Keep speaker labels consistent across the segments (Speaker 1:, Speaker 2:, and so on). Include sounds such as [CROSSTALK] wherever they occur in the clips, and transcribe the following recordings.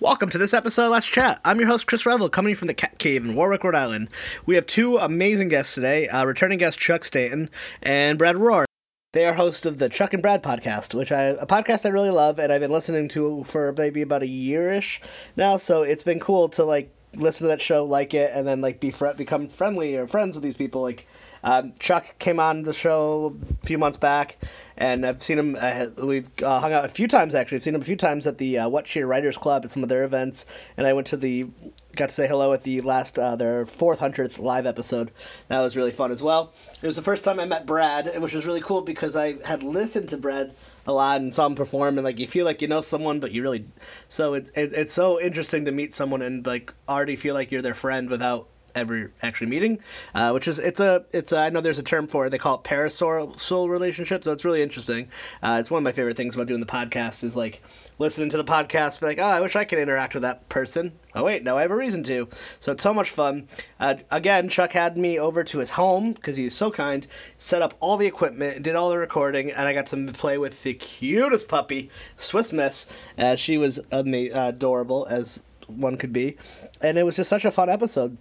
Speaker 1: Welcome to this episode of Let's Chat. I'm your host, Chris Revel, coming from the Cat Cave in Warwick, Rhode Island. We have two amazing guests today uh, returning guest Chuck Stanton and Brad Rohr. They are hosts of the Chuck and Brad podcast, which I a podcast I really love and I've been listening to for maybe about a year-ish now, so it's been cool to like listen to that show, like it, and then like be fr- become friendly or friends with these people. Like um, Chuck came on the show a few months back, and I've seen him. Uh, we've uh, hung out a few times actually. I've seen him a few times at the uh, What Cheer Writers Club at some of their events, and I went to the got to say hello at the last uh, their 400th live episode. That was really fun as well. It was the first time I met Brad, which was really cool because I had listened to Brad a lot and saw him perform, and like you feel like you know someone, but you really so it's it, it's so interesting to meet someone and like already feel like you're their friend without ever actually meeting, uh, which is it's a it's a, I know there's a term for it. They call it parasocial relationship, so it's really interesting. Uh, it's one of my favorite things about doing the podcast is like listening to the podcast, be like, oh, I wish I could interact with that person. Oh wait, now I have a reason to. So it's so much fun. Uh, again, Chuck had me over to his home because he's so kind. Set up all the equipment, did all the recording, and I got to play with the cutest puppy, Swiss Miss. Uh, she was ama- adorable as one could be, and it was just such a fun episode.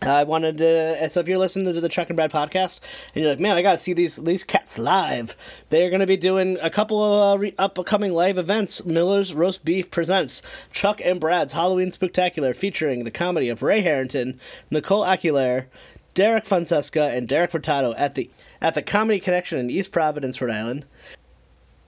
Speaker 1: I wanted to. So if you're listening to the Chuck and Brad podcast, and you're like, man, I gotta see these these cats live. They're gonna be doing a couple of uh, re- upcoming live events. Miller's Roast Beef presents Chuck and Brad's Halloween Spectacular, featuring the comedy of Ray Harrington, Nicole Aguilera, Derek Fonseca, and Derek Furtado at the at the Comedy Connection in East Providence, Rhode Island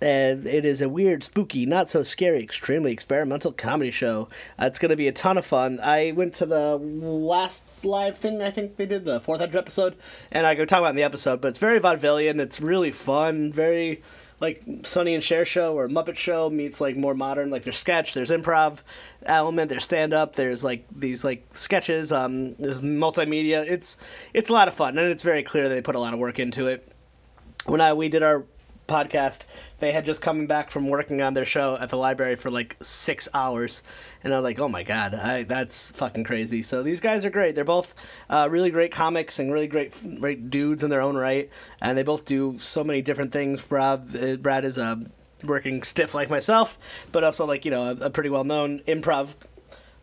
Speaker 1: and it is a weird, spooky, not so scary, extremely experimental comedy show. Uh, it's going to be a ton of fun. I went to the last live thing I think they did, the 400 episode, and I go talk about it in the episode, but it's very vaudevillian. It's really fun, very like Sonny and Cher show or Muppet show meets like more modern. Like there's sketch, there's improv element, there's stand up, there's like these like sketches, um, there's multimedia. It's it's a lot of fun, and it's very clear they put a lot of work into it. When I we did our podcast. They had just come back from working on their show at the library for like six hours, and I'm like, oh my god, I, that's fucking crazy. So these guys are great. They're both uh, really great comics and really great great dudes in their own right, and they both do so many different things. Brad uh, Brad is a working stiff like myself, but also like you know a, a pretty well known improv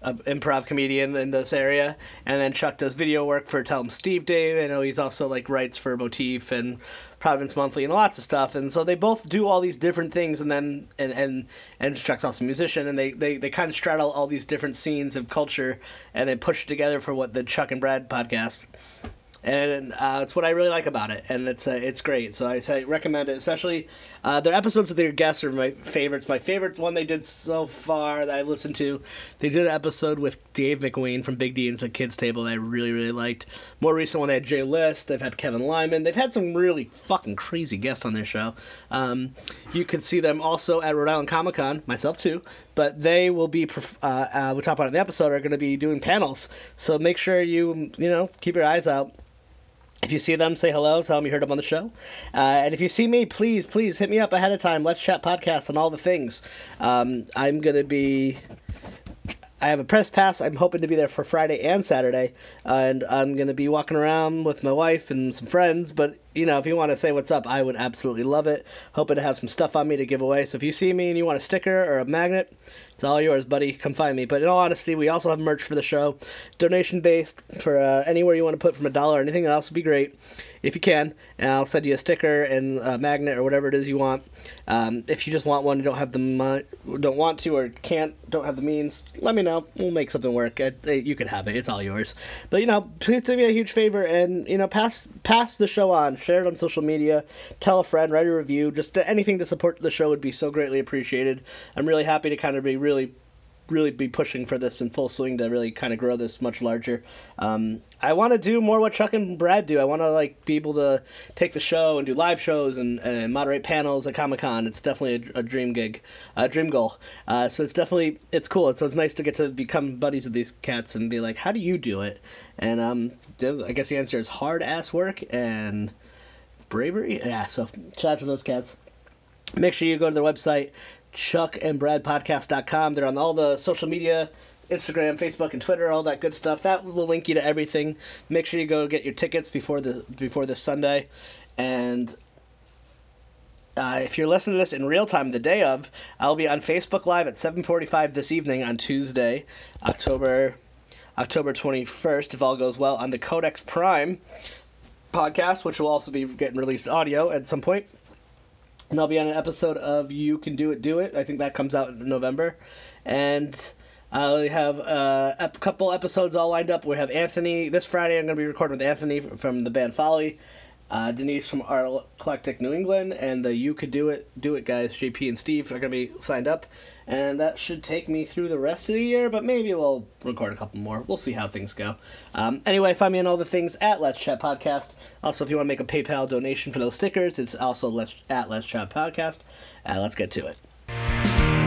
Speaker 1: a improv comedian in this area, and then Chuck does video work for Tell Him Steve Dave. I know he's also like writes for Motif and Providence Monthly and lots of stuff. And so they both do all these different things, and then and and and Chuck's also a musician, and they they, they kind of straddle all these different scenes of culture, and they push together for what the Chuck and Brad podcast. And uh, it's what I really like about it, and it's uh, it's great. So I, so I recommend it, especially uh, their episodes of their guests are my favorites. My favorite one they did so far that I've listened to, they did an episode with Dave McWean from Big D and the Kids Table that I really, really liked. More recent one, they had Jay List. They've had Kevin Lyman. They've had some really fucking crazy guests on their show. Um, you can see them also at Rhode Island Comic Con, myself too. But they will be, perf- uh, uh, we'll talk about in the episode, are going to be doing panels. So make sure you, you know, keep your eyes out. If you see them, say hello. Tell them you heard them on the show. Uh, and if you see me, please, please hit me up ahead of time. Let's chat podcast on all the things. Um, I'm gonna be. I have a press pass. I'm hoping to be there for Friday and Saturday, and I'm gonna be walking around with my wife and some friends. But you know, if you want to say what's up, I would absolutely love it. Hoping to have some stuff on me to give away. So if you see me and you want a sticker or a magnet, it's all yours, buddy. Come find me. But in all honesty, we also have merch for the show, donation based for uh, anywhere you want to put from a dollar. Anything else would be great if you can. And I'll send you a sticker and a magnet or whatever it is you want. Um, if you just want one, and don't have the mo- don't want to or can't, don't have the means, let me know. We'll make something work. I, I, you can have it. It's all yours. But you know, please do me a huge favor and you know pass pass the show on, share it on social media, tell a friend, write a review. Just anything to support the show would be so greatly appreciated. I'm really happy to kind of be really really really be pushing for this in full swing to really kind of grow this much larger. Um, I want to do more what Chuck and Brad do. I want to like be able to take the show and do live shows and, and moderate panels at Comic Con. It's definitely a, a, dream gig, a dream goal. Uh, so it's definitely it's cool. So it's nice to get to become buddies with these cats and be like, how do you do it? And um, I guess the answer is hard ass work and bravery. Yeah. So shout out to those cats. Make sure you go to their website, chuckandbradpodcast.com. They're on all the social media, Instagram, Facebook, and Twitter, all that good stuff. That will link you to everything. Make sure you go get your tickets before the before this Sunday, and Uh, if you're listening to this in real time, the day of, I'll be on Facebook Live at 7:45 this evening on Tuesday, October October 21st, if all goes well, on the Codex Prime podcast, which will also be getting released audio at some point. And I'll be on an episode of You Can Do It, Do It. I think that comes out in November. And I have uh, a couple episodes all lined up. We have Anthony this Friday. I'm going to be recording with Anthony from the band Folly, uh, Denise from Art Eclectic New England, and the You Could Do It, Do It guys, JP and Steve, are going to be signed up. And that should take me through the rest of the year, but maybe we'll record a couple more. We'll see how things go. Um, anyway, find me on all the things at Let's Chat Podcast. Also, if you want to make a PayPal donation for those stickers, it's also Let's, at Let's Chat Podcast. Uh, let's get to it.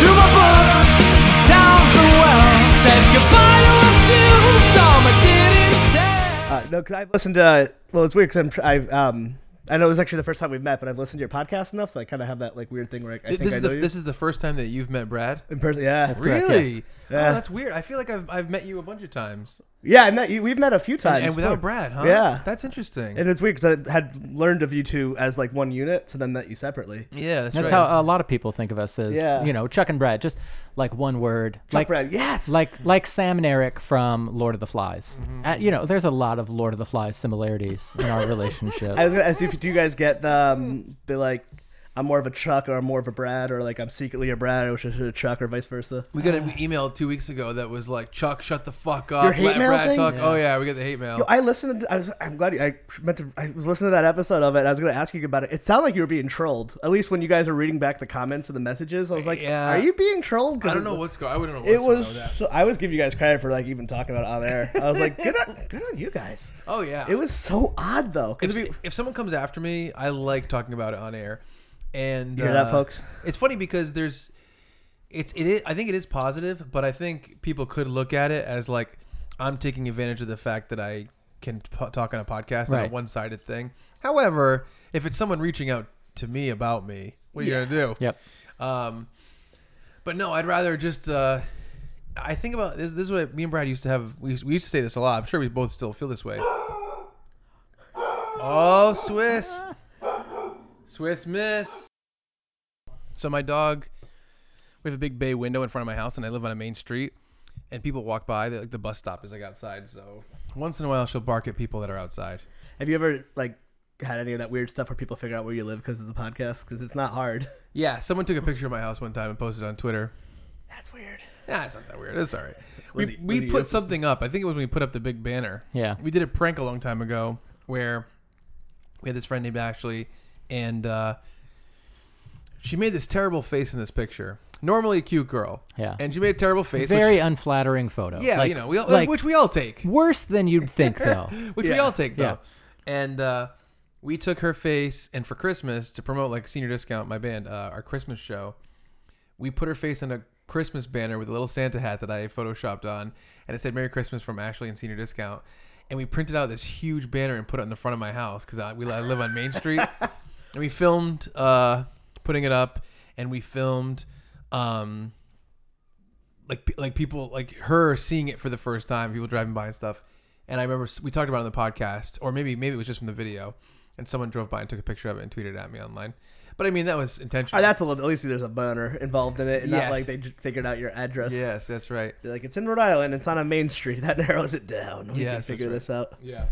Speaker 2: Threw my books down the well. Said goodbye to a few, some I didn't tell.
Speaker 1: Uh, no, because I've listened to. Uh, well, it's weird because I'm. I've, um, I know it was actually the first time we've met, but I've listened to your podcast enough, so I kind of have that like weird thing where I, I think
Speaker 3: this
Speaker 1: I
Speaker 3: is
Speaker 1: know
Speaker 3: the
Speaker 1: you
Speaker 3: this is the first time that you've met Brad.
Speaker 1: in person. Yeah,
Speaker 3: really?
Speaker 1: Yeah.
Speaker 3: Oh, that's weird. I feel like I've I've met you a bunch of times,
Speaker 1: yeah. I met you. We've met a few times.
Speaker 3: and, and
Speaker 1: before.
Speaker 3: without Brad, huh?
Speaker 1: Yeah.
Speaker 3: That's interesting.
Speaker 1: And it's weird because I had learned of you two as like one unit, so then met you separately.
Speaker 3: yeah, that's,
Speaker 4: That's
Speaker 3: right.
Speaker 1: uh,
Speaker 4: how a lot of people think of us as,
Speaker 1: Yeah.
Speaker 4: you know, Chuck and Brad, just like one word, like
Speaker 1: Brad, yes.
Speaker 4: like like Sam and Eric from Lord of the Flies.
Speaker 3: Mm-hmm.
Speaker 4: Uh, you know, there's a lot of Lord of the Flies similarities in
Speaker 3: [LAUGHS]
Speaker 4: our relationship.
Speaker 1: I was gonna ask you, do you guys get the um, be like, I'm more of a Chuck or I'm more of a Brad or like I'm secretly a Brad or should a Chuck or vice versa?
Speaker 3: we got an email two weeks ago that was like, Chuck, shut the fuck up.
Speaker 1: Your hate
Speaker 3: Let
Speaker 1: mail
Speaker 3: Brad
Speaker 1: thing?
Speaker 3: talk.
Speaker 1: Yeah.
Speaker 3: Oh yeah, we got the hate mail.
Speaker 1: Yo, I listened. To, I was, I'm glad you, I meant to. I was listening to that episode of it. and I was gonna ask you about it. It sounded like you were being trolled. At least when you guys were reading back the comments and the messages, I was like,
Speaker 3: Yeah.
Speaker 1: Are you being trolled? 'Cause
Speaker 3: I don't
Speaker 1: it-
Speaker 3: know what's going. I wouldn't know.
Speaker 1: It
Speaker 3: what's going on
Speaker 1: was.
Speaker 3: with
Speaker 1: So, I was giving you guys credit for like even talking about it on air. I was like, good on, good on you guys.
Speaker 3: that. Oh yeah.
Speaker 1: It was so odd though. 'cause
Speaker 3: If,
Speaker 1: we-
Speaker 3: if someone comes after me, I like talking about it on air. And
Speaker 1: You hear
Speaker 3: uh,
Speaker 1: that, folks?
Speaker 3: It's funny because there's, it's it is. I think it is positive, but I think people could look at it as like I'm taking advantage of the fact that I can p- talk on a podcast on a
Speaker 4: Right.
Speaker 3: one-sided thing. However, if it's someone reaching out to me about me, what are you gonna do?
Speaker 4: Yep.
Speaker 3: Um, but no, I'd rather just. Uh, I think about this. This is what me and Brad used to have. We, we used to say this a lot. I'm sure we both still feel this way. Oh, Swiss. Swiss miss. So my dog. We have a big bay window in front of my house, and I live on a main street. And people walk by. Like the bus stop is like outside. So once in a while, she'll bark at people that are outside.
Speaker 1: Have you ever like had any of that weird stuff where people figure out where you live because of the podcast? Because it's not hard.
Speaker 3: Yeah, someone took a picture of my house one time and posted it on Twitter.
Speaker 1: That's weird.
Speaker 3: Nah, it's not that weird. It's all right.
Speaker 1: Was
Speaker 3: we
Speaker 1: it-
Speaker 3: we
Speaker 1: was it
Speaker 3: put
Speaker 1: you?
Speaker 3: something up. I think it was when we put up the big banner.
Speaker 4: Yeah.
Speaker 3: We did a prank a long time ago where we had this friend named Ashley, and uh, she made this terrible face in this picture. Normally a cute girl.
Speaker 4: Yeah.
Speaker 3: And she made a terrible face.
Speaker 4: Very
Speaker 3: Which,
Speaker 4: unflattering photo.
Speaker 3: yeah,
Speaker 4: Like-
Speaker 3: you know, we all,
Speaker 4: like
Speaker 3: which we all take.
Speaker 4: worse than you'd
Speaker 3: [LAUGHS]
Speaker 4: think though.
Speaker 3: Which we
Speaker 1: Yeah.
Speaker 3: all take though.
Speaker 4: Yeah.
Speaker 3: And uh, we took her face, and for Christmas to promote like senior discount, my band, uh, our Christmas show, we put her face on a Christmas banner with a little Santa hat that I photoshopped on, and it said "Merry Christmas" from Ashley and Senior Discount. And we printed out this huge banner and put it in the front of my house because I, we I live on Main Street. and we filmed uh, putting it up, and we filmed um, like pe- like people like her seeing it for the first time, people driving by and stuff. And I remember s- we talked about it on the podcast, or maybe maybe it was just from the video, and someone drove by and took a picture of it and tweeted it at me online. But I mean that was intentional.
Speaker 1: Oh, that's a little. At least there's a boner involved in it, and
Speaker 3: Yes.
Speaker 1: not like they j- figured out your address.
Speaker 3: yes, that's right.
Speaker 1: They're like, it's in Rhode Island. It's on a main street. That [LAUGHS] narrows it down. We can
Speaker 3: Yes, that's
Speaker 1: figure
Speaker 3: right.
Speaker 1: this out.
Speaker 3: Yeah.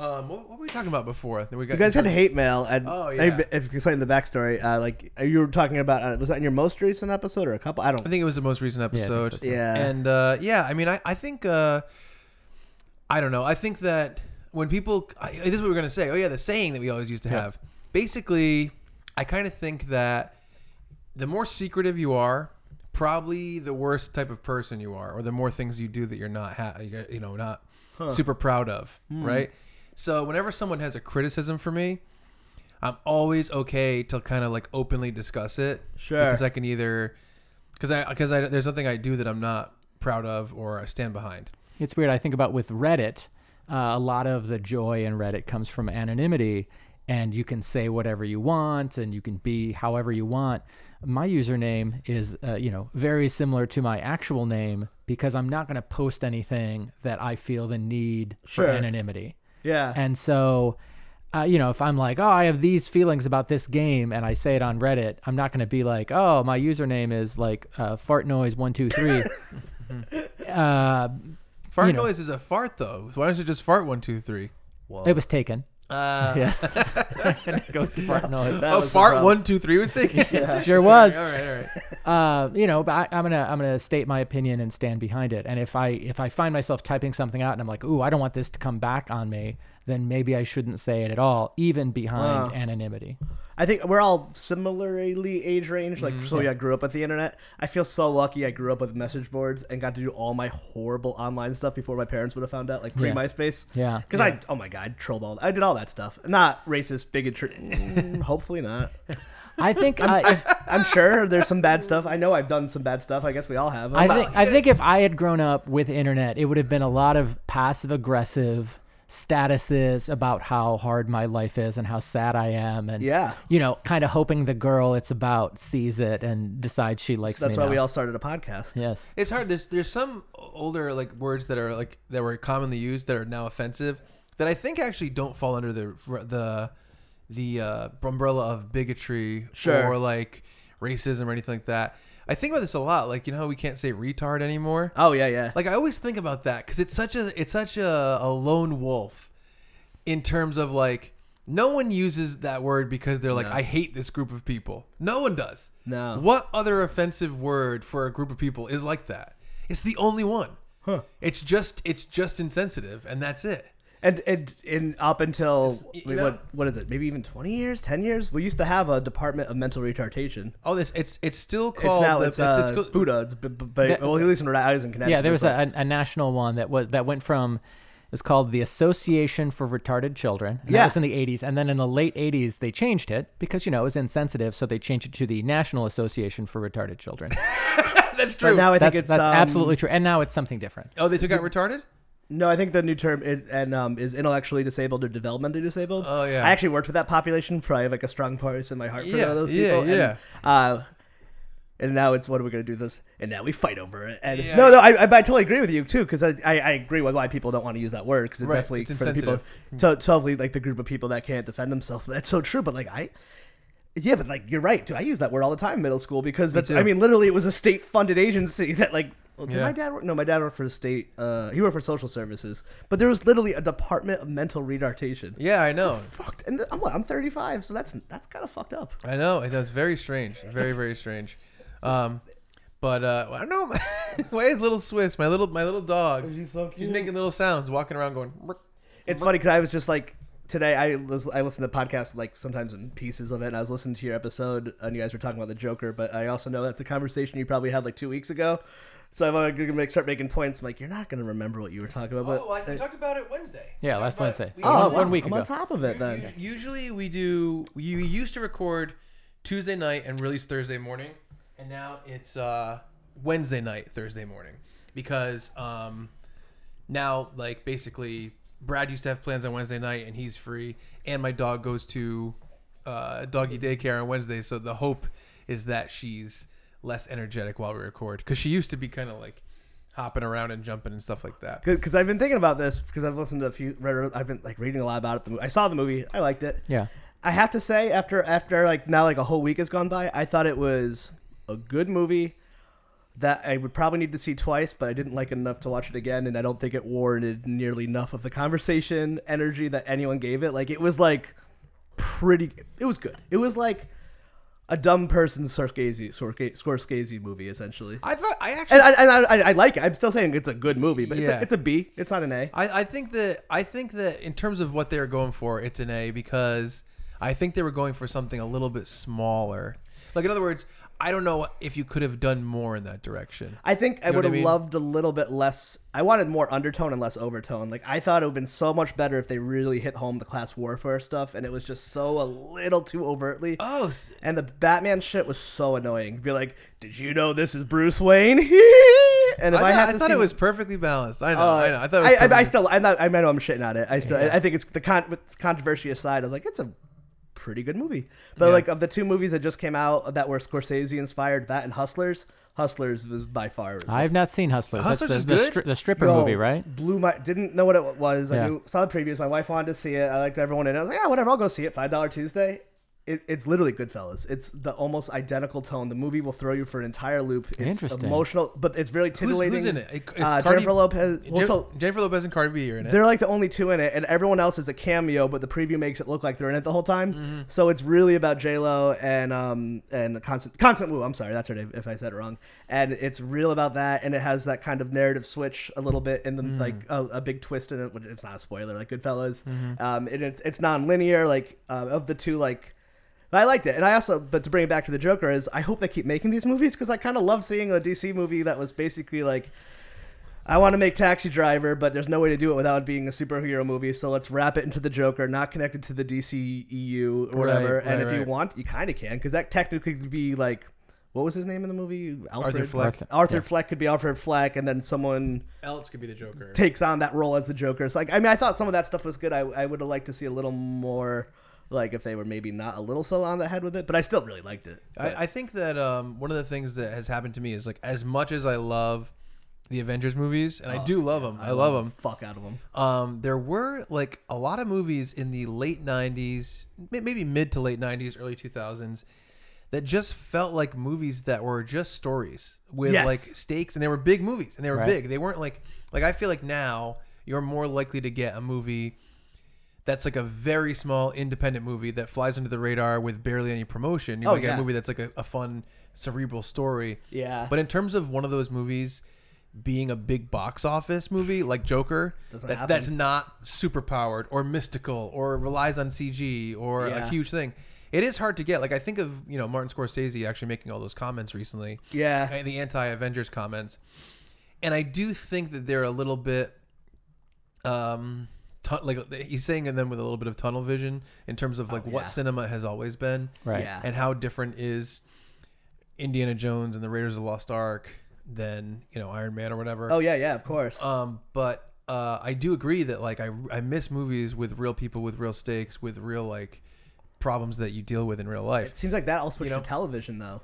Speaker 3: Um, what, what were we talking about before? That We got
Speaker 1: You guys had hate mail. And
Speaker 3: Oh,
Speaker 1: I-
Speaker 3: yeah.
Speaker 1: If you explain the backstory, uh, like you were talking about, uh, was that in your most recent episode or a couple? I don't.
Speaker 3: I think it was the most recent
Speaker 4: Yeah, I think
Speaker 3: episode.
Speaker 4: so, too.
Speaker 1: yeah.
Speaker 3: And uh, yeah, I mean, I, I think uh, I don't know. I think that when people, I, this is what we're gonna say. Oh yeah, the saying that we always used to
Speaker 4: Yeah.
Speaker 3: have. Basically, I kind of think that the more secretive you are, probably the worse type of person you are, or the more things you do that you're not, ha- you know, not
Speaker 1: Huh. Hmm.
Speaker 3: super proud of, right? So whenever someone has a criticism for me, I'm always okay to kind of like openly discuss it
Speaker 1: Sure.
Speaker 3: because I can either because I because I there's nothing I do that I'm not proud of or I stand behind.
Speaker 4: It's weird. I think about with Reddit, uh, a lot of the joy in Reddit comes from anonymity, and you can say whatever you want, and you can be however you want. My username is, uh, you know, very similar to my actual name because I'm not going to post anything that I feel the need
Speaker 1: Sure.
Speaker 4: for anonymity.
Speaker 1: Yeah.
Speaker 4: And so, uh, you know, if I'm like, oh, I have these feelings about this game, and I say it on Reddit, I'm not going to be like, oh, my username is like uh, fart noise one two three. uh,
Speaker 3: Fart
Speaker 4: you know.
Speaker 3: noise is a fart though. Why don't you just fart one two three?
Speaker 1: Whoa.
Speaker 3: [LAUGHS]
Speaker 4: it was taken.
Speaker 3: Uh,
Speaker 4: Yes. Then it goes to [LAUGHS] fart noise.
Speaker 1: That
Speaker 3: oh,
Speaker 1: was the
Speaker 3: fart
Speaker 1: problem.
Speaker 3: one two three was taken.
Speaker 4: It [LAUGHS] sure was.
Speaker 3: All right, all right.
Speaker 4: Uh, you know, but I, I'm gonna I'm gonna state my opinion and stand behind it. And if I if I find myself typing something out and I'm like, ooh, I don't want this to come back on me, then maybe I shouldn't say it at all, even behind
Speaker 1: Wow.
Speaker 4: anonymity.
Speaker 1: I think we're all similarly age range.
Speaker 4: Mm-hmm.
Speaker 1: Like, so yeah, I grew up with the internet. I feel so lucky I grew up with message boards and got to do all my horrible online stuff before my parents would have found out, like pre
Speaker 4: Yeah.
Speaker 1: MySpace.
Speaker 4: Yeah.
Speaker 1: Because I, oh my God, trolled all, I did all that stuff. Not racist, bigotry. mm, [LAUGHS] hopefully not.
Speaker 4: I think
Speaker 1: [LAUGHS]
Speaker 4: uh, if,
Speaker 1: I'm sure there's some bad stuff. I know I've done some bad stuff. I guess we all have.
Speaker 4: I
Speaker 1: I'm
Speaker 4: think I think if I had grown up with internet, it would have been a lot of passive aggressive statuses about how hard my life is and how sad I am and
Speaker 1: Yeah.
Speaker 4: you know, kind of hoping the girl it's about sees it and decides she likes
Speaker 1: That's
Speaker 4: me.
Speaker 1: why we
Speaker 4: now.
Speaker 1: all started a podcast.
Speaker 4: Yes.
Speaker 3: It's hard. There's there's some older like words that are like that were commonly used that are now offensive that I think actually don't fall under the the the uh, umbrella of bigotry
Speaker 1: Sure.
Speaker 3: or like racism or anything like that. I think about this a lot. Like you know how we can't say retard anymore.
Speaker 1: Oh yeah, yeah.
Speaker 3: Like I always think about that because it's such a it's such a, a lone wolf in terms of like no one uses that word because they're like
Speaker 1: No.
Speaker 3: I hate this group of people. No one does.
Speaker 1: no.
Speaker 3: What other offensive word for a group of people is like that? It's the only one.
Speaker 1: Huh.
Speaker 3: It's just it's just insensitive and that's it.
Speaker 1: And and in up until
Speaker 3: you
Speaker 1: wait,
Speaker 3: know-
Speaker 1: what what is it? Maybe even 20 years, 10 years. We used to have a department of mental retardation.
Speaker 3: Oh, this it's it's still
Speaker 1: It's
Speaker 3: called
Speaker 1: now
Speaker 3: the-
Speaker 1: it's,
Speaker 3: the-
Speaker 1: uh,
Speaker 3: called-
Speaker 1: Buddha. It's b- b- b-
Speaker 4: That-
Speaker 1: well, at least in Rhode Island, Connecticut.
Speaker 4: Yeah, there was
Speaker 1: it's like-
Speaker 4: a, a national one that was that went from it's called the Association for Retarded Children. And
Speaker 1: Yeah.
Speaker 4: That was in the 80s, and then in the late 80s they changed it because you know it was insensitive, so they changed it to the National Association for
Speaker 3: [LAUGHS]
Speaker 4: Retarded Children.
Speaker 3: [LAUGHS] that's true.
Speaker 1: But now I think
Speaker 4: that's
Speaker 1: it's
Speaker 4: that's
Speaker 1: um,
Speaker 4: absolutely true, and now it's something different.
Speaker 3: oh, they took
Speaker 1: [LAUGHS]
Speaker 3: out retarded?
Speaker 1: No, I think the new term is, and um, is intellectually disabled or developmentally disabled.
Speaker 3: Oh, yeah.
Speaker 1: I actually worked with that population, probably have like a strong place in my heart for
Speaker 3: Yeah,
Speaker 1: those
Speaker 3: yeah,
Speaker 1: people.
Speaker 3: yeah.
Speaker 1: And, uh, and now it's what are we gonna do this? And now we fight over it. And
Speaker 3: Yeah.
Speaker 1: no, no, I, I, but I totally agree with you too, because I, I, I agree with why people don't want to use that word, because it's
Speaker 3: Right,
Speaker 1: definitely
Speaker 3: it's Hmm.
Speaker 1: for the people, to, totally like the group of people that can't defend themselves. But that's so true. But like I. Yeah, but like you're right, dude. I use that word all the time in middle school because that's.
Speaker 3: too.
Speaker 1: I mean, literally, it was a state-funded agency [LAUGHS] that like. Well, did
Speaker 3: Yeah.
Speaker 1: my dad work? No, my dad worked for the state. Uh, he worked for social services, but there was literally a department of mental retardation.
Speaker 3: Yeah, I know.
Speaker 1: Fucked. And I'm what? I'm 35, so that's that's kind of fucked up.
Speaker 3: I know. It does very strange. Very very strange. Um but uh, I don't know. [LAUGHS] Why is little Swiss, my little my little dog? She's
Speaker 1: so
Speaker 3: making little sounds, walking around going. "Mrk."
Speaker 1: It's funny because I was just like today I lis- I listen to podcasts like sometimes in pieces of it, and I was listening to your episode and you guys were talking about the Joker, but I also know that's a conversation you probably had like two weeks ago. So I'm uh, gonna make, start making points. I'm like, you're not gonna remember what you were talking about.
Speaker 3: Oh, I,
Speaker 1: but,
Speaker 3: I talked about it Wednesday.
Speaker 4: Yeah,
Speaker 3: Talked
Speaker 4: last
Speaker 3: about it.
Speaker 4: Wednesday.
Speaker 3: We-
Speaker 4: Oh,
Speaker 1: Oh,
Speaker 4: one- one
Speaker 1: wow,
Speaker 4: week
Speaker 1: I'm
Speaker 4: ago.
Speaker 1: on top of it then.
Speaker 3: Us- Usually we do. You we used to record Tuesday night and release Thursday morning, and now it's uh, Wednesday night, Thursday morning, because um, now like basically Brad used to have plans on Wednesday night and he's free, and my dog goes to uh, doggy daycare on Wednesday, so the hope is that she's less energetic while we record, because she used to be kind of like hopping around and jumping and stuff like that.
Speaker 1: because I've been thinking about this because I've listened to a few. read- I've been like reading a lot about it. The mo- I saw the movie. I liked it.
Speaker 4: Yeah.
Speaker 1: I have to say after after like now like a whole week has gone by, I thought it was a good movie that I would probably need to see twice, but I didn't like it enough to watch it again, and I don't think it warranted nearly enough of the conversation energy that anyone gave it. Like it was like pretty. It was good. It was like a dumb person Scorsese Scorsese Scorsese movie essentially.
Speaker 3: I thought I actually
Speaker 1: And I, and I, I, I like it. I'm still saying it's a good movie, but it's,
Speaker 3: Yeah.
Speaker 1: a, it's a B. It's not an A.
Speaker 3: I, I think that I think that in terms of what they were going for, it's an A because I think they were going for something a little bit smaller. Like in other words, I don't know if you could have done more in that direction.
Speaker 1: I think I would
Speaker 3: know what I
Speaker 1: have
Speaker 3: mean?
Speaker 1: loved a little bit less. I wanted more undertone and less overtone. Like I thought it would have been so much better if they really hit home the class warfare stuff, and it was just so a little too overtly.
Speaker 3: Oh, s-
Speaker 1: And the Batman shit was so annoying. Be like, did you know this is Bruce Wayne? [LAUGHS] and if I,
Speaker 3: I, thought,
Speaker 1: have
Speaker 3: I
Speaker 1: to
Speaker 3: thought
Speaker 1: see,
Speaker 3: it was perfectly balanced. I know.
Speaker 1: uh,
Speaker 3: I know. I thought it
Speaker 1: I,
Speaker 3: was
Speaker 1: I,
Speaker 3: perfectly-
Speaker 1: still, I'm not, I know I'm shitting on it. I still,
Speaker 3: Yeah.
Speaker 1: I think it's the con, with controversy aside, I was like, it's a pretty good movie. But
Speaker 3: Yeah.
Speaker 1: like of the two movies that just came out that were Scorsese inspired, that and Hustlers, Hustlers was by far.
Speaker 4: I've not seen Hustlers.
Speaker 3: Hustlers
Speaker 4: That's
Speaker 3: is
Speaker 4: the, the,
Speaker 3: good?
Speaker 4: stri- the stripper
Speaker 1: Yo,
Speaker 4: movie, right?
Speaker 1: Blew my, didn't know what it was. I
Speaker 4: Yeah.
Speaker 1: knew, saw the previews. My wife wanted to see it. I liked everyone in it. I was like, yeah, whatever, I'll go see it. Five dollar Tuesday. It, it's literally Goodfellas. It's the almost identical tone. The movie will throw you for an entire loop. It's
Speaker 4: Interesting.
Speaker 1: emotional, but it's very
Speaker 3: Who's,
Speaker 1: titillating.
Speaker 3: who's in it? It's
Speaker 1: uh,
Speaker 3: Cardi-
Speaker 1: Jennifer Lopez. Well,
Speaker 3: Jen-
Speaker 1: so-
Speaker 3: Jennifer Lopez and Cardi B are in it.
Speaker 1: they're like the only two in it, and everyone else is a cameo, but the preview makes it look like they're in it the whole time.
Speaker 3: Mm-hmm.
Speaker 1: So it's really about J Lo and um and Constant Constant Wu. I'm sorry, that's her name if I said it wrong. And it's real about that, and it has that kind of narrative switch a little bit, and then
Speaker 3: Mm.
Speaker 1: like a, a big twist in it. Which it's not a spoiler, like Goodfellas.
Speaker 3: Mm-hmm.
Speaker 1: Um, and it's it's non-linear. Like uh, of the two, like but I liked it, and I also, but to bring it back to the Joker, is I hope they keep making these movies because I kind of love seeing a DC movie that was basically like, I want to make Taxi Driver, but there's no way to do it without it being a superhero movie, so let's wrap it into the Joker, not connected to the DC EU or whatever.
Speaker 3: Right,
Speaker 1: and
Speaker 3: right,
Speaker 1: if you
Speaker 3: right.
Speaker 1: want, you kind of can, because that technically could be like, what was his name in the movie? Alfred.
Speaker 3: Fleck.
Speaker 1: Arthur,
Speaker 4: Yeah.
Speaker 1: Fleck could be Alfred Fleck, and then someone
Speaker 3: Else could be the Joker.
Speaker 1: takes on that role as the Joker. So like, I mean, I thought some of that stuff was good. I, I would have liked to see a little more, like if they were maybe not a little so on the head with it, but I still really liked it. But-
Speaker 3: I, I think that um, one of the things that has happened to me is like as much as I love the Avengers movies, and I
Speaker 1: Oh,
Speaker 3: do love them, I, love 'em. love them.
Speaker 1: the Fuck out of them.
Speaker 3: um, there were like a lot of movies in the late 90s, may- maybe mid to late 90s, early 2000s, that just felt like movies that were just stories with
Speaker 1: Yes.
Speaker 3: like stakes, and they were big movies, and they were
Speaker 4: Right.
Speaker 3: big. They weren't like like I feel like now you're more likely to get a movie that's like a very small independent movie that flies under the radar with barely any promotion. You
Speaker 1: Oh,
Speaker 3: might get
Speaker 1: yeah.
Speaker 3: a movie that's like a, a fun cerebral story.
Speaker 1: Yeah.
Speaker 3: But in terms of one of those movies being a big box office movie like Joker,
Speaker 1: [SIGHS] Doesn't
Speaker 3: that's,
Speaker 1: happen.
Speaker 3: that's not super powered or mystical or relies on CG or
Speaker 1: Yeah.
Speaker 3: a huge thing. It is hard to get. Like I think of you know Martin Scorsese actually making all those
Speaker 1: [LAUGHS]
Speaker 3: comments recently,
Speaker 1: yeah.
Speaker 3: and the anti-Avengers comments, and I do think that they're a little bit, um, tu- like he's saying them with a little bit of tunnel vision in terms of like
Speaker 1: Oh, yeah.
Speaker 3: what cinema has always been
Speaker 4: Right.
Speaker 1: Yeah.
Speaker 3: and how different is Indiana Jones and the Raiders of the Lost Ark than you know Iron Man or whatever.
Speaker 1: Oh yeah, yeah, of course.
Speaker 3: Um, but uh, I do agree that like I I miss movies with real people with real stakes with real like problems that you deal with in real life.
Speaker 1: it seems like that all switched
Speaker 3: you know?
Speaker 1: to television though.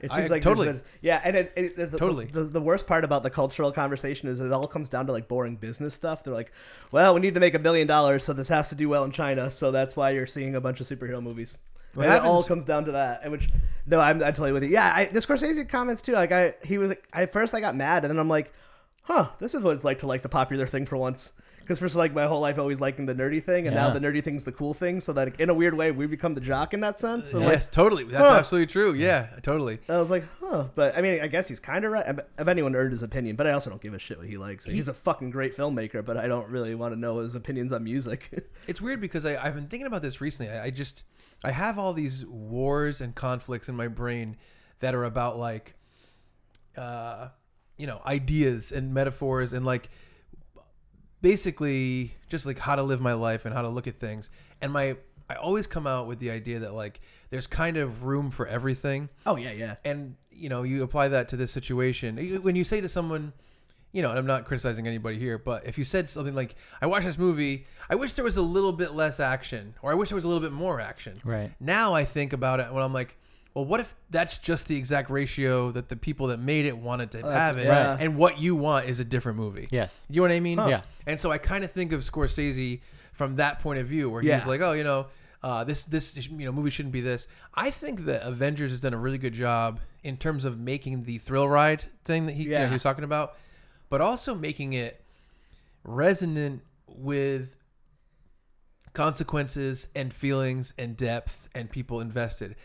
Speaker 1: It
Speaker 3: I-
Speaker 1: seems like
Speaker 3: totally.
Speaker 1: there's been- yeah, and it, it, it- the,
Speaker 3: Totally.
Speaker 1: The, the worst part about the cultural conversation is it all comes down to like boring business stuff. They're like, well, we need to make a billion dollars, so this has to do well in China, so that's why you're seeing a bunch of superhero movies.
Speaker 3: What
Speaker 1: and it all
Speaker 3: happens-
Speaker 1: comes down to that. And which no, I'm I totally with you. Yeah, I, the Scorsese comments too. Like I he was I at first I got mad, and then I'm like, huh, this is what it's like to like the popular thing for once. Because for like my whole life, I always liking the nerdy thing, and now
Speaker 4: Yeah.
Speaker 1: the nerdy thing's the cool thing. So that in a weird way, we become the jock in that sense. So, like,
Speaker 3: yes, totally. That's
Speaker 1: Huh.
Speaker 3: absolutely true. Yeah, totally.
Speaker 1: I was like, huh. But I mean, I guess he's kind of right. If- If anyone earned his opinion, but I also don't give a shit what he likes. he's a fucking great filmmaker, but I don't really want to know his opinions on music. [LAUGHS]
Speaker 3: It's weird because I, I've been thinking about this recently. I, I just I have all these wars and conflicts in my brain that are about like uh you know ideas and metaphors and like basically just like how to live my life and how to look at things and my I always come out with the idea that like there's kind of room for everything
Speaker 1: oh yeah, yeah.
Speaker 3: and you know you apply that to this situation You- when you say to someone you know and i'm not criticizing anybody here but if you said something like i watched this movie i wish there was a little bit less action or i wish there was a little bit more action
Speaker 4: Right.
Speaker 3: now i think about it when i'm like well what if that's just the exact ratio that the people that made it wanted to
Speaker 1: Oh, that's-
Speaker 3: have it
Speaker 1: Right.
Speaker 3: and what you want is a different movie
Speaker 4: Yes.
Speaker 3: you know what I mean?
Speaker 1: Huh.
Speaker 4: Yeah.
Speaker 3: And so I kind of think of Scorsese from that point of view, where he's
Speaker 1: Yeah.
Speaker 3: like, oh, you know, uh, this this you know movie shouldn't be this. I think that Avengers has done a really good job in terms of making the thrill ride thing that he, you know,
Speaker 1: Yeah.
Speaker 3: he was talking about, but also making it resonant with consequences and feelings and depth and people invested.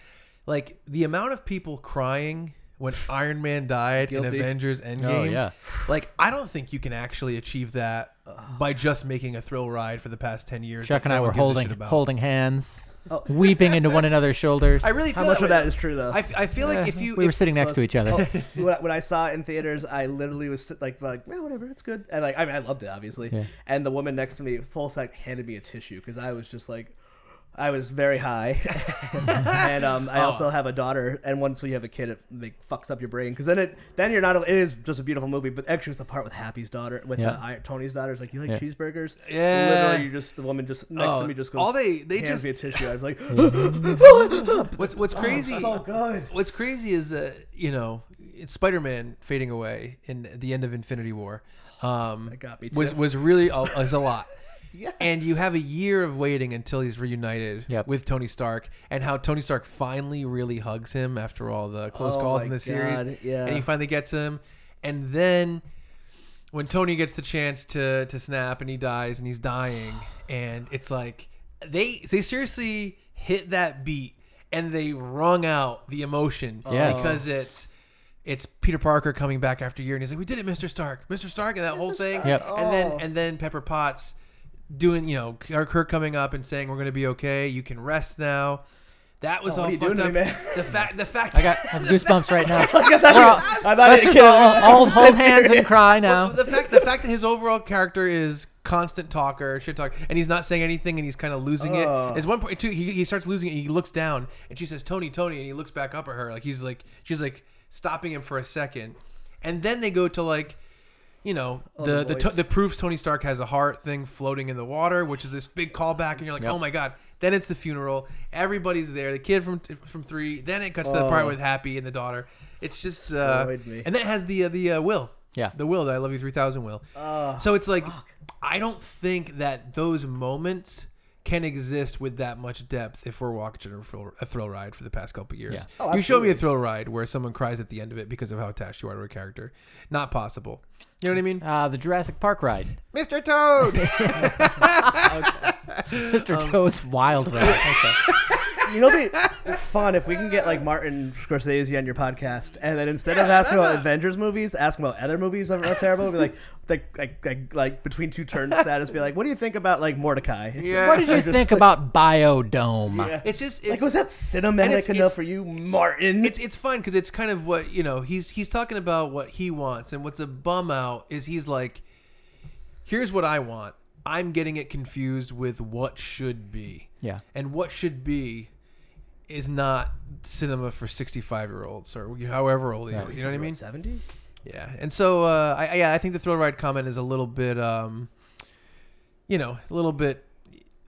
Speaker 3: Like the amount of people crying when Iron Man died in
Speaker 1: Guilty.
Speaker 3: Avengers Endgame
Speaker 4: Oh yeah.
Speaker 3: like I don't think you can actually achieve that by just making a thrill ride for the past 10 years.
Speaker 4: Chuck
Speaker 3: that
Speaker 4: and I
Speaker 3: no
Speaker 4: were
Speaker 3: one gives a
Speaker 4: holding
Speaker 3: shit about.
Speaker 4: holding hands,
Speaker 1: Oh.
Speaker 4: weeping into one another's shoulders.
Speaker 3: [LAUGHS] I really feel
Speaker 1: How much
Speaker 3: that
Speaker 1: of
Speaker 3: way.
Speaker 1: that is uh, true though?
Speaker 3: I, f- I feel like
Speaker 4: Eh,
Speaker 3: if you
Speaker 4: we were
Speaker 3: if-
Speaker 4: sitting next to each other.
Speaker 1: Oh,
Speaker 4: [LAUGHS]
Speaker 1: when I- when I saw it in theaters, I literally was sit- like, like, yeah, whatever, it's good. And like, I mean, I loved it obviously.
Speaker 4: Yeah.
Speaker 1: And the woman next to me, full sec, handed me a tissue because I was just like, I was very high, [LAUGHS] and um, I
Speaker 3: Oh.
Speaker 1: also have a daughter. And once we have a kid, it like, fucks up your brain because then it then you're not. It is just a beautiful movie, but actually it's the part with Happy's daughter, with
Speaker 4: Yeah.
Speaker 1: uh, I- Tony's daughter, is like you like
Speaker 4: Yeah.
Speaker 1: cheeseburgers.
Speaker 3: Yeah.
Speaker 1: literally, you just the woman just next
Speaker 3: Oh,
Speaker 1: to me just goes.
Speaker 3: all they they
Speaker 1: hands
Speaker 3: just
Speaker 1: me a tissue. I was [LAUGHS] like, [LAUGHS]
Speaker 3: what's what's crazy
Speaker 1: so good.
Speaker 3: what's crazy is that you know it's Spider-Man fading away in the end of Infinity War. Um,
Speaker 1: That got me
Speaker 3: was
Speaker 1: too.
Speaker 3: was really a, is a lot.
Speaker 1: Yeah.
Speaker 3: [LAUGHS] And you have a year of waiting until he's reunited
Speaker 4: Yep.
Speaker 3: with Tony Stark, and how Tony Stark finally really hugs him after all the close
Speaker 1: Oh
Speaker 3: calls
Speaker 1: my
Speaker 3: in the series,
Speaker 1: God, yeah.
Speaker 3: and he finally gets him. And then when Tony gets the chance to to snap, and he dies, and he's dying, and it's like they they seriously hit that beat, and they wrung out the emotion
Speaker 1: Oh.
Speaker 4: Yes.
Speaker 3: because it's it's Peter Parker coming back after a year, and he's like, "We did it, Mr. Stark, Mr. Stark," and that whole thing.
Speaker 4: Yep.
Speaker 3: And then
Speaker 1: Oh.
Speaker 3: and then Pepper Potts doing, you know, her her coming up and saying, "We're gonna be okay. You can rest now." That was
Speaker 1: Oh, what
Speaker 3: all
Speaker 1: are you
Speaker 3: fucked
Speaker 1: doing to
Speaker 3: up.
Speaker 1: me, man?
Speaker 3: The fact,
Speaker 4: [LAUGHS]
Speaker 3: the fact.
Speaker 4: I got
Speaker 3: [LAUGHS]
Speaker 4: I have goosebumps right now. We're all-
Speaker 1: I thought
Speaker 4: let's
Speaker 1: it-
Speaker 4: just all, all hold hands and cry now.
Speaker 3: Well, the fact, the fact that his overall character is constant talker, shit talk, and he's not saying anything, and he's kind of losing
Speaker 1: Ugh.
Speaker 3: it. Is one point too. He, he starts losing it. He looks down, and she says, "Tony, Tony," and he looks back up at her, like he's like, she's like stopping him for a second, and then they go to like. You know the
Speaker 1: the
Speaker 3: the,
Speaker 1: voice.
Speaker 3: the proofs Tony Stark has a heart thing floating in the water, which is this big callback, and you're like,
Speaker 4: Yep.
Speaker 3: oh my god. Then it's the funeral. Everybody's there. The kid from from three. Then it cuts to the part
Speaker 1: Oh.
Speaker 3: with Happy and the daughter. It's just uh,
Speaker 1: Destroyed me.
Speaker 3: and then it has the uh, the uh, will.
Speaker 4: Yeah.
Speaker 3: The will, the I love you 3000 will.
Speaker 1: Oh,
Speaker 3: so it's like, I don't think that those moments can exist with that much depth if we're watching a thrill, a thrill ride for the past couple years.
Speaker 4: Yeah.
Speaker 1: Oh,
Speaker 3: you show
Speaker 1: absolutely.
Speaker 3: me a thrill ride where someone cries at the end of it because of how attached you are to a character. Not possible. You know what I mean?
Speaker 4: Uh, the Jurassic Park ride.
Speaker 3: Mr.
Speaker 4: [LAUGHS]
Speaker 3: Toad!
Speaker 4: Mr.
Speaker 3: Um,
Speaker 4: Toad's
Speaker 3: [LAUGHS]
Speaker 4: Wild Ride. Okay.
Speaker 1: you know, it'd be fun if we can get like Martin Scorsese on your podcast, and then instead of asking about Avengers movies, ask him about other movies that are terrible. Be like, like, like, like, like between two
Speaker 4: [LAUGHS]
Speaker 1: turns, status. Be like, what do you think about like Mordecai?
Speaker 3: Yeah.
Speaker 4: What did you
Speaker 1: Like, just
Speaker 4: think
Speaker 1: like-
Speaker 4: about Biodome?
Speaker 1: Yeah.
Speaker 3: it's just. It's,
Speaker 1: Like, was that
Speaker 3: And
Speaker 1: cinematic
Speaker 3: it's-
Speaker 1: enough
Speaker 3: it's-
Speaker 1: for you, Martin?
Speaker 3: it's it's fun because it's kind of what you know he's he's talking about what he wants and what's a bum out is he's like here's what i want i'm getting it confused with what should be
Speaker 4: Yeah.
Speaker 3: and what should be is not cinema for 65 year olds or however old he
Speaker 4: Right.
Speaker 3: is you know what i mean
Speaker 1: Seventy?
Speaker 3: yeah and so uh I, I- yeah i think the thrill ride comment is a little bit um you know a little bit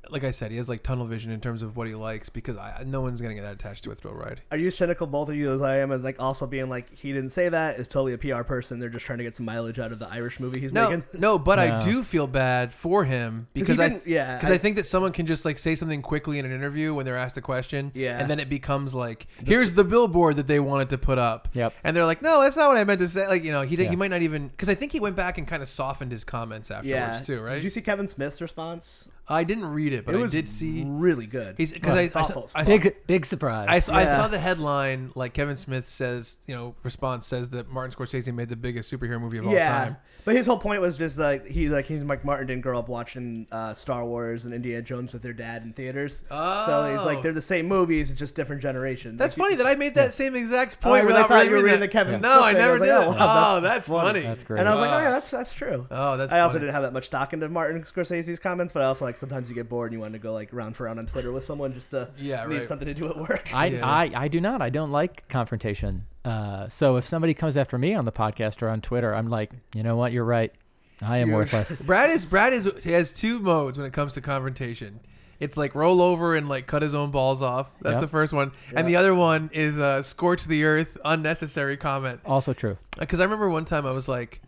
Speaker 3: like i said he has like tunnel vision in terms of what he likes because I, no one's gonna get that attached to a thrill ride
Speaker 1: Are you cynical, both of you, as I am, and like also being like, he didn't say that. Is totally a PR person. They're just trying to get some mileage out of the Irish movie he's
Speaker 3: No,
Speaker 1: making.
Speaker 3: no, but I
Speaker 4: No.
Speaker 3: do feel bad for him because I,
Speaker 1: didn't- yeah,
Speaker 3: because I,
Speaker 1: I-
Speaker 3: think that someone can just like say something quickly in an interview when they're asked a question,
Speaker 1: Yeah.
Speaker 3: and then it becomes like, here's the billboard that they wanted to put up,
Speaker 4: Yep.
Speaker 3: and they're like, no, that's not what I meant to say. Like, you know, he did,
Speaker 4: Yeah.
Speaker 3: he might not even because I think he went back and kind of softened his comments afterwards
Speaker 1: Yeah.
Speaker 3: too, right?
Speaker 1: Did you see Kevin Smith's response?
Speaker 3: I didn't read it, but
Speaker 1: it was
Speaker 3: I did see.
Speaker 1: really good.
Speaker 3: He's because I, I,
Speaker 1: thoughtful as
Speaker 3: I, I,
Speaker 4: Big big surprise.
Speaker 3: I, saw I
Speaker 1: Yeah.
Speaker 3: saw the headline like Kevin Smith says, you know, response says that Martin Scorsese made the biggest superhero movie of all time.
Speaker 1: But his whole point was just like he like he's like Martin didn't grow up watching uh, Star Wars and Indiana Jones with their dad in theaters. So it's
Speaker 3: Oh.
Speaker 1: like they're the same movies, it's just different generations.
Speaker 3: That's
Speaker 1: Like,
Speaker 3: funny that I made that same exact
Speaker 1: Oh, I
Speaker 3: point
Speaker 1: really
Speaker 3: without
Speaker 1: thought
Speaker 3: really
Speaker 1: you were
Speaker 3: reading
Speaker 1: reading
Speaker 3: that.
Speaker 1: the Kevin
Speaker 3: No, I
Speaker 1: Smith thing. I
Speaker 3: never
Speaker 1: was
Speaker 3: did.
Speaker 1: like,
Speaker 3: oh,
Speaker 1: oh, wow,
Speaker 3: that's, funny.
Speaker 4: That's great.
Speaker 1: And I was like,
Speaker 3: Wow.
Speaker 1: oh yeah, that's that's true.
Speaker 3: Oh, that's.
Speaker 1: I also
Speaker 3: funny.
Speaker 1: didn't have that much stock into Martin Scorsese's comments, but I also like sometimes you get bored and you want to go like round for round on Twitter with someone just to
Speaker 3: Yeah,
Speaker 1: need
Speaker 3: right.
Speaker 1: something to do at work.
Speaker 4: I,
Speaker 3: Yeah.
Speaker 4: I, I do not. I don't like confrontation. Uh, so if somebody comes after me on the podcast or on Twitter, I'm like, you know what? You're right. I am
Speaker 1: You're-
Speaker 3: [LAUGHS]
Speaker 4: worthless.
Speaker 3: Brad is Brad is he has two modes when it comes to confrontation. It's like roll over and like cut his own balls off. That's
Speaker 4: Yep.
Speaker 3: the first one, and the other one is uh, scorch the earth, unnecessary comment.
Speaker 4: also true.
Speaker 3: Because I remember one time I was like,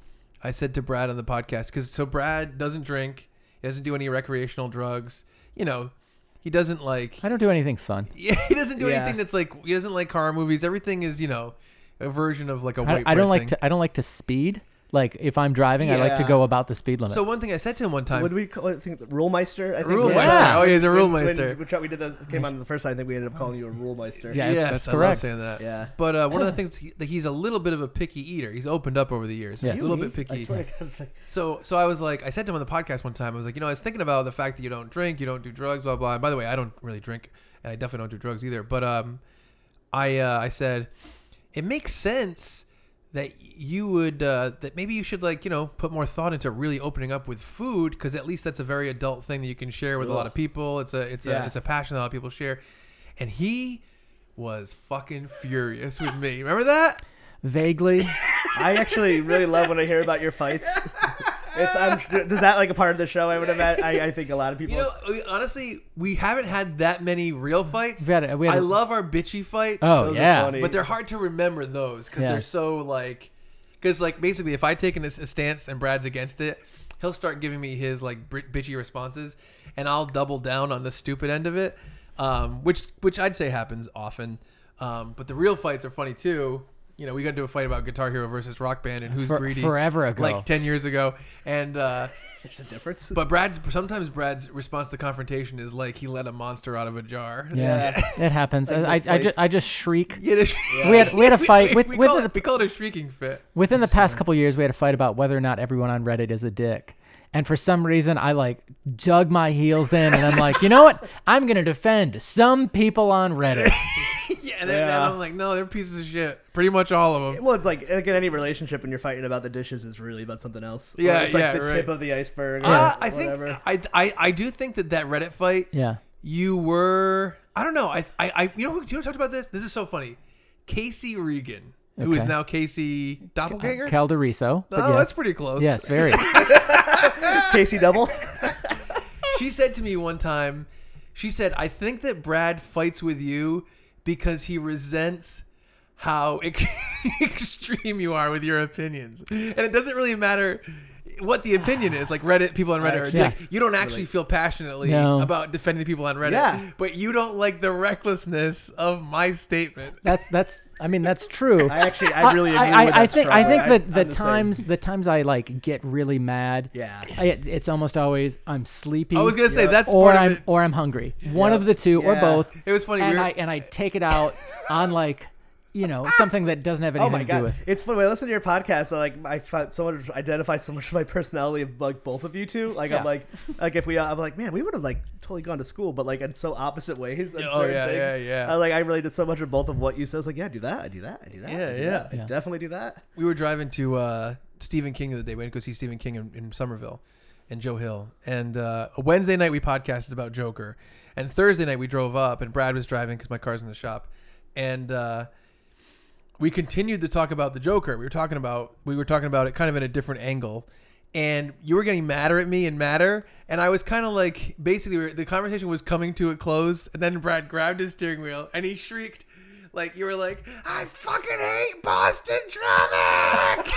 Speaker 3: I said to Brad on the podcast, because so Brad doesn't drink, he doesn't do any recreational drugs, you know, he doesn't like
Speaker 4: I don't do anything fun.
Speaker 3: Yeah, he doesn't do
Speaker 1: Yeah.
Speaker 3: anything that's like he doesn't like horror movies. Everything is you know a version of like a
Speaker 4: I,
Speaker 3: white.
Speaker 4: I don't
Speaker 3: bread
Speaker 4: like
Speaker 3: thing.
Speaker 4: to. I don't like to speed. Like if I'm driving, I like to
Speaker 1: Yeah.
Speaker 4: go about the speed limit.
Speaker 3: So one thing I said to him one time.
Speaker 1: Would we call it, I think Rulemeister? I think
Speaker 3: Rulemeister.
Speaker 4: Yeah.
Speaker 3: Oh, he's a
Speaker 1: When,
Speaker 3: Rulemeister.
Speaker 1: when we did this, came on the first time, I think we ended up calling you a Rulemeister.
Speaker 4: Yeah.
Speaker 3: yes,
Speaker 4: that's
Speaker 3: I love
Speaker 4: correct. Oh.
Speaker 3: saying that.
Speaker 1: Yeah.
Speaker 3: But uh, one of the things he, that he's a little bit of a picky eater. He's opened up over the years.
Speaker 4: Yeah.
Speaker 3: He's
Speaker 1: You,
Speaker 3: a little
Speaker 1: me?
Speaker 3: bit picky.
Speaker 1: I swear to God, like,
Speaker 3: So so I was like I said to him on the podcast one time I was like you know I was thinking about the fact that you don't drink you don't do drugs blah blah and by the way I don't really drink and I definitely don't do drugs either but um I uh, I said it makes sense that you would uh, that maybe you should like you know put more thought into really opening up with food because at least that's a very adult thing that you can share with a lot of people. It's a it's
Speaker 4: Yeah.
Speaker 3: a it's a passion that a lot of people share, and he was fucking furious with me. Remember that? [LAUGHS]
Speaker 4: Vaguely,
Speaker 1: I actually really love when I hear about your fights. [LAUGHS] It's I'm, sure- does that like a part of the show? I would have. I, I think a lot of people.
Speaker 3: You know, we- honestly, we haven't had that many real fights.
Speaker 4: we had a- we had
Speaker 3: I
Speaker 4: a-
Speaker 3: love our bitchy fights.
Speaker 4: Oh
Speaker 1: Those are
Speaker 4: yeah.
Speaker 1: funny.
Speaker 3: but they're hard to remember those because
Speaker 4: Yeah.
Speaker 3: they're so like because like basically if i take an, a stance and brad's against it he'll start giving me his like br- bitchy responses and i'll double down on the stupid end of it um, which which i'd say happens often um, but the real fights are funny too you know we got into a fight about guitar hero versus rock band and who's
Speaker 4: For-
Speaker 3: greedy
Speaker 4: forever ago.
Speaker 3: like 10 years ago and uh,
Speaker 1: [LAUGHS] There's a difference.
Speaker 3: but brad's sometimes brad's response to confrontation is like he let a monster out of a jar [LAUGHS]
Speaker 4: Yeah, it happens.
Speaker 1: Like
Speaker 4: I, I, I just
Speaker 1: misplaced.
Speaker 4: I just shriek.
Speaker 3: Yeah, the-
Speaker 4: We had- we had a fight
Speaker 3: we,
Speaker 4: with-
Speaker 3: we
Speaker 4: with
Speaker 3: call
Speaker 4: the-
Speaker 3: it, we call it a shrieking fit. [LAUGHS]
Speaker 4: Within the past couple years, we had a fight about whether or not everyone on Reddit is a dick. And for some reason, I like dug my heels in, and I'm like, you know what? I'm gonna defend some people on
Speaker 1: [LAUGHS]
Speaker 4: Reddit.
Speaker 3: yeah, and then
Speaker 1: Yeah.
Speaker 3: I'm like, no, they're pieces of shit. Pretty much all of
Speaker 1: [LAUGHS]
Speaker 3: them.
Speaker 1: Well, it's like like in any relationship when you're fighting about the dishes is really about something else.
Speaker 3: Yeah,
Speaker 1: Or it's like
Speaker 3: yeah,
Speaker 1: the tip
Speaker 3: right.
Speaker 1: of the iceberg. Or
Speaker 3: Uh, I think [LAUGHS]
Speaker 1: whatever.
Speaker 3: I, I I do think that that Reddit fight,
Speaker 4: Yeah.
Speaker 3: you were I don't know I I, I you know who you know who talked about this? This is so funny. Casey Regan, who is
Speaker 4: Okay.
Speaker 3: now Casey
Speaker 4: Uh,
Speaker 3: Doppelganger.
Speaker 4: Calderizo.
Speaker 3: oh, that's pretty close.
Speaker 4: Yes, very.
Speaker 1: Casey Double. [LAUGHS]
Speaker 3: she said to me one time, she said, I think that Brad fights with you because he resents how [LAUGHS] ex- extreme you are with your opinions. And it doesn't really matter what the opinion is. Like Reddit people on Reddit are
Speaker 1: Actually,
Speaker 3: dick. You don't actually feel passionately
Speaker 4: No.
Speaker 3: about defending the people on Reddit,
Speaker 1: Yeah.
Speaker 3: but you don't like the recklessness of my statement.
Speaker 4: That's that's. I mean, that's true.
Speaker 1: I actually I really agree
Speaker 4: I,
Speaker 1: with
Speaker 4: I
Speaker 1: that
Speaker 4: think I
Speaker 1: strongly.
Speaker 4: think
Speaker 1: I'm
Speaker 4: that the,
Speaker 1: the same.
Speaker 4: times the times I like get really mad.
Speaker 1: Yeah.
Speaker 4: I, it's almost always I'm sleepy.
Speaker 3: I was gonna say
Speaker 1: Yeah.
Speaker 3: that's
Speaker 4: or
Speaker 3: part
Speaker 4: I'm
Speaker 3: of it.
Speaker 4: or I'm hungry. One of the two or
Speaker 1: Yeah.
Speaker 4: both.
Speaker 3: It was funny. we
Speaker 4: and
Speaker 3: were-
Speaker 4: I and I take it out on like you know something that doesn't have
Speaker 1: [LAUGHS] Oh
Speaker 4: anything
Speaker 1: my
Speaker 4: to do
Speaker 1: god,
Speaker 4: with.
Speaker 1: it's funny. When I listen to your podcast, I like I fi- so much identify so much of my personality of like both of you two. Like
Speaker 4: Yeah.
Speaker 1: I'm like like if we I'm like man, we would have like totally gone to school, but like in so opposite ways. in
Speaker 3: Oh,
Speaker 1: certain
Speaker 3: yeah, yeah,
Speaker 1: things.
Speaker 3: yeah.
Speaker 1: I like I related so much to both of what you said. It's like yeah, I do that, I do that, I do that. I
Speaker 3: Yeah,
Speaker 1: do
Speaker 3: yeah.
Speaker 1: that, I
Speaker 4: Yeah.
Speaker 1: definitely do that.
Speaker 3: we were driving to uh, Stephen King the other day. We went to go see Stephen King in, in Somerville and Joe Hill. And uh, Wednesday night we podcasted about Joker. And Thursday night we drove up and Brad was driving because my car's in the shop. And uh, we continued to talk about the Joker. We were talking about we were talking about it kind of in a different angle. And you were getting madder at me and madder, and I was kind of like, basically, we were- the conversation was coming to a close, and then Brad grabbed his steering wheel and he shrieked, like you were like, "I fucking hate Boston
Speaker 1: [LAUGHS]
Speaker 3: traffic,"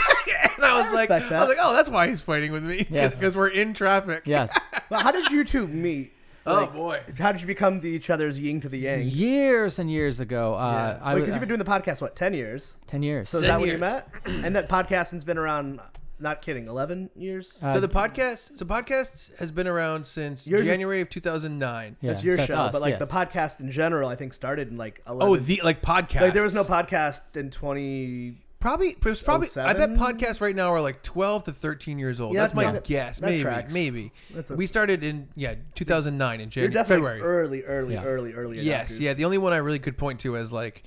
Speaker 3: [LAUGHS] and I was like,
Speaker 1: respect
Speaker 3: I was
Speaker 1: that.
Speaker 3: like, "Oh, that's why he's fighting with me, because [LAUGHS]
Speaker 4: Yes.
Speaker 3: we're in traffic."
Speaker 4: Yes.
Speaker 1: Well, how did you
Speaker 3: [LAUGHS]
Speaker 1: two meet?
Speaker 3: Oh
Speaker 1: Like,
Speaker 3: boy.
Speaker 1: How did you become the each other's yin to the yang? Wait,
Speaker 4: years and years ago. Uh,
Speaker 3: Yeah.
Speaker 4: I
Speaker 1: because
Speaker 4: was
Speaker 1: you've been doing the podcast what ten years?
Speaker 4: ten years.
Speaker 1: So is
Speaker 3: 10
Speaker 1: that when you
Speaker 3: years.
Speaker 1: met? And that podcasting's been around. Not kidding, eleven years.
Speaker 4: Uh,
Speaker 3: So the podcast, so podcasts has been around since
Speaker 1: Yours is-
Speaker 3: January of 2009.
Speaker 4: yeah,
Speaker 1: that's your show,
Speaker 4: us,
Speaker 1: but like
Speaker 4: yes.
Speaker 1: the podcast in general, I think started in like eleven.
Speaker 3: Oh, the like podcast.
Speaker 1: Like there was no podcast in 20.
Speaker 3: Probably, there's probably. I
Speaker 1: 07?
Speaker 3: bet podcasts right now are like 12 to 13 years old.
Speaker 1: Yeah,
Speaker 3: that's,
Speaker 1: that's
Speaker 3: my
Speaker 1: not-
Speaker 3: guess.
Speaker 1: that
Speaker 3: maybe,
Speaker 1: tracks.
Speaker 3: maybe.
Speaker 1: That's a-
Speaker 3: we started in yeah 2009 in
Speaker 1: You're
Speaker 3: January,
Speaker 1: definitely
Speaker 3: February.
Speaker 1: early, early,
Speaker 4: Yeah.
Speaker 1: early, early.
Speaker 3: yes,
Speaker 1: adopters.
Speaker 3: yeah. The only one I really could point to as like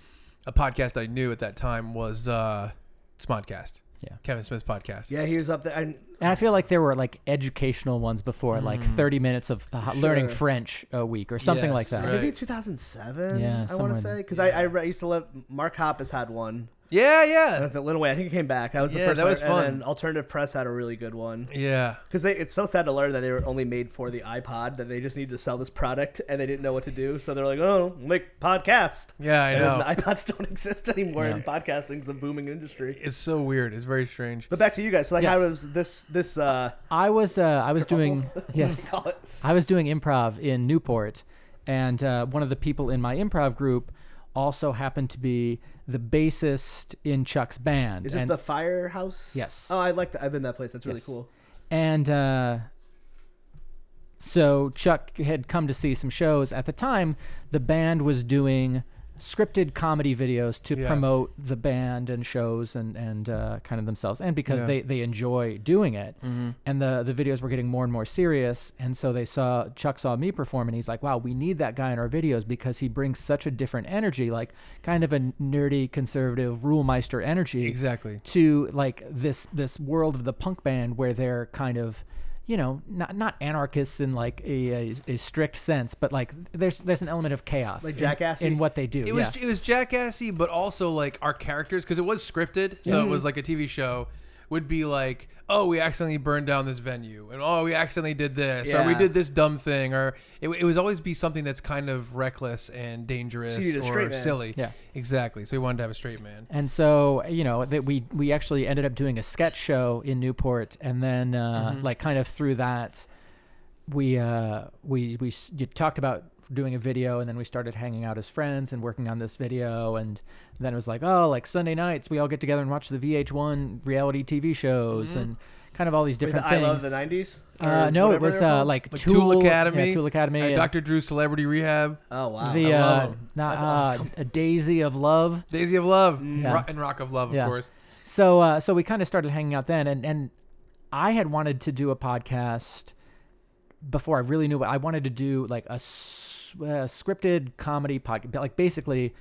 Speaker 3: a podcast I knew at that time was uh, Smodcast.
Speaker 4: Yeah.
Speaker 3: Kevin Smith's podcast.
Speaker 1: Yeah, he was up there. And
Speaker 4: and I feel like there were like educational ones before, like 30 minutes of uh, learning
Speaker 1: Mm. Sure.
Speaker 4: French a week or something
Speaker 3: Yes,
Speaker 4: like that.
Speaker 3: right.
Speaker 1: maybe 2007.
Speaker 4: Yeah,
Speaker 1: I want
Speaker 4: somewhere
Speaker 1: to
Speaker 4: in
Speaker 1: say
Speaker 4: there.
Speaker 1: because I, I re- used to love Mark Hoppus had one.
Speaker 3: Yeah,
Speaker 1: I
Speaker 3: yeah,
Speaker 1: don't know if it went away. I think it came back. That was the
Speaker 3: Yeah,
Speaker 1: first
Speaker 3: that
Speaker 1: one.
Speaker 3: was fun.
Speaker 1: And then Alternative Press had a really good one.
Speaker 3: yeah.
Speaker 1: Because it's so sad to learn that they were only made for the iPod, that they just needed to sell this product and they didn't know what to do. So they're like, oh, we'll make podcasts.
Speaker 3: Yeah, I
Speaker 1: And
Speaker 3: know.
Speaker 1: then the iPods [LAUGHS] don't exist anymore, and podcasting's a booming industry.
Speaker 3: It's so weird. It's very strange.
Speaker 1: But back to you guys. So like,
Speaker 4: Yes.
Speaker 1: how was this this uh?
Speaker 4: I was uh, I was doing [LAUGHS] yes.
Speaker 1: call it?
Speaker 4: I was doing improv in Newport, and uh, one of the people in my improv group also happened to be the bassist in Chuck's band.
Speaker 1: Is this
Speaker 4: and,
Speaker 1: the firehouse?
Speaker 4: Yes.
Speaker 1: Oh, I like that. I've been to that place. That's really
Speaker 4: Yes.
Speaker 1: cool.
Speaker 4: And uh, so Chuck had come to see some shows. At the time, the band was doing scripted comedy videos to
Speaker 3: Yeah.
Speaker 4: promote the band and shows and and uh, kind of themselves, and because
Speaker 3: Yeah. Mm-hmm.
Speaker 4: they they enjoy doing it. And the the videos were getting more and more serious, and so they saw Chuck saw me perform, and he's like, "Wow, we need that guy in our videos because he brings such a different energy, like kind of a nerdy conservative rulemeister energy."
Speaker 3: Exactly.
Speaker 4: to like this this world of the punk band where they're kind of you know not not anarchists in like a, a, a strict sense but like there's there's an element of chaos
Speaker 1: Like
Speaker 4: in-
Speaker 1: Jackassy?
Speaker 4: in, what they do
Speaker 3: It
Speaker 4: yeah.
Speaker 3: was it was jackassy, but also like our characters because it was scripted, so it was like a TV show would be like, oh, we accidentally burned down this venue, and oh, we accidentally did this, or we
Speaker 1: Yeah.
Speaker 3: did this dumb thing, or it, it was always be something that's kind of reckless and dangerous
Speaker 1: So you need a
Speaker 3: or
Speaker 1: straight man.
Speaker 3: silly.
Speaker 4: Yeah.
Speaker 3: exactly. So we wanted to have a straight man.
Speaker 4: and so you know that we we actually ended up doing a sketch show in Newport and then uh,
Speaker 1: Mm-hmm.
Speaker 4: like kind of through that we uh we we s- you talked about doing a video and then we started hanging out as friends and working on this video and then it was like oh like Sunday nights we all get together and watch the VH1 reality TV shows and kind of all these
Speaker 1: Mm-hmm. Wait,
Speaker 4: different
Speaker 1: the I love
Speaker 4: things.
Speaker 1: the '90s. or
Speaker 4: Uh, no, it
Speaker 1: whatever
Speaker 4: was
Speaker 1: they're
Speaker 4: uh,
Speaker 1: called?
Speaker 4: like,
Speaker 3: Like
Speaker 4: Tool,
Speaker 3: Tool,
Speaker 4: yeah,
Speaker 3: Academy,
Speaker 4: Tool Academy,
Speaker 3: uh,
Speaker 4: and
Speaker 3: Dr. Drew Celebrity Rehab,
Speaker 1: oh wow.
Speaker 4: the
Speaker 3: I love
Speaker 4: uh,
Speaker 3: 'em.
Speaker 4: not,
Speaker 1: That's
Speaker 4: uh,
Speaker 1: awesome.
Speaker 4: a Daisy of Love.
Speaker 3: Daisy of Love,
Speaker 4: Mm. Yeah.
Speaker 3: Ro- and Rock of Love, of
Speaker 4: Yeah.
Speaker 3: course.
Speaker 4: So uh, so we kind of started hanging out then, and and I had wanted to do a podcast before I really knew what I wanted to do, like a, s- uh scripted comedy podcast, like basically.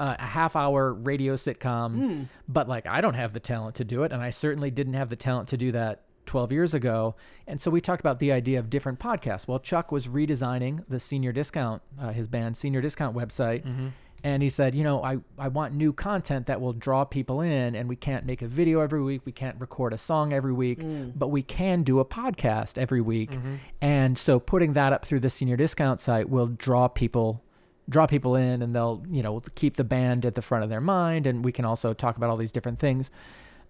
Speaker 4: Uh, a half hour radio sitcom,
Speaker 1: Hmm.
Speaker 4: but like I don't have the talent to do it, and I certainly didn't have the talent to do that 12 years ago. And so we talked about the idea of different podcasts. Well, Chuck was redesigning the Senior Discount, uh, his band Senior Discount website,
Speaker 3: Mm-hmm,
Speaker 4: and he said, you know, I, I want new content that will draw people in, and we can't make a video every week, we can't record a song every week,
Speaker 3: Mm.
Speaker 1: Hmm.
Speaker 4: but we can do a podcast every week.
Speaker 3: mm-hmm.
Speaker 4: And so putting that up through the Senior Discount site will draw people draw people in and they'll you know keep the band at the front of their mind and we can also talk about all these different things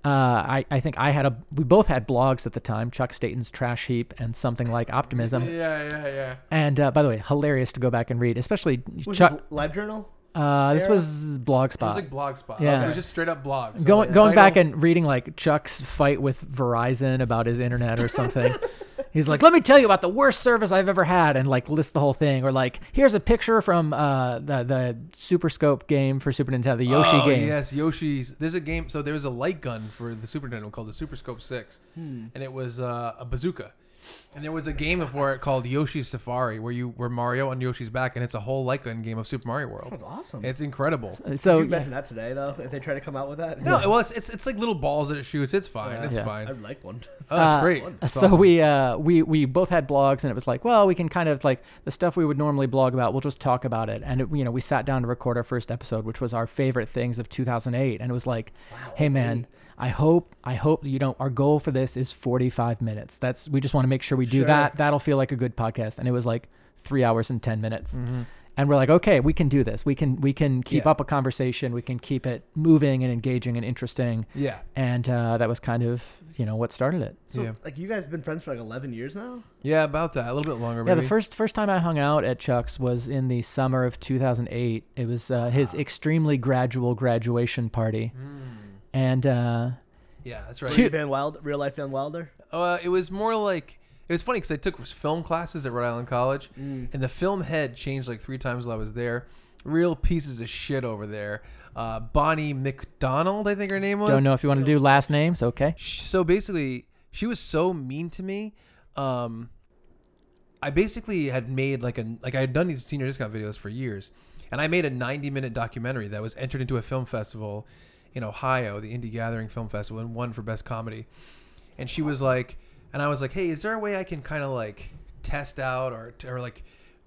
Speaker 4: uh, I, I think I had a we both had blogs at the time Chuck Staten's Trash Heap and something like Optimism
Speaker 3: Yeah, yeah, yeah.
Speaker 4: and uh, by the way hilarious to go back and read especially
Speaker 1: Which
Speaker 4: Chuck
Speaker 1: is Live Journal.
Speaker 4: uh, this
Speaker 1: era?
Speaker 4: was
Speaker 3: It was
Speaker 4: Blogspot
Speaker 3: like Blogspot.
Speaker 4: Yeah.
Speaker 3: It was just straight up blogs. So
Speaker 4: going
Speaker 3: the
Speaker 4: going back
Speaker 3: title-
Speaker 4: and reading like Chuck's fight with Verizon about his internet or something. He's like, let me tell you about the worst service I've ever had, and like list the whole thing, or like, here's a picture from uh, the the Super Scope game for Super Nintendo, the Yoshi
Speaker 3: oh,
Speaker 4: game.
Speaker 3: Yes, Yoshi's. There's a game. So there was a light gun for the Super Nintendo called the Super Scope 6,
Speaker 4: Hmm.
Speaker 3: and it was uh, a bazooka. And there was a game before it called Yoshi's Safari, where you were Mario on Yoshi's back, and it's a whole light gun game of Super Mario
Speaker 1: That's
Speaker 3: World.
Speaker 1: awesome.
Speaker 3: It's incredible.
Speaker 4: Uh, So
Speaker 1: Could you
Speaker 4: yeah.
Speaker 1: imagine that today though? If they try to come out with that.
Speaker 3: No, well, it's, it's it's like little balls that it shoots. It's fine.
Speaker 1: Yeah.
Speaker 3: It's
Speaker 4: Yeah.
Speaker 1: [LAUGHS]
Speaker 3: fine.
Speaker 1: I'd like one. [LAUGHS]
Speaker 3: Oh, that's
Speaker 4: Uh,
Speaker 3: great. That's
Speaker 4: so
Speaker 3: awesome.
Speaker 4: we uh, we we both had blogs, and it was like, well, we can kind of like the stuff we would normally blog about, we'll just talk about it. And it, you know, we sat down to record our first episode, which was our favorite things of 2008, and it was like, hey man, I hope I hope you know our goal for this is 45 minutes. That's we just want to make sure we do
Speaker 1: Sure.
Speaker 4: that. That'll feel like a good podcast. And it was like three hours and 10 minutes. And we're like, okay, we can do this. We can we can keep
Speaker 3: Yeah.
Speaker 4: up a conversation. We can keep it moving and engaging and interesting.
Speaker 3: Yeah.
Speaker 4: And uh, that was kind of you know what started it.
Speaker 1: So
Speaker 3: Yeah.
Speaker 1: like you guys have been friends for like 11 years now.
Speaker 3: Yeah, about that. A little bit longer.
Speaker 4: Yeah,
Speaker 3: maybe.
Speaker 4: the first first time I hung out at Chuck's was in the summer of 2008. It was uh, his extremely gradual graduation party,
Speaker 3: Mm-hmm.
Speaker 4: and
Speaker 3: Hmm.
Speaker 4: uh,
Speaker 3: Yeah, that's right.
Speaker 1: Were you Van Wild, real life Van Wilder.
Speaker 3: Uh, it was more like it was funny because I took film classes at Rhode Island College,
Speaker 1: Hmm.
Speaker 3: and the film head changed like three times while I was there. Real pieces of shit over there. Uh, Bonnie McDonald, I think her name was.
Speaker 4: don't know if you want to do last names. Okay.
Speaker 3: Sh- So basically, she was so mean to me. Um, I basically had made like a like I had done these senior discount videos for years, and I made a 90 minute documentary that was entered into a film festival in Ohio, the Indie Gathering Film Festival, and won for best comedy. And she was like, and I was like, hey, is there a way I can kind of like test out or or like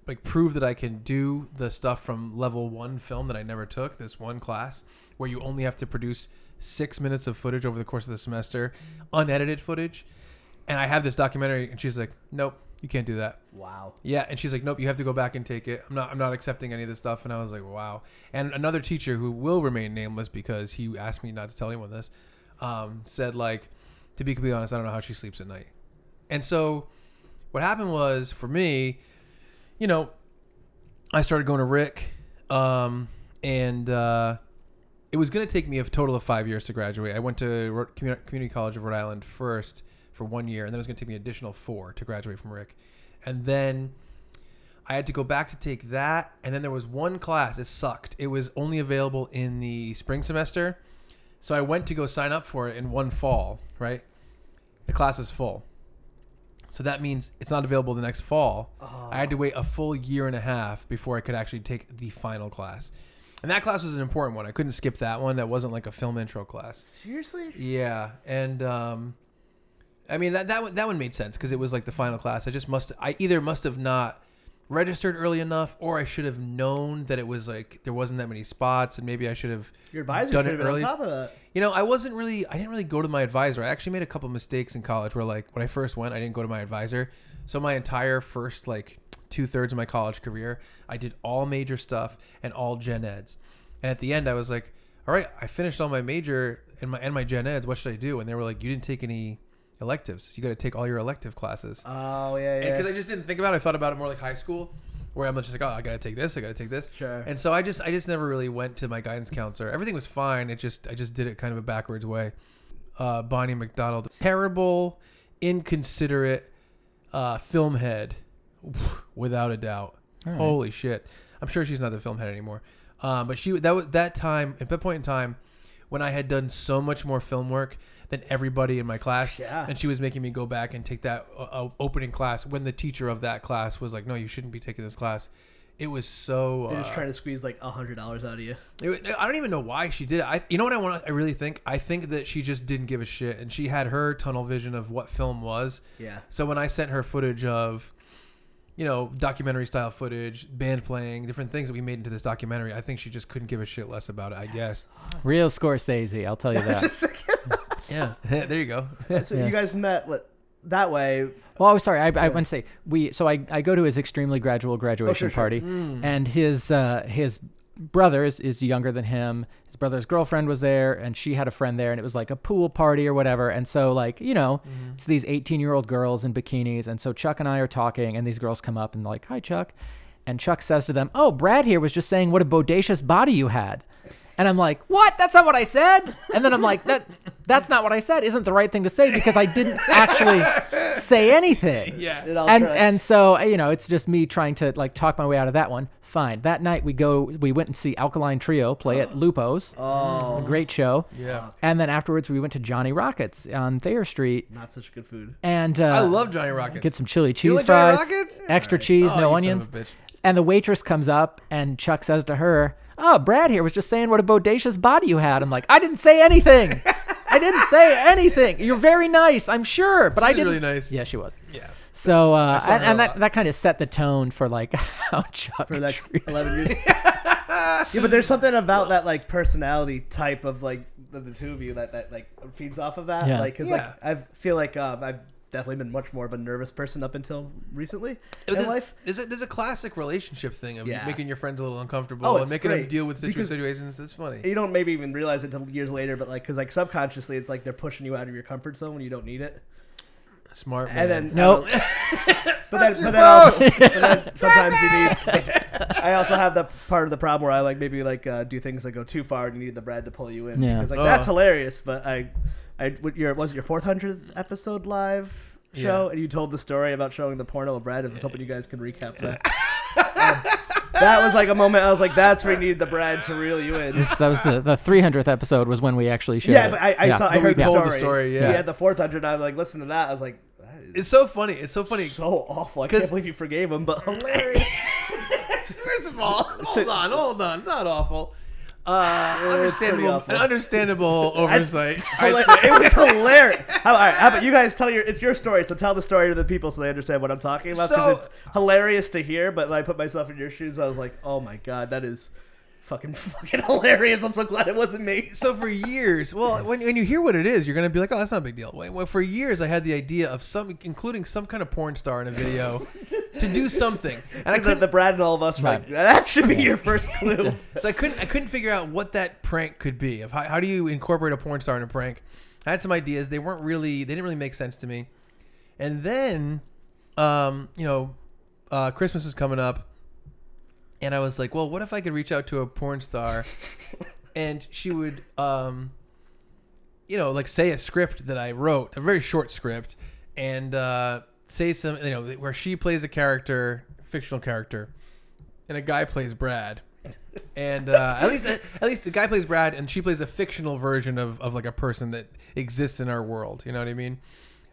Speaker 3: like prove that I can do the stuff from level one film that I never took, this one class where you only have to produce six minutes of footage over the course of the semester, unedited footage. And I have this documentary, and she's like, nope, you can't do that.
Speaker 1: Wow.
Speaker 3: Yeah, and she's like, "Nope, you have to go back and take it. I'm not, I'm not accepting any of this stuff." And I was like, "Wow." And another teacher who will remain nameless because he asked me not to tell anyone this, um, said like, "To be completely honest, I don't know how she sleeps at night." And so, what happened was for me, you know, I started going to Rick, um, and uh, it was going to take me a total of five years to graduate. I went to Ro- Commu- Community College of Rhode Island first for one year, and then it was going to take me an additional four to graduate from Rick. And then I had to go back to take that, and then there was one class. It sucked. It was only available in the spring semester, so I went to go sign up for it in one fall. Right, the class was full, so that means it's not available the next fall. I
Speaker 1: Oh,
Speaker 3: had to wait a full year and a half before I could actually take the final class, and that class was an important one. I couldn't skip that one. That wasn't like a film intro class.
Speaker 1: Seriously?
Speaker 3: Yeah, and um, I mean that that one, that one made sense because it was like the final class. I just must I either must have not registered early enough, or I should have known that it was like there wasn't that many spots, and maybe I should have
Speaker 1: Your advisor should
Speaker 3: done
Speaker 1: have
Speaker 3: it
Speaker 1: been
Speaker 3: early.
Speaker 1: on top of that.
Speaker 3: You know, I wasn't really I didn't really go to my advisor. I actually made a couple mistakes in college where like when I first went, I didn't go to my advisor. So my entire first like two thirds of my college career, I did all major stuff and all gen eds. And at the end, I was like, all right, I finished all my major and my and my gen eds. What should I do? And they were like, you didn't take any electives. You got to take all your elective classes.
Speaker 1: Oh yeah, yeah.
Speaker 3: Because I just didn't think about it. I thought about it more like high school, where I'm just like, oh, I gotta take this, I gotta take this.
Speaker 1: Sure.
Speaker 3: And so I just, I just never really went to my guidance counselor. Everything was fine. It just, I just did it kind of a backwards way. Uh, Bonnie McDonald, terrible, inconsiderate, uh, film head, [SIGHS] without a doubt.
Speaker 4: All right.
Speaker 3: Holy shit! I'm sure she's not the film head anymore. Um, but she that was that time at that point in time when I had done so much more film work than everybody in my class,
Speaker 1: Yeah.
Speaker 3: and she was making me go back and take that uh, uh, opening class when the teacher of that class was like, "No, you shouldn't be taking this class." It was so.
Speaker 1: They're just
Speaker 3: uh,
Speaker 1: trying to squeeze like a hundred dollars out of you.
Speaker 3: it wa- I don't even know why she did it. I, you know what I want? I really think I think that she just didn't give a shit, and she had her tunnel vision of what film was.
Speaker 1: Yeah.
Speaker 3: So when I sent her footage of, you know, documentary style footage, band playing, different things that we made into this documentary, I think she just couldn't give a shit less about it. I guess.
Speaker 1: [LAUGHS]
Speaker 4: Real Scorsese, I'll tell you that.
Speaker 3: Yeah. [LAUGHS] there you go.
Speaker 1: So you
Speaker 4: Yes.
Speaker 1: guys met what, that way.
Speaker 4: Well, oh, sorry, I, I want to say we. So I, I go to his extremely gradual graduation
Speaker 1: Oh, sure.
Speaker 4: party, and his uh, his brother is, is younger than him. His brother's girlfriend was there, and she had a friend there, and it was like a pool party or whatever. And so like you know, it's these 18 year old girls in bikinis, and so Chuck and I are talking, and these girls come up and like, hi Chuck, and Chuck says to them, oh Brad here was just saying what a bodacious body you had. And I'm like, what? That's not what I said. And then I'm like, that that's not what I said. Isn't the right thing to say because I didn't actually say anything.
Speaker 3: Yeah.
Speaker 1: It all
Speaker 4: And
Speaker 1: tracks.
Speaker 4: and so uh, you know, it's just me trying to like talk my way out of that one. Fine. That night we go, we went and see Alkaline Trio
Speaker 3: [GASPS]
Speaker 4: play at Lupo's.
Speaker 1: oh,
Speaker 4: A great show.
Speaker 3: Yeah.
Speaker 4: And then afterwards we went to Johnny Rockets on Thayer Street
Speaker 1: not such good
Speaker 3: [LAUGHS]
Speaker 1: food.
Speaker 4: and uh,
Speaker 3: I love Johnny Rockets.
Speaker 4: get some chili cheese
Speaker 3: You like Johnny
Speaker 4: fries,
Speaker 3: Rockets?
Speaker 4: extra cheese,
Speaker 3: Oh, you son
Speaker 4: no onions.
Speaker 3: of a bitch.
Speaker 4: And the waitress comes up, and Chuck says to her, Oh, Brad here was just saying what a bodacious body you had. I'm like, I didn't say anything. I didn't say anything. You're very nice, I'm sure, but I
Speaker 3: was
Speaker 4: didn't.
Speaker 3: really nice.
Speaker 4: Yeah, she was.
Speaker 3: Yeah.
Speaker 4: So, uh,
Speaker 3: saw
Speaker 4: and,
Speaker 3: her a
Speaker 4: and
Speaker 3: lot.
Speaker 4: that, that kind of set the tone for like [LAUGHS] how Chuck
Speaker 1: for the next
Speaker 4: treats-
Speaker 1: 11
Speaker 3: [LAUGHS]
Speaker 1: years. yeah, but there's something about that like personality type of like the, the two of you that, that like feeds off of that.
Speaker 4: Yeah.
Speaker 1: Like, cause
Speaker 3: Yeah.
Speaker 1: like I feel like um, I've definitely been much more of a nervous person up until recently in
Speaker 3: there's,
Speaker 1: life.
Speaker 3: There's a, there's a classic relationship thing of
Speaker 1: Yeah.
Speaker 3: making your friends a little uncomfortable
Speaker 1: Oh,
Speaker 3: and
Speaker 1: it's
Speaker 3: making them
Speaker 1: great,
Speaker 3: deal with situ-
Speaker 1: because-
Speaker 3: situations. It's funny.
Speaker 1: You don't maybe even realize it until years later, but like, cause like subconsciously it's like they're pushing you out of your comfort zone when you don't need it.
Speaker 3: Smart man.
Speaker 1: And then
Speaker 4: Nope.
Speaker 1: [LAUGHS] but then, but then also, [LAUGHS] but
Speaker 4: [LAUGHS]
Speaker 1: then sometimes you need. [LAUGHS] I also have the part of the problem where I like maybe like uh, do things that go too far and you need the Brad to pull you in
Speaker 4: Yeah.
Speaker 1: because like
Speaker 3: Oh.
Speaker 1: that's hilarious. But I, I what your was it your 400th episode live show
Speaker 3: Yeah.
Speaker 1: and you told the story about showing the porno of Brad and I was hoping you guys can recap that. Um, that was like a moment I was like that's where you need the Brad to reel you in.
Speaker 4: [LAUGHS] This- that was the, the 300th episode was when we actually shared
Speaker 1: Yeah,
Speaker 4: it.
Speaker 1: but I, I saw I
Speaker 3: But we
Speaker 1: heard the
Speaker 3: told the
Speaker 1: story.
Speaker 3: story, yeah.
Speaker 1: He had the 400 and I like listened to that I was like. that is
Speaker 3: it's so funny. It's so funny. [LAUGHS]
Speaker 1: So awful. I can't
Speaker 3: 'Cause-
Speaker 1: believe you forgave him, but
Speaker 3: [LAUGHS]
Speaker 1: hilarious. [LAUGHS]
Speaker 3: First of [LAUGHS] all, hold on, hold on, not awful. Uh,
Speaker 1: pretty
Speaker 3: understandable,
Speaker 1: awful.
Speaker 3: an [LAUGHS] understandable [LAUGHS] oversight.
Speaker 1: Hila-
Speaker 3: I'd say.
Speaker 1: it was hilarious. How, all right, how about you guys tell your it's your story, so tell the story to the people so they understand what I'm talking about because
Speaker 3: So-
Speaker 1: it's hilarious to hear. But when I put myself in your shoes, I was like, oh my god, that is fucking [LAUGHS] fucking hilarious. I'm so glad it wasn't me. [LAUGHS]
Speaker 3: so for years, well, when, when you hear what it is, you're gonna be like, oh, that's not a big deal. Well, well, for years, I had the idea of some, including some kind of porn star in a [LAUGHS] video, to
Speaker 1: [LAUGHS]
Speaker 3: do something, and I
Speaker 1: So the,
Speaker 3: couldn't.
Speaker 1: the Brad and all of us were like, that should be your first clue.
Speaker 3: So
Speaker 1: [LAUGHS]
Speaker 3: I couldn't I couldn't figure out what that prank could be. Of how, how do you incorporate a porn star in a prank? I had some ideas. They weren't really they didn't really make sense to me. And then, um, you know, uh, Christmas was coming up, and I was like, well, what if I could reach out to a porn star, and she would, um, you know, like say a script that I wrote, a very short script, and uh, say some, you know, where she plays a character fictional character, and a guy plays Brad. And uh, at least at least the guy plays Brad, and she plays a fictional version of, of like a person that exists in our world. You know what I mean?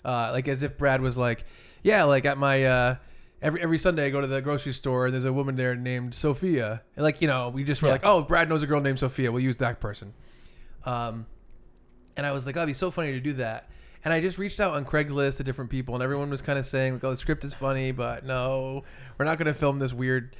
Speaker 3: Uh, like as if Brad was like, yeah, like at my uh, every every Sunday I go to the grocery store. and There's a woman there named Sophia. And like you know, we just were
Speaker 4: Yeah.
Speaker 3: like, oh, Brad knows a girl named Sophia. We'll use that person. Um, and I was like, oh, it'd be so funny to do that. And I just reached out on Craigslist to different people, and everyone was kind of saying, like, oh, the script is funny, but no, we're not going to film
Speaker 1: [LAUGHS]
Speaker 3: this weird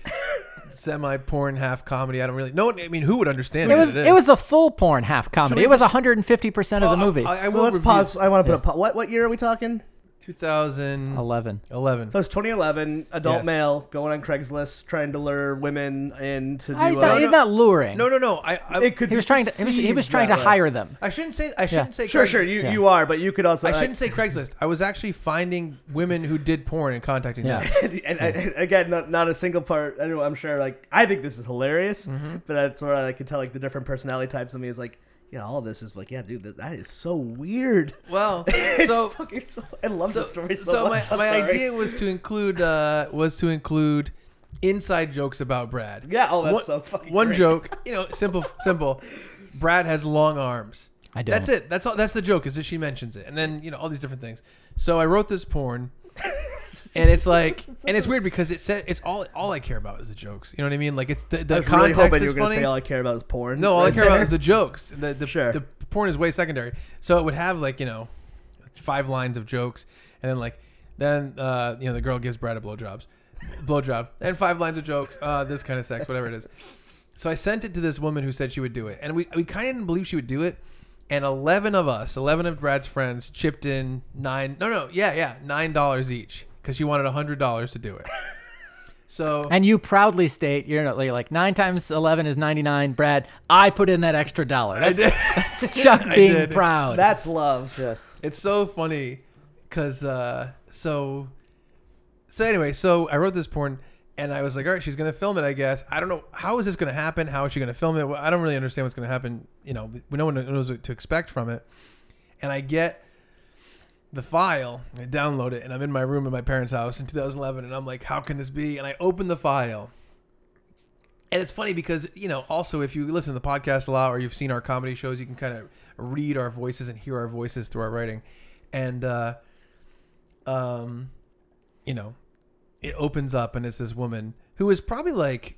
Speaker 3: semi-porn half comedy. I don't really. No, one- I mean, who would understand
Speaker 4: It
Speaker 3: what
Speaker 4: was
Speaker 3: is?
Speaker 4: it was a full porn half comedy.
Speaker 1: we
Speaker 4: It was 150 percent of the
Speaker 3: Oh,
Speaker 4: movie.
Speaker 3: I, I will
Speaker 1: Well, let's
Speaker 3: review
Speaker 1: pause. I want to put a pause. What what year are we talking?
Speaker 3: 2011.
Speaker 4: 11.
Speaker 1: So it's 2011. Adult
Speaker 3: Yes.
Speaker 1: male going on Craigslist trying to lure women in to do.
Speaker 4: Ah, he's, not,
Speaker 1: uh,
Speaker 4: he's not luring.
Speaker 3: No, no, no. I, I
Speaker 1: It could. be
Speaker 4: He was trying to he was, he was
Speaker 1: perceived
Speaker 4: trying to
Speaker 1: that way.
Speaker 4: hire them.
Speaker 3: I shouldn't say. I shouldn't say.
Speaker 1: Sure,
Speaker 3: Craigslist.
Speaker 1: sure. You
Speaker 4: Yeah.
Speaker 1: you are, but you could also.
Speaker 3: I shouldn't say Craigslist. I was actually finding women who did porn and contacting
Speaker 4: Yeah.
Speaker 3: them.
Speaker 1: and, [LAUGHS] and,
Speaker 3: [LAUGHS]
Speaker 1: and again, not, not a single part. I don't, I'm sure. Like, I think this is hilarious,
Speaker 3: Mm-hmm.
Speaker 1: but that's where I could tell like the different personality types of me is like, yeah, all this is like, yeah, dude, that, that is so weird. [LAUGHS]
Speaker 3: Well,
Speaker 1: It's
Speaker 3: so
Speaker 1: fucking so, I love [LAUGHS]
Speaker 3: so,
Speaker 1: this story so,
Speaker 3: so
Speaker 1: much.
Speaker 3: my,
Speaker 1: I'm
Speaker 3: my
Speaker 1: sorry.
Speaker 3: idea was to include uh, was to include inside jokes about Brad.
Speaker 1: Yeah, oh, that's
Speaker 3: one,
Speaker 1: so fucking.
Speaker 3: one
Speaker 1: great.
Speaker 3: joke, you know, simple, simple. Brad has long arms.
Speaker 4: I don't.
Speaker 3: That's it. That's all. That's the joke is that she mentions it, and then you know all these different things. So I wrote this porn, and
Speaker 1: [LAUGHS]
Speaker 3: it's like, and it's weird because it said it's all all I care about is the jokes. You know what I mean? Like it's the the
Speaker 1: I was really
Speaker 3: context
Speaker 1: hoping you
Speaker 3: is
Speaker 1: were gonna
Speaker 3: funny.
Speaker 1: say all I care about is porn.
Speaker 3: No, all I
Speaker 1: right
Speaker 3: care
Speaker 1: there. [LAUGHS]
Speaker 3: about is the jokes. The the,
Speaker 1: Sure.
Speaker 3: the porn is way secondary. So it would have like you know, five lines of jokes, and then like then uh, you know the girl gives Brad a blowjobs, blowjob, and five lines of jokes. Uh, this kind of sex, whatever it is. So I sent it to this woman who said she would do it, and we we kind of didn't believe she would do it. And 11 of us, 11 of Brad's friends, chipped in nine. No, no, yeah, yeah, nine dollars each, because she wanted hundred dollars
Speaker 1: [LAUGHS]
Speaker 3: to do it. So
Speaker 4: And you proudly state, you're not- you're like nine times eleven is ninety nine. Brad, I put in that extra dollar.
Speaker 3: I
Speaker 4: That's,
Speaker 3: did.
Speaker 1: [LAUGHS]
Speaker 4: that's Chuck
Speaker 3: [LAUGHS] I
Speaker 4: being
Speaker 3: did.
Speaker 4: proud.
Speaker 1: That's love. Yes.
Speaker 3: It's so funny because uh, so so anyway, so I wrote this porn and I was like, all right, she's gonna film it, I guess. I don't know how is this gonna happen. How is she gonna film it? Well, I don't really understand what's gonna happen. You know, we no one knows what to expect from it. And I get the file, I download it, and I'm in my room at my parents' house in 2011, and I'm like, how can this be? And I open the file. And it's funny because, you know, also if you listen to the podcast a lot or you've seen our comedy shows, you can kind of read our voices and hear our voices through our writing. And, uh, um, you know, it opens up and it's this woman who is probably like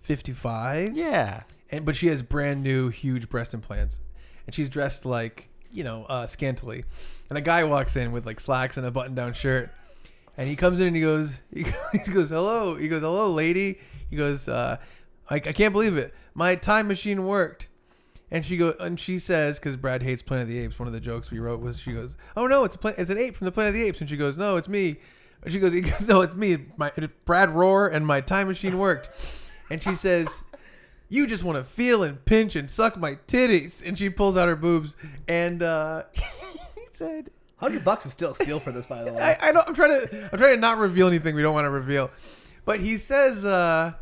Speaker 3: 55
Speaker 4: yeah.
Speaker 3: and but she has brand new huge breast implants and she's dressed like you know uh, scantily and a guy walks in with like slacks and a button down shirt and he comes in and he goes [LAUGHS] he goes hello he goes hello lady he goes uh, I, I can't believe it my time machine worked and she goes and she says because brad hates planet of the apes one of the jokes we wrote was she goes oh no it's a pla- it's an ape from the planet of the apes and she goes no it's me And she goes, [LAUGHS] he goes no it's me my brad roar and my time machine worked and she says you just want to feel and pinch and suck my titties. And she pulls out her boobs. And uh, [LAUGHS] he said,
Speaker 1: Hundred bucks is still a steal for this, by the way.
Speaker 3: I, I don't, I'm trying to, I'm trying to not reveal anything we don't want to reveal. But he says, uh,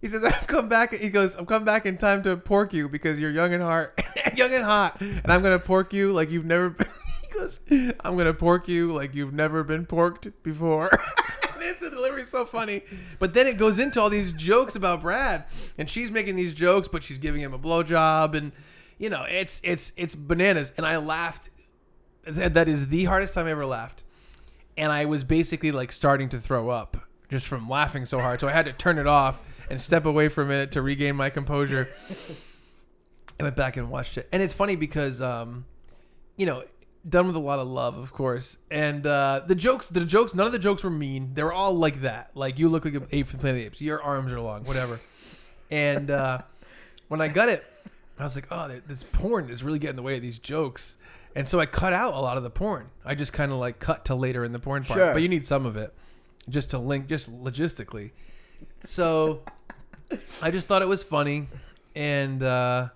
Speaker 3: he says, [LAUGHS] I've come back. He goes, I'm coming back in time to pork you because you're young and hot, [LAUGHS] young and hot, and I'm gonna pork you like you've never. Been, [LAUGHS] he goes, I'm gonna pork you like you've never been porked before. [LAUGHS] And the delivery's so funny, but then it goes into all these jokes about Brad, and she's making these jokes, but she's giving him a blowjob, and you know, it's it's it's bananas. And I laughed. That that is the hardest time I ever laughed, and I was basically like starting to throw up just from laughing so hard. So I had to turn it off and step away for a minute to regain my composure. I went back and watched it, and it's funny because, um, you know, done with a lot of love, of course. And uh, the jokes, the jokes, none of the jokes were mean. They were all like that. Like you look like an ape from Planet of the Apes. Your arms are long, whatever. And uh, when I got it, I was like, oh, th- this porn is really getting in the way of these jokes. And so I cut out a lot of the porn. I just kind of like cut to later in the porn part.
Speaker 1: Sure.
Speaker 3: But you need some of it just to link, just logistically. So I just thought it was funny. And, uh,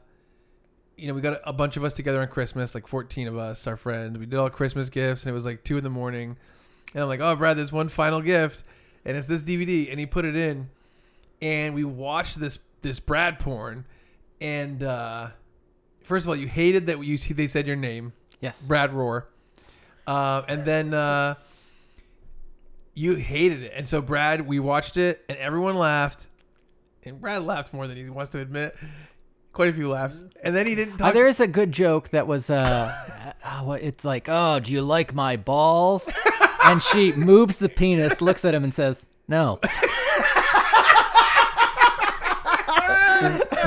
Speaker 3: you know, we got a bunch of us together on Christmas, like 14 of us, our friends. We did all Christmas gifts, and it was like 2 in the morning. And I'm like, oh, Brad, there's one final gift, and it's this DVD. And he put it in, and we watched this this Brad porn. And uh, first of all, you hated that you they said your name,
Speaker 4: Yes.
Speaker 3: Brad Roar. Uh, and then uh, You hated it. And so Brad, we watched it and everyone laughed. And Brad laughed more than he wants to admit. Quite a few laughs. And then he didn't
Speaker 4: Oh,
Speaker 3: talk [LAUGHS]
Speaker 4: there is a good joke that was uh, uh, what- it's like, oh, do you like my balls? and she moves the penis, looks at him, and says, no.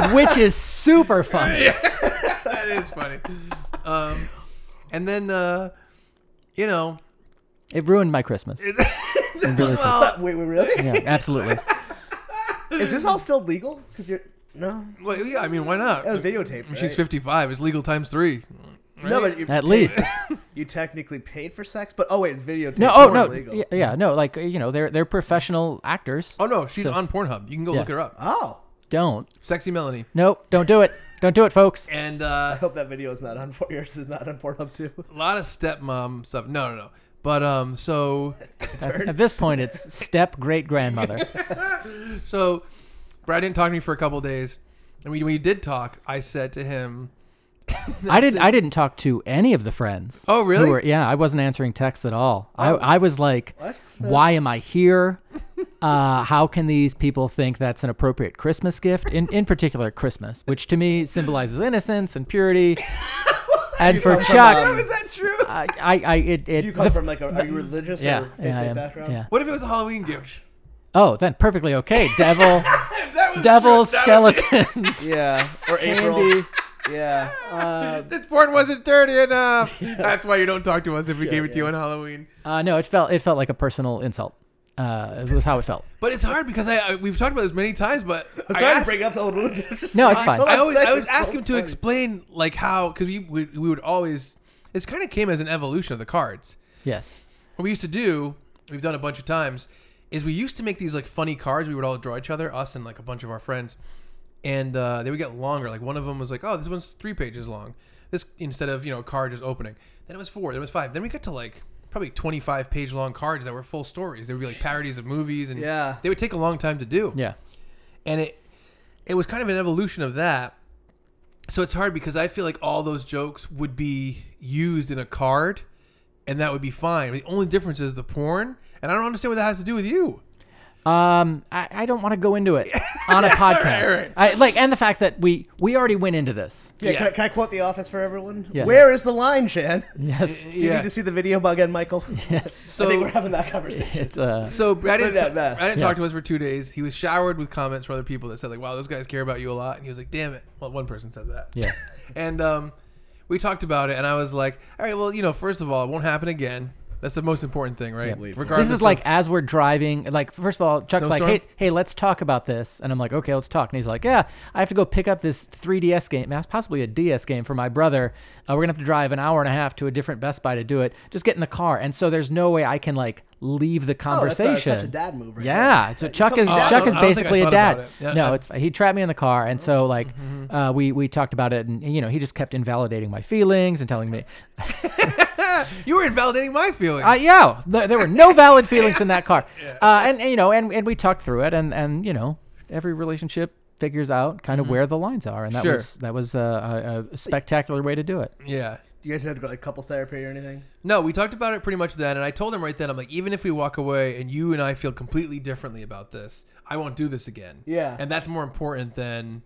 Speaker 1: [LAUGHS]
Speaker 4: Which is super funny.
Speaker 3: that is funny. Um, and then uh, you know,
Speaker 4: It ruined my Christmas.
Speaker 3: [LAUGHS] well,
Speaker 1: Wait, wait, really?
Speaker 4: Yeah, absolutely.
Speaker 1: Is this all [LAUGHS] still legal? Because you're no,
Speaker 3: well, yeah, I mean, why not?
Speaker 1: that was videotaped.
Speaker 3: I mean, She's
Speaker 1: right?
Speaker 3: 55. It's legal times three.
Speaker 1: No, [LAUGHS] but you,
Speaker 4: At least.
Speaker 1: you technically paid for sex, but oh wait, it's videotaped.
Speaker 4: No, oh
Speaker 1: or
Speaker 4: no,
Speaker 1: illegal.
Speaker 4: yeah, yeah, no, like you know, they're they're professional actors.
Speaker 3: Oh no, she's
Speaker 4: So-
Speaker 3: on Pornhub. You can go
Speaker 4: Yeah.
Speaker 3: look her up.
Speaker 1: Oh,
Speaker 4: Don't,
Speaker 3: Sexy Melanie.
Speaker 4: nope, don't do it, don't do it, folks.
Speaker 3: And
Speaker 1: I
Speaker 3: uh,
Speaker 1: hope that video is not on yours is not on Pornhub too. [LAUGHS]
Speaker 3: a lot of stepmom stuff. No, no, no. But um, so
Speaker 4: At, at this point, it's step great grandmother.
Speaker 3: so Brad didn't talk to me for a couple days, and when we did talk, I said to him,
Speaker 4: I didn't, I didn't talk to any of the friends.
Speaker 3: "Oh
Speaker 4: who
Speaker 3: really? [LAUGHS]
Speaker 4: were- yeah, I wasn't answering texts at all.
Speaker 1: Oh.
Speaker 4: I I was like,
Speaker 1: What?
Speaker 4: why am I here? Uh, how can these people think that's an appropriate Christmas gift? In in particular, Christmas, which to me symbolizes innocence and purity. And for
Speaker 1: come from,
Speaker 4: Chuck, Uh,
Speaker 1: um,
Speaker 3: Is that true?
Speaker 4: I, I, I it, it
Speaker 1: Do you come from like a are you religious
Speaker 4: yeah,
Speaker 1: or faith
Speaker 4: yeah, I am,
Speaker 1: background?
Speaker 4: yeah.
Speaker 3: What if it was a Halloween gift?
Speaker 4: Oh, then perfectly okay.
Speaker 1: [LAUGHS]
Speaker 4: Devil,
Speaker 3: [LAUGHS] If that was
Speaker 4: devil,
Speaker 3: true, that would be- [LAUGHS]
Speaker 4: skeletons,
Speaker 1: Yeah, or April.
Speaker 4: candy.
Speaker 1: Yeah.
Speaker 4: Uh,
Speaker 3: this porn wasn't dirty
Speaker 4: [LAUGHS]
Speaker 3: enough. That's why you don't talk to us if we gave it to you on Halloween.
Speaker 4: uh, no, it felt it felt like a personal insult. Uh, was how it felt.
Speaker 3: But it's hard because I, I we've talked about this many times, but
Speaker 1: I'm
Speaker 3: I
Speaker 1: sorry to
Speaker 3: asked-
Speaker 1: bring up old religion. I'm just-
Speaker 4: No, it's fine.
Speaker 1: told [LAUGHS]
Speaker 3: I
Speaker 1: myself
Speaker 3: always, I always
Speaker 1: it's
Speaker 3: ask
Speaker 1: so
Speaker 3: him to
Speaker 1: funny.
Speaker 3: explain like how because we, we we would always this kind of came as an evolution of the cards.
Speaker 4: Yes.
Speaker 3: What we used to do, we've done a bunch of times, is we used to make these like funny cards. We would all draw each other, us and like a bunch of our friends, and uh, they would get longer. Like one of them was like, oh, this one's three pages long. This instead of you know a card just opening. Then it was four. Then it was five. Then we got to like probably 25 page long cards that were full stories. They would be like parodies of movies and
Speaker 1: Yeah.
Speaker 3: they would take a long time to do
Speaker 4: Yeah.
Speaker 3: and it it was kind of an evolution of that. So it's hard because I feel like all those jokes would be used in a card, and that would be fine. The only difference is the porn, and I don't understand what that has to do with you.
Speaker 4: Um, I, I don't want to go
Speaker 1: [LAUGHS]
Speaker 4: into it on a podcast.
Speaker 3: alright.
Speaker 4: I, like, and the fact that we we already went
Speaker 1: [LAUGHS]
Speaker 4: into this.
Speaker 1: Yeah, Can,
Speaker 3: Yeah.
Speaker 1: I, can I quote The Office for everyone?
Speaker 4: Yeah.
Speaker 1: Where is the line,
Speaker 3: [LAUGHS]
Speaker 1: Shan?
Speaker 4: Yes.
Speaker 1: Do you need to see the video bug and Michael?
Speaker 4: Yes.
Speaker 1: I think we're
Speaker 3: So
Speaker 1: having that conversation.
Speaker 4: It's uh.
Speaker 3: so Brad didn't,
Speaker 1: that back.
Speaker 3: Brad didn't
Speaker 4: Yes.
Speaker 3: talk to us for two days. He was showered with comments from other people that said like, "Wow, those guys care about you a lot," and he was like, "Damn it!" Well, one person said that.
Speaker 4: Yes.
Speaker 3: And um, we talked about it, and I was like, "All right, well, you know, first of all, it won't happen again. That's the most important thing, right?
Speaker 4: Yeah.
Speaker 3: Regardless
Speaker 4: This
Speaker 3: of-
Speaker 4: is like as we're driving. Like, first of all, Chuck's
Speaker 3: Snowstorm?
Speaker 4: like, hey, hey, let's talk about this, and I'm like, okay, let's talk. And he's like, yeah, I have to go pick up this 3DS game, possibly a DS game for my brother. Uh, we're gonna have to drive an hour and a half to a different Best Buy to do it. Just get in the car, and so there's no way I can like leave the
Speaker 1: Oh, that's,
Speaker 4: conversation.
Speaker 1: uh, such a dad move, right?
Speaker 4: Yeah,
Speaker 1: there.
Speaker 4: so
Speaker 1: You
Speaker 4: Chuck
Speaker 1: come
Speaker 4: is
Speaker 1: from dad
Speaker 4: Chuck
Speaker 3: I
Speaker 4: is
Speaker 3: don't think I
Speaker 4: basically a
Speaker 3: thought about
Speaker 4: dad.
Speaker 3: it. Yeah, Mm-hmm.
Speaker 4: no,
Speaker 3: I-
Speaker 4: it's he trapped me in the car, and so like uh, we we talked about it, and you know he just kept invalidating my feelings and telling me,
Speaker 3: [LAUGHS] you were invalidating my feelings.
Speaker 4: uh, yeah, there, there
Speaker 3: [LAUGHS]
Speaker 4: were no valid feelings in that car, uh, and, and, you know, and and we talked through it, and and you know every relationship figures out kind of where the lines are, and that
Speaker 3: Sure.
Speaker 4: was that was uh, a, a spectacular way to do it.
Speaker 3: yeah.
Speaker 1: You guys didn't have to go like couple therapy or anything?
Speaker 3: No, we talked about it pretty much then, and I told him right then, I'm like, even if we walk away and you and I feel completely differently about this, I won't do this again.
Speaker 1: Yeah.
Speaker 3: And that's more important than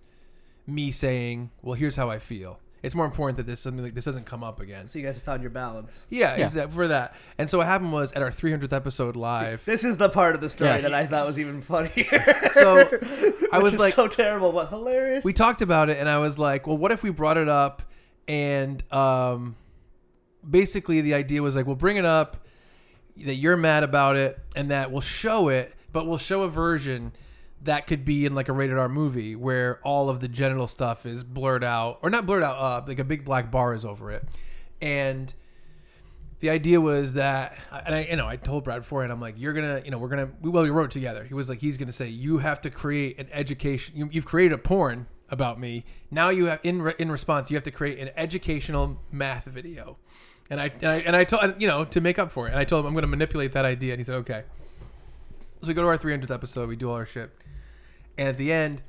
Speaker 3: me saying, well, here's how I feel. It's more important that this something like this doesn't come up again.
Speaker 1: So you guys have found your balance.
Speaker 3: Yeah,
Speaker 4: Yeah.
Speaker 3: exactly for that. And so what happened was at our 300th
Speaker 1: [LAUGHS]
Speaker 3: episode live.
Speaker 1: This is the part of the story
Speaker 4: Yes.
Speaker 1: that I thought was even funnier. [LAUGHS]
Speaker 3: So, I
Speaker 1: Which
Speaker 3: was
Speaker 1: is
Speaker 3: like-
Speaker 1: so terrible, but hilarious.
Speaker 3: we talked about it and i was like well what if we brought it up and um, basically the idea was like we'll bring it up that you're mad about it and that we'll show it but we'll show a version that could be in like a rated r movie where all of the genital stuff is blurred out or not blurred out uh, like a big black bar is over it and the idea was that and I you know I told Brad beforehand I'm like you're gonna you know we're gonna we well we wrote together he was like he's gonna say you have to create an education you, you've created a porn about me now you have in re, in response you have to create an educational math video and I and I, and I told you know to make up for it and I told him I'm gonna manipulate that idea and he said okay so we go to our 300th episode we do all our shit and at the end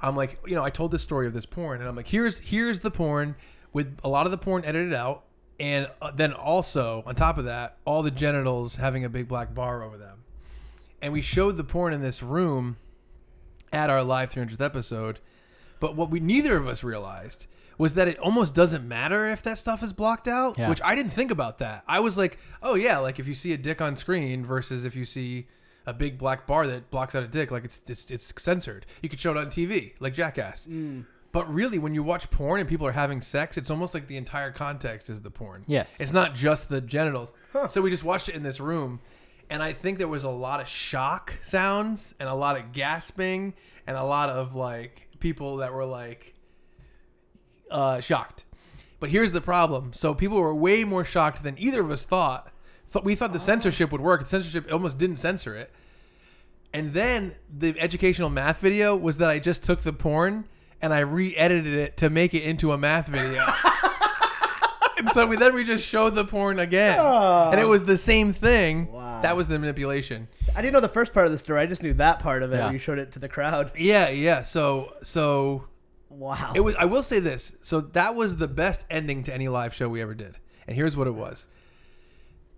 Speaker 3: I'm like, you know, I told the story of this porn, and I'm like, here's here's the porn with a lot of the porn edited out, and uh, then also on top of that, all the genitals having a big black bar over them. and we showed the porn in this room at our live 300th episode. But what we neither of us realized was that it almost doesn't matter if that stuff is blocked out,
Speaker 4: Yeah.
Speaker 3: which I didn't think about that. I was like, oh yeah, like if you see a dick on screen versus if you see a big black bar that blocks out a dick, like it's it's, it's censored. You could show it on TV, like Jackass. But really, when you watch porn and people are having sex, it's almost like the entire context is the porn.
Speaker 4: Yes.
Speaker 3: It's not just the genitals. So we just watched it in this room, and I think there was a lot of shock sounds and a lot of gasping and a lot of like people that were like uh, shocked. But here's the problem. So people were way more shocked than either of us thought. Thought we thought the censorship would work. The censorship almost didn't censor it. And then the educational math video was that I just took the porn and I re-edited it to make it into a math video. and so we then we just showed the porn again, and it was the same thing.
Speaker 1: Wow.
Speaker 3: That was the manipulation.
Speaker 1: I didn't know the first part of the story. I just knew that part of it.
Speaker 4: Yeah.
Speaker 1: when You showed it to the crowd.
Speaker 3: Yeah, yeah. So so
Speaker 1: Wow.
Speaker 3: It was. I will say this. So that was the best ending to any live show we ever did. And here's what it was.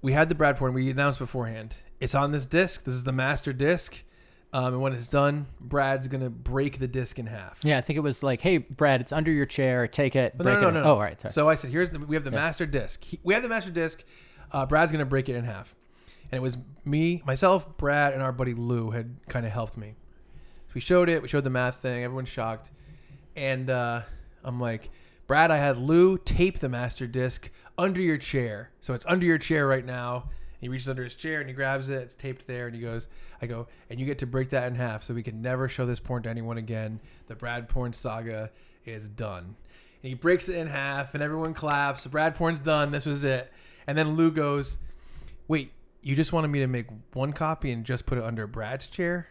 Speaker 3: We had the Brad porn. We announced beforehand. It's on this disc. This is the master disc. Um, and when it's done, Brad's gonna break the disc in half.
Speaker 4: Yeah, I think it was like, hey, Brad, it's under your chair. Take it.
Speaker 3: But
Speaker 4: break
Speaker 3: no, no,
Speaker 4: it.
Speaker 3: no,
Speaker 4: up."
Speaker 3: no.
Speaker 4: Oh, all right. Sorry.
Speaker 3: So I said, here's the. We have the master disc. He- we have the master disc. Uh, Brad's gonna break it in half. And it was me, myself, Brad, and our buddy Lou had kind of helped me. So we showed it. We showed the math thing. Everyone's shocked. And uh, I'm like, Brad, I had Lou tape the master disc under your chair. So it's under your chair right now. And he reaches under his chair and he grabs it. It's taped there. And he goes, I go, and you get to break that in half so we can never show this porn to anyone again. The Brad porn saga is done. And he breaks it in half and everyone claps. The Brad porn's done. This was it. And then Lou goes, Wait, you just wanted me to make one copy and just put it under Brad's chair?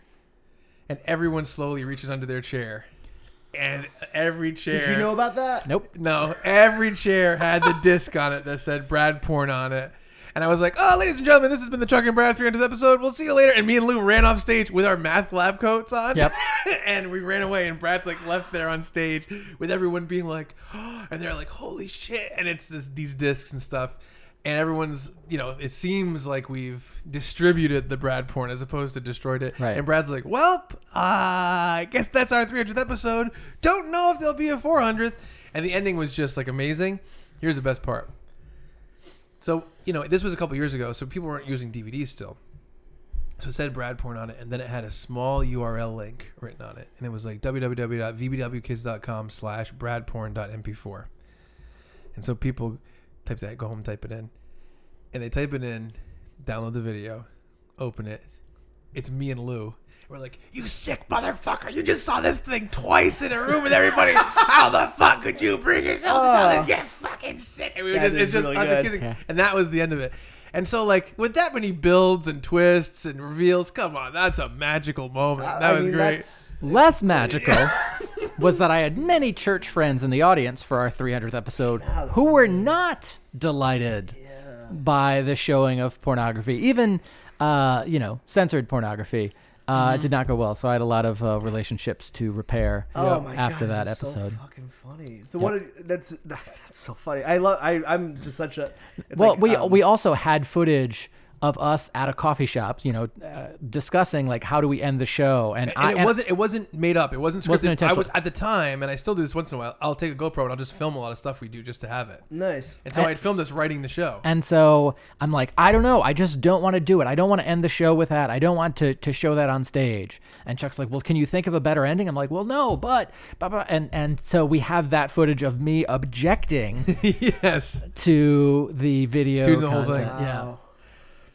Speaker 3: And everyone slowly reaches under their chair. And every chair.
Speaker 1: Did you know about that?
Speaker 4: nope.
Speaker 3: [LAUGHS] No, every chair had the disc on it that said Brad Porn on it. And I was like, oh, ladies and gentlemen, this has been the Chuck and Brad 300th episode. We'll see you later. And me and Lou ran off stage with our math lab coats on.
Speaker 4: Yep.
Speaker 3: [LAUGHS] and we ran away, and Brad's like left there on stage with everyone being like, oh, and they're like, holy shit. And it's this, these discs and stuff. And everyone's, you know, it seems like we've distributed the Brad porn as opposed to destroyed it.
Speaker 4: Right.
Speaker 3: And Brad's like, well, I guess that's our 300th episode. Don't know if there'll be a 400th. And the ending was just like amazing. Here's the best part. So, you know, this was a couple years ago, so people weren't using DVDs still. So it said Brad porn on it, and then it had a small URL link written on it, and it was like www.vbwkids.com slash bradporn.mp4. And so people type that, go home, type it in, and they type it in, download the video, open it. It's me and Lou. We're like, you sick motherfucker! You just saw this thing twice in a room with everybody.
Speaker 1: [LAUGHS]
Speaker 3: How the fuck could you bring yourself to this? You fucking sick! And we were
Speaker 1: Oh. That
Speaker 3: just,
Speaker 1: is
Speaker 3: it's just
Speaker 1: really
Speaker 3: us
Speaker 1: good.
Speaker 3: accusing-
Speaker 4: Yeah.
Speaker 3: [LAUGHS] and that was the end of it. And so, like, with that many builds and twists and reveals, come on, that's a magical moment.
Speaker 1: I-
Speaker 3: that
Speaker 1: Uh, I
Speaker 3: was
Speaker 1: mean,
Speaker 3: great.
Speaker 1: that's-
Speaker 4: Less
Speaker 3: [LAUGHS]
Speaker 4: magical was that I had many church friends in the audience for our 300th episode who were not delighted by the showing of pornography, even uh, you know censored pornography. Uh,
Speaker 1: Mm-hmm.
Speaker 4: It did not go well, so I had a lot of uh, relationships to repair
Speaker 1: Oh my
Speaker 4: after
Speaker 1: God,
Speaker 4: that
Speaker 1: that's
Speaker 4: episode.
Speaker 1: So fucking funny. So what? Did, that's [LAUGHS] that's so funny. I love. I I'm just such a. It's
Speaker 4: well,
Speaker 1: like,
Speaker 4: we
Speaker 1: um,
Speaker 4: we also had footage of us at a coffee shop, you know, uh, discussing like how do we end the show, and, I
Speaker 3: and it
Speaker 4: and-
Speaker 3: wasn't it wasn't made up. It wasn't scripted.
Speaker 4: Wasn't
Speaker 3: I
Speaker 4: intentional.
Speaker 3: was at the time, and I still do this once in a while. I'll take a GoPro and I'll just film a lot of stuff we do just to have it.
Speaker 1: nice.
Speaker 3: And so
Speaker 4: And-
Speaker 3: I had filmed us writing the show.
Speaker 4: And so I'm like, I don't know. I just don't want to do it. I don't want to end the show with that. I don't want to, to show that on stage. And Chuck's like, well, can you think of a better ending? I'm like, well, no, but, blah, blah. and and so we have that footage of me objecting
Speaker 3: [LAUGHS] yes.
Speaker 4: to the video.
Speaker 3: To the whole
Speaker 4: content.
Speaker 3: thing.
Speaker 4: Yeah.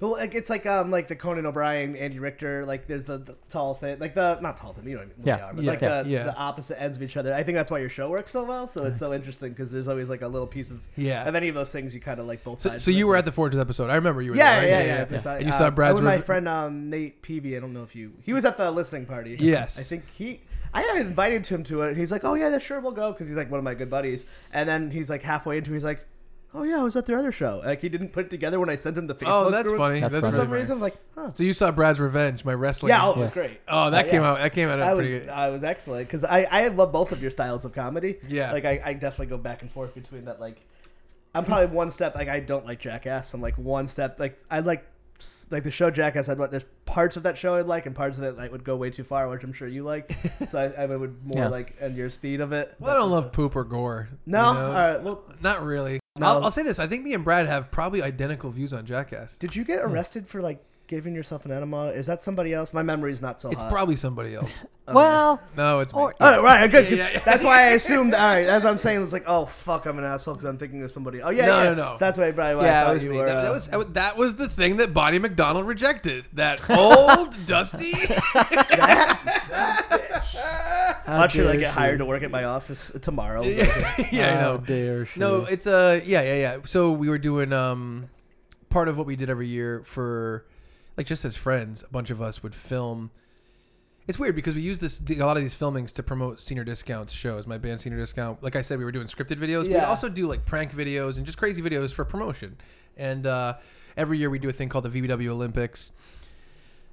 Speaker 1: Well, like it's like um like the Conan O'Brien, Andy Richter, like there's the, the tall thing, like the not tall thing, you know what I mean, what
Speaker 4: Yeah,
Speaker 1: they are, but
Speaker 3: yeah,
Speaker 1: like the,
Speaker 3: yeah.
Speaker 1: the opposite ends of each other. I think that's why your show works so well. So it's so interesting because there's always like a little piece of
Speaker 3: Yeah.
Speaker 1: of any of those things you kind of like both
Speaker 3: So,
Speaker 1: sides.
Speaker 3: so
Speaker 1: of
Speaker 3: you
Speaker 1: it.
Speaker 3: were at the 400th episode. I remember you were
Speaker 1: yeah,
Speaker 3: there. right?
Speaker 1: yeah, yeah, yeah.
Speaker 3: And you
Speaker 1: Uh,
Speaker 3: saw
Speaker 1: I
Speaker 3: Brad's.
Speaker 1: went with my
Speaker 3: rev-
Speaker 1: friend um, Nate Peavy. I don't know if you. He was at the listening party.
Speaker 3: Yes.
Speaker 1: I think he. I had invited him to it, and he's like, "Oh yeah, sure, we'll go," because he's like one of my good buddies. And then he's like halfway into, it, he's like, "Oh yeah, I was at their other show." Like he didn't put it together when I sent him the Facebook.
Speaker 3: Oh, that's
Speaker 1: group.
Speaker 3: funny.
Speaker 4: That's
Speaker 3: That's,
Speaker 1: For
Speaker 4: funny.
Speaker 3: really
Speaker 1: some
Speaker 3: funny.
Speaker 1: reason, I'm like, huh.
Speaker 3: So you saw Brad's Revenge, my wrestling.
Speaker 1: Yeah, oh, it was
Speaker 4: Yes.
Speaker 1: great.
Speaker 3: Oh, that
Speaker 1: Uh,
Speaker 3: came
Speaker 1: yeah.
Speaker 3: out. That came out
Speaker 1: I
Speaker 3: pretty.
Speaker 1: was I was excellent because I I love both of your styles of comedy.
Speaker 3: Yeah.
Speaker 1: Like I, I definitely go back and forth between that. Like I'm probably one step like I don't like Jackass. I'm like one step like I like s- like the show Jackass. I'd like there's parts of that show I'd like, and parts of it like would go way too far, which I'm sure you
Speaker 3: [LAUGHS]
Speaker 1: like. so I, I would more
Speaker 4: Yeah.
Speaker 1: like and your speed of it.
Speaker 3: Well, I don't love poop or gore.
Speaker 1: No,
Speaker 3: you know?
Speaker 1: all right. Well,
Speaker 3: not really.
Speaker 1: No.
Speaker 3: I'll, I'll say this: I think me and Brad have probably identical views on Jackass.
Speaker 1: did you get arrested for like giving yourself an enema? Is that somebody else? My memory's not so
Speaker 3: it's
Speaker 1: hot.
Speaker 3: probably
Speaker 1: [LAUGHS]
Speaker 3: somebody else.
Speaker 1: Okay.
Speaker 4: Well,
Speaker 3: No, it's me.
Speaker 4: Or-
Speaker 1: Oh, right, good. 'cause
Speaker 3: Yeah, yeah, yeah.
Speaker 1: That's why I assumed. All right, that's what I'm saying. It's like, oh fuck, I'm an asshole because I'm thinking of somebody. Oh yeah,
Speaker 3: No,
Speaker 1: yeah.
Speaker 3: no, no.
Speaker 1: So that's why probably why I
Speaker 3: yeah,
Speaker 1: thought
Speaker 3: it was
Speaker 1: you
Speaker 3: me.
Speaker 1: were.
Speaker 3: that,
Speaker 1: uh,
Speaker 3: that was that was the thing that Bonnie McDonald rejected.
Speaker 1: [LAUGHS]
Speaker 3: That old dusty. [LAUGHS]
Speaker 4: how
Speaker 1: How should I
Speaker 4: dare
Speaker 1: get
Speaker 4: she.
Speaker 1: hired to work at my office tomorrow?
Speaker 3: yeah, yeah, I
Speaker 4: How
Speaker 3: know.
Speaker 4: dare she.
Speaker 3: No, it's uh, yeah, yeah, yeah. So we were doing um, part of what we did every year for, like, just as friends, a bunch of us would film. It's weird because we use this a lot of these filmings to promote senior discounts shows. My band senior discount, like I said, we were doing scripted videos. We'd
Speaker 1: Yeah.
Speaker 3: also do like prank videos and just crazy videos for promotion. And uh, every year we do a thing called the VBW Olympics.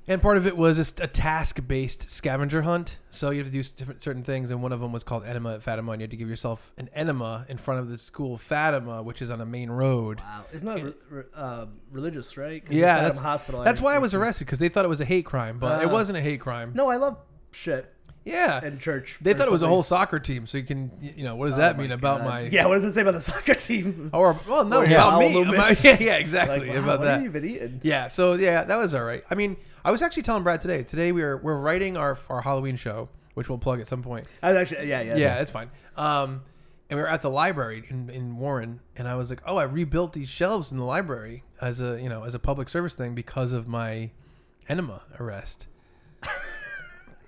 Speaker 3: And part of it was a, s- a task-based scavenger hunt. So you have to do s- different certain things, and one of them was called enema at Fatima, and you had to give yourself an enema in front of the school Fatima, which is on a main road. [LAUGHS]
Speaker 1: Wow, it's not re- re- uh, religious, right? 'Cause
Speaker 3: Yeah,
Speaker 1: it's
Speaker 3: that's,
Speaker 1: Adam hospital.
Speaker 3: that's why I
Speaker 1: every-
Speaker 3: was arrested because they thought it was a hate crime, but it
Speaker 1: Mm-hmm. Ah.
Speaker 3: wasn't a hate crime.
Speaker 1: No, I love shit
Speaker 3: Yeah.
Speaker 1: and church.
Speaker 3: they
Speaker 1: or
Speaker 3: thought it was a
Speaker 1: something.
Speaker 3: whole soccer team, so you can, y- you know, what does
Speaker 1: Oh
Speaker 3: that
Speaker 1: my
Speaker 3: mean about
Speaker 1: God.
Speaker 3: my?
Speaker 1: Yeah, what does it say about the [LAUGHS] soccer team?
Speaker 3: Or well, no,
Speaker 1: Or Raul
Speaker 3: about me. About,
Speaker 1: Loomis.
Speaker 3: [LAUGHS] yeah, yeah, exactly
Speaker 1: like, wow,
Speaker 3: about
Speaker 1: what
Speaker 3: that.
Speaker 1: have you been eating?
Speaker 3: Yeah, so yeah, that was all right. I mean, I was actually telling Brad today. Today we are we're writing our our Halloween show, which we'll plug at some point.
Speaker 1: I was actually, yeah, yeah.
Speaker 3: Yeah, that's fine. Um, and we were at the library in, in Warren, and I was like, oh, I rebuilt these shelves in the library as a you know as a public service thing because of my enema
Speaker 4: [LAUGHS]
Speaker 3: arrest.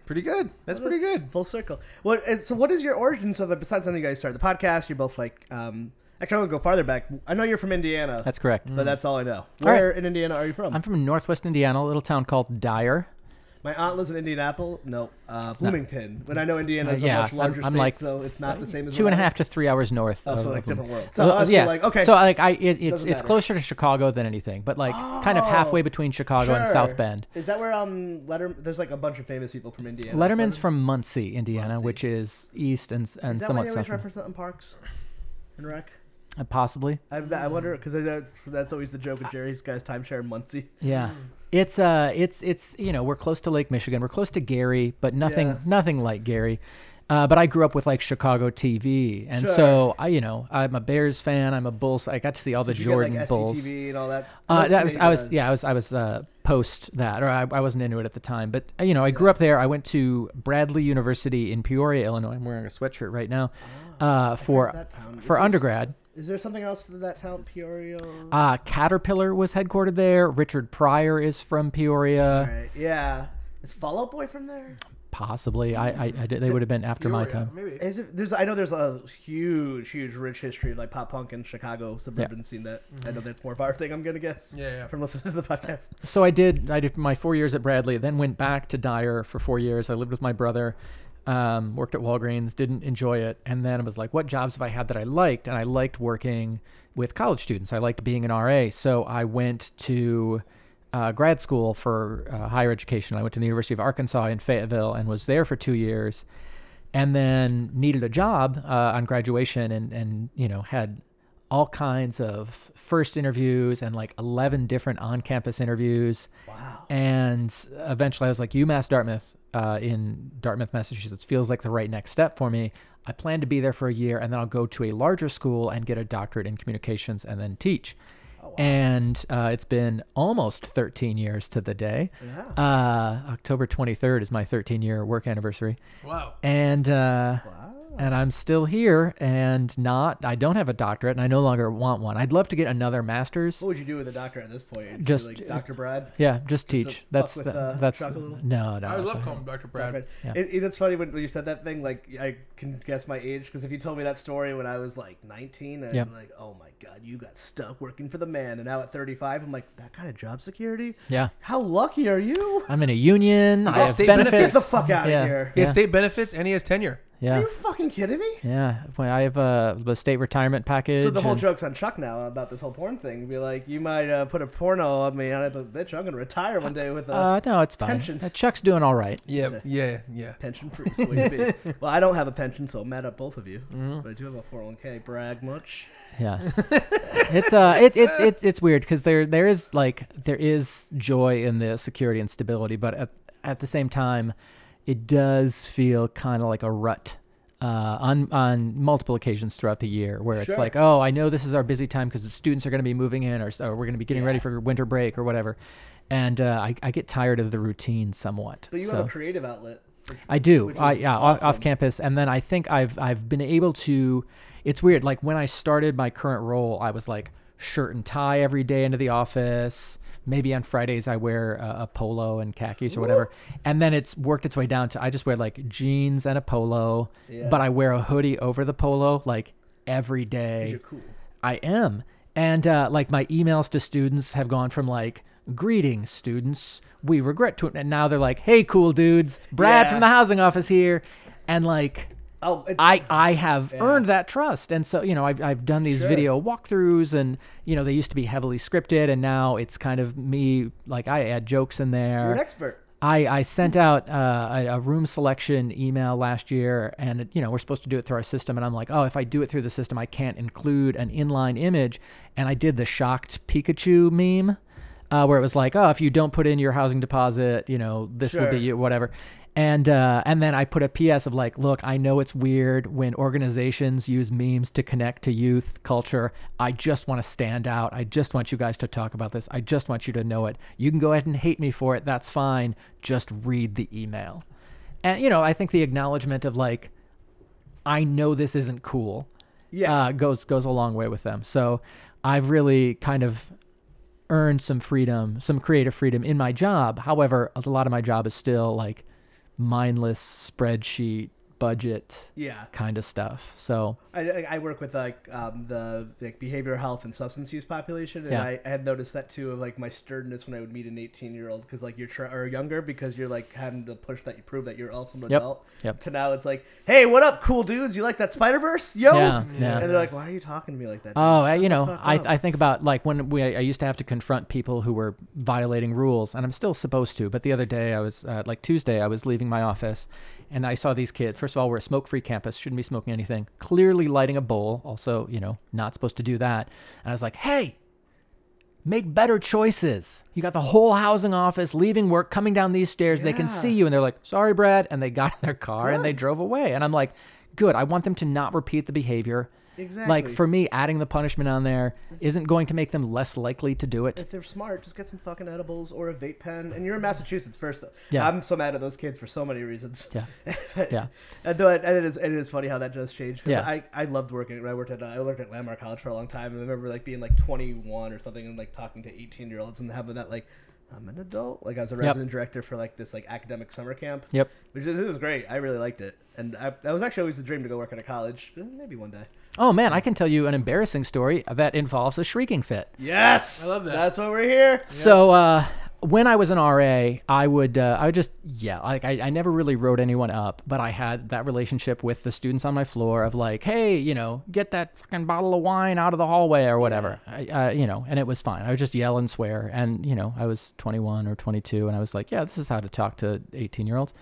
Speaker 3: pretty good. That's pretty good.
Speaker 1: Full circle. What? and So, what is your origin? So, that besides when you guys started the podcast, you're both like, um, actually, I'm gonna go farther back. I know you're from Indiana,
Speaker 4: That's correct.
Speaker 1: but that's all I know.
Speaker 4: All right.
Speaker 1: Where in Indiana are you from?
Speaker 4: I'm from Northwest Indiana, a little town called Dyer.
Speaker 1: My aunt lives in Indianapolis. No, uh, Bloomington. But I know Indiana is
Speaker 4: Uh, yeah,
Speaker 1: a much larger
Speaker 4: I'm- I'm
Speaker 1: state,
Speaker 4: like
Speaker 1: so it's not the same as
Speaker 4: Two and a
Speaker 1: Ohio.
Speaker 4: half to three hours north.
Speaker 1: Oh,
Speaker 4: of,
Speaker 1: so like
Speaker 4: of them.
Speaker 1: different world. So us,
Speaker 4: yeah.
Speaker 1: you're like, okay.
Speaker 4: So like I, it, it's
Speaker 1: Doesn't
Speaker 4: it's
Speaker 1: matter.
Speaker 4: closer to Chicago than anything, but like kind of
Speaker 1: Oh,
Speaker 4: halfway between Chicago and
Speaker 1: Sure.
Speaker 4: South Bend.
Speaker 1: Is that where um Letter? There's like a bunch of famous people from Indiana. Is
Speaker 4: Letterman's
Speaker 1: Letterman-
Speaker 4: from Muncie, Indiana,
Speaker 1: Muncie.
Speaker 4: which is east and and
Speaker 1: Is that why
Speaker 4: somewhat
Speaker 1: they
Speaker 4: south.
Speaker 1: always reference that in Parks and Rec?
Speaker 4: Uh, Possibly.
Speaker 1: I, I wonder because that's that's always the joke with Jerry's guys timeshare in Muncie.
Speaker 4: Yeah. It's uh it's it's you know, we're close to Lake Michigan. We're close to Gary, but nothing
Speaker 1: Yeah.
Speaker 4: nothing like Gary. Uh, but I grew up with like Chicago TV, and
Speaker 1: Sure.
Speaker 4: so I, you know, I'm a Bears fan. I'm a Bulls. I got to see all the
Speaker 1: Did you
Speaker 4: Jordan
Speaker 1: get like
Speaker 4: Bulls.
Speaker 1: SCTV and all that.
Speaker 4: Uh,
Speaker 1: That's
Speaker 4: that was, I was,
Speaker 1: Canadian.
Speaker 4: yeah, I was, I was uh, post that, or I, I wasn't into it at the time. But uh, you know, I grew up there. I went to Bradley University in Peoria, Illinois. I'm wearing a sweatshirt right now uh, for
Speaker 1: Ah, that town. Is
Speaker 4: for
Speaker 1: there s-
Speaker 4: undergrad.
Speaker 1: Is there something else to that town, Peoria?
Speaker 4: Uh, Caterpillar was headquartered there. Richard Pryor is from Peoria,
Speaker 1: all right. Yeah. Is Fall Out Boy from there?
Speaker 4: possibly. I, I, I did- they would have been after
Speaker 3: You
Speaker 4: my
Speaker 3: were-
Speaker 4: time.
Speaker 3: Maybe.
Speaker 1: Is it, there's I know there's a huge, huge, rich history of like pop punk in Chicago suburban scene that
Speaker 4: Mm-hmm.
Speaker 1: I know that's more of our thing. I'm gonna guess.
Speaker 3: Yeah, yeah.
Speaker 1: From listening to the podcast.
Speaker 4: So I did. I did my four years at Bradley, then went back to Dyer for four years. I lived with my brother, um, worked at Walgreens, didn't enjoy it, and then I was like, what jobs have I had that I liked? And I liked working with college students. I liked being an RA. So I went to uh, grad school for uh, higher education. I went to the University of Arkansas in Fayetteville and was there for two years, and then needed a job uh, on graduation, and and you know had all kinds of first interviews and like 11 different on-campus interviews
Speaker 1: Wow.
Speaker 4: and eventually i was like umass dartmouth uh, in dartmouth massachusetts feels like the right next step for me i plan to be there for a year and then i'll go to a larger school and get a doctorate in communications and then teach
Speaker 1: Oh,
Speaker 4: and uh, it's been almost 13 years to the day
Speaker 1: Yeah.
Speaker 4: uh, october 23rd is my 13 year work anniversary
Speaker 3: Wow.
Speaker 4: and uh,
Speaker 1: Wow.
Speaker 4: and I'm still here and not I don't have a doctorate and I no longer want one. I'd love to get another master's.
Speaker 1: What would you do with a doctor at this point? Be
Speaker 4: Just- uh,
Speaker 1: like Dr. Brad.
Speaker 4: Yeah, just
Speaker 1: to
Speaker 4: teach.
Speaker 1: fuck
Speaker 4: that's
Speaker 1: with,
Speaker 4: the,
Speaker 1: uh,
Speaker 4: that's
Speaker 1: Chuck a little?
Speaker 4: no no.
Speaker 3: I
Speaker 4: it's
Speaker 3: would love
Speaker 4: all
Speaker 3: to
Speaker 4: right.
Speaker 3: call him Dr.
Speaker 1: Dr.
Speaker 3: Brad.
Speaker 1: Brad. It, it- it's funny when you said that thing. Like I can guess my age because if you told me that story when I was like 19, I'd
Speaker 4: Yep.
Speaker 1: be like, oh my god, you got stuck working for the man, and now at 35, I'm like, that kind of job security.
Speaker 4: Yeah.
Speaker 1: How lucky are you?
Speaker 4: I'm in a union. I
Speaker 3: got
Speaker 4: have
Speaker 3: state
Speaker 4: benefits.
Speaker 3: benefits.
Speaker 1: Get the fuck outta
Speaker 4: yeah.
Speaker 1: here.
Speaker 3: He has
Speaker 4: Yeah.
Speaker 3: state benefits and he has tenure.
Speaker 1: Are
Speaker 4: Yeah.
Speaker 1: you fucking kidding me?
Speaker 4: Yeah. When I have uh, the state retirement package.
Speaker 1: So the whole
Speaker 4: and-
Speaker 1: joke's on Chuck now about this whole porn thing. Be like, you might uh, put a porno on me, and I but bitch, I'm gonna retire one day with a
Speaker 4: Uh, no, it's fine.
Speaker 1: pensions.
Speaker 4: Uh, Chuck's doing all right.
Speaker 3: Yeah, yeah, yeah.
Speaker 1: pension free. So what you
Speaker 4: [LAUGHS]
Speaker 1: be. well, I don't have a pension, so I'm mad at both of you.
Speaker 4: Mm-hmm.
Speaker 1: But I do have a 401k. Brag much? [LAUGHS]
Speaker 4: Yes. it's uh it, it, it's it's weird because there there is like there is joy in the security and stability, but at, at the same time, it does feel kind of like a rut. Uh, on on multiple occasions throughout the year, where it's
Speaker 1: Sure.
Speaker 4: like, oh, I know this is our busy time because the students are going to be moving in, or, or we're going to be getting ready
Speaker 1: Yeah.
Speaker 4: for winter break or whatever, and uh, I, I get tired of the routine somewhat.
Speaker 1: But you
Speaker 4: so.
Speaker 1: have a creative outlet. which-
Speaker 4: I do.
Speaker 1: which
Speaker 4: I,
Speaker 1: is
Speaker 4: yeah, o-
Speaker 1: awesome.
Speaker 4: off campus, and then I think I've I've been able to. It's weird. Like when I started my current role, I was like shirt and tie every day into the office. Maybe on Fridays I wear a, a polo and khakis or whatever, and then it's worked its way down to I just wear like jeans and a polo,
Speaker 1: Yeah.
Speaker 4: but I wear a hoodie over the polo like every day.
Speaker 1: 'Cause You're cool.
Speaker 4: I am. And uh, like my emails to students have gone from like greetings students, we regret to and now they're like, hey cool dudes, Brad
Speaker 1: Yeah.
Speaker 4: from the housing office here, and like
Speaker 1: Oh, it's,
Speaker 4: I I have
Speaker 1: Yeah.
Speaker 4: earned that trust, and so you know I've I've done these
Speaker 1: Sure.
Speaker 4: video walkthroughs, and you know they used to be heavily scripted, and now it's kind of me like I add jokes in there.
Speaker 1: you're an expert.
Speaker 4: I, I sent out uh, a, a room selection email last year, and you know we're supposed to do it through our system, and I'm like, oh, if I do it through the system, I can't include an inline image, and I did the shocked Pikachu meme, uh, where it was like, oh, if you don't put in your housing deposit, you know this will
Speaker 1: Sure.
Speaker 4: be you, whatever, and uh, and then I put a PS of like, look, I know it's weird when organizations use memes to connect to youth culture. I just want to stand out. I just want you guys to talk about this. I just want you to know it. You can go ahead and hate me for it. That's fine. Just read the email. And you know, I think the acknowledgement of like, I know this isn't cool,
Speaker 1: Yeah.
Speaker 4: uh, goes goes a long way with them. So I've really kind of earned some freedom, some creative freedom in my job. However, a lot of my job is still like mindless spreadsheet budget
Speaker 1: yeah.
Speaker 4: kind of stuff. So
Speaker 1: I, I- I work with like um, the like behavioral health and substance use population, and
Speaker 4: Yeah.
Speaker 1: I, I had noticed that too of like my sternness when I would meet an 18 year old because like you're try- or younger because you're like having to push that you prove that you're also an
Speaker 4: Yep.
Speaker 1: adult.
Speaker 4: Yep.
Speaker 1: To now it's like, hey, what up, cool dudes? You like that Spider Verse, yo?
Speaker 4: Yeah, yeah.
Speaker 1: And they're like, why are you talking to me like that? dude?
Speaker 4: Oh, I-
Speaker 1: Shut
Speaker 4: you
Speaker 1: the
Speaker 4: know,
Speaker 1: fuck
Speaker 4: I,
Speaker 1: up."
Speaker 4: I think about like when we I used to have to confront people who were violating rules, and I'm still supposed to. But the other day, I was uh, like Tuesday, I was leaving my office, and I saw these kids. First of all, we're a smoke-free campus, shouldn't be smoking anything. Clearly lighting a bowl, also, you know, not supposed to do that. And I was like, hey, make better choices. You got the whole housing office leaving work, coming down these stairs. They
Speaker 1: Yeah.
Speaker 4: can see you. And they're like, sorry, Brad. And they got in their car and they
Speaker 1: Good.
Speaker 4: drove away. And I'm like, good. I want them to not repeat the behavior.
Speaker 1: exactly.
Speaker 4: Like for me, adding the punishment on there isn't going to make them less likely to do it.
Speaker 1: If they're smart, just get some fucking edibles or a vape pen. And you're in Massachusetts first. Though.
Speaker 4: Yeah.
Speaker 1: I'm so mad at those kids for so many reasons.
Speaker 4: Yeah.
Speaker 1: [LAUGHS] But-
Speaker 4: Yeah.
Speaker 1: And, though it, and it is and it is funny how that does change. 'cause
Speaker 4: Yeah.
Speaker 1: I, I loved working. I worked at uh, I worked at Landmark College for a long time. And I remember like being like 21 or something and like talking to 18 year olds and having that like I'm an adult. Like I was a resident director for like this like academic summer camp.
Speaker 4: Yep.
Speaker 1: Which is, it was great. I really liked it. And I, that was actually always the dream to go work at a college. Eh, Maybe one day.
Speaker 4: Oh man, I can tell you an embarrassing story that involves a shrieking fit.
Speaker 1: Yes.
Speaker 3: I love that.
Speaker 1: That's why we're here.
Speaker 4: So uh, when I was an RA, I would uh, I would just yeah like I, I never really wrote anyone up, but I had that relationship with the students on my floor of like hey you know get that fucking bottle of wine out of the hallway or whatever I, I, you know and it was fine I would just yell and swear and you know I was 21 or 22 and I was like yeah this is how to talk to 18 year olds.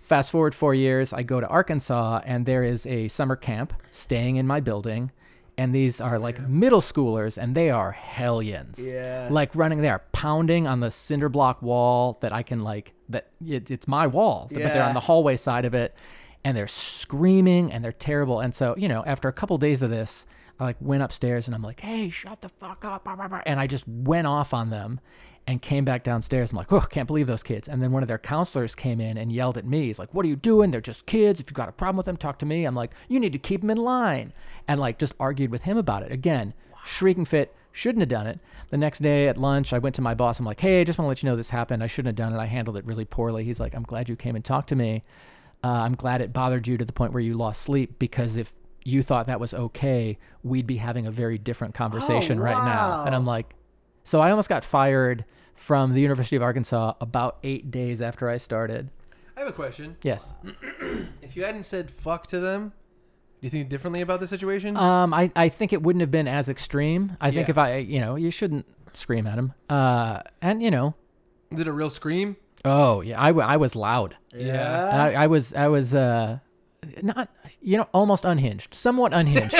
Speaker 4: Fast forward four years, I go to Arkansas and there is a summer camp staying in my building. And these are like middle schoolers and they are hellions
Speaker 1: Yeah.
Speaker 4: like running there, pounding on the cinder block wall that I can like that it, it's my wall, but they're
Speaker 1: Yeah.
Speaker 4: on the hallway side of it, and they're screaming and they're terrible. And so you know, after a couple days of this, I like went upstairs and I'm like, hey, shut the fuck up, blah, blah, blah," and I just went off on them. And came back downstairs. I'm like, oh, can't believe those kids. And then one of their counselors came in and yelled at me. He's like, what are you doing? They're just kids. If you've got a problem with them, talk to me. I'm like, you need to keep them in line. And like, just argued with him about it. Again, shrieking fit, shouldn't have done it. The next day at lunch, I went to my boss. I'm like, hey, I just want to let you know this happened. I shouldn't have done it. I handled it really poorly. He's like, I'm glad you came and talked to me. Uh, I'm glad it bothered you to the point where you lost sleep because if you thought that was okay, we'd be having a very different conversation
Speaker 1: Oh,
Speaker 4: right now. And
Speaker 1: wow.
Speaker 4: I'm like, so I almost got fired from the University of Arkansas about eight days after I started.
Speaker 3: I have a question.
Speaker 4: Yes.
Speaker 3: If you hadn't said fuck to them, do you think differently about the situation?
Speaker 4: Um, I, I think it wouldn't have been as extreme. I think
Speaker 3: Yeah.
Speaker 4: if I, you know, you shouldn't scream at him. Uh, and you know,
Speaker 3: Did a real scream?
Speaker 4: oh yeah, I, w- I was loud.
Speaker 1: Uh.
Speaker 3: Yeah.
Speaker 4: I, I was I was uh, not you know almost unhinged, somewhat
Speaker 1: [LAUGHS]
Speaker 4: unhinged.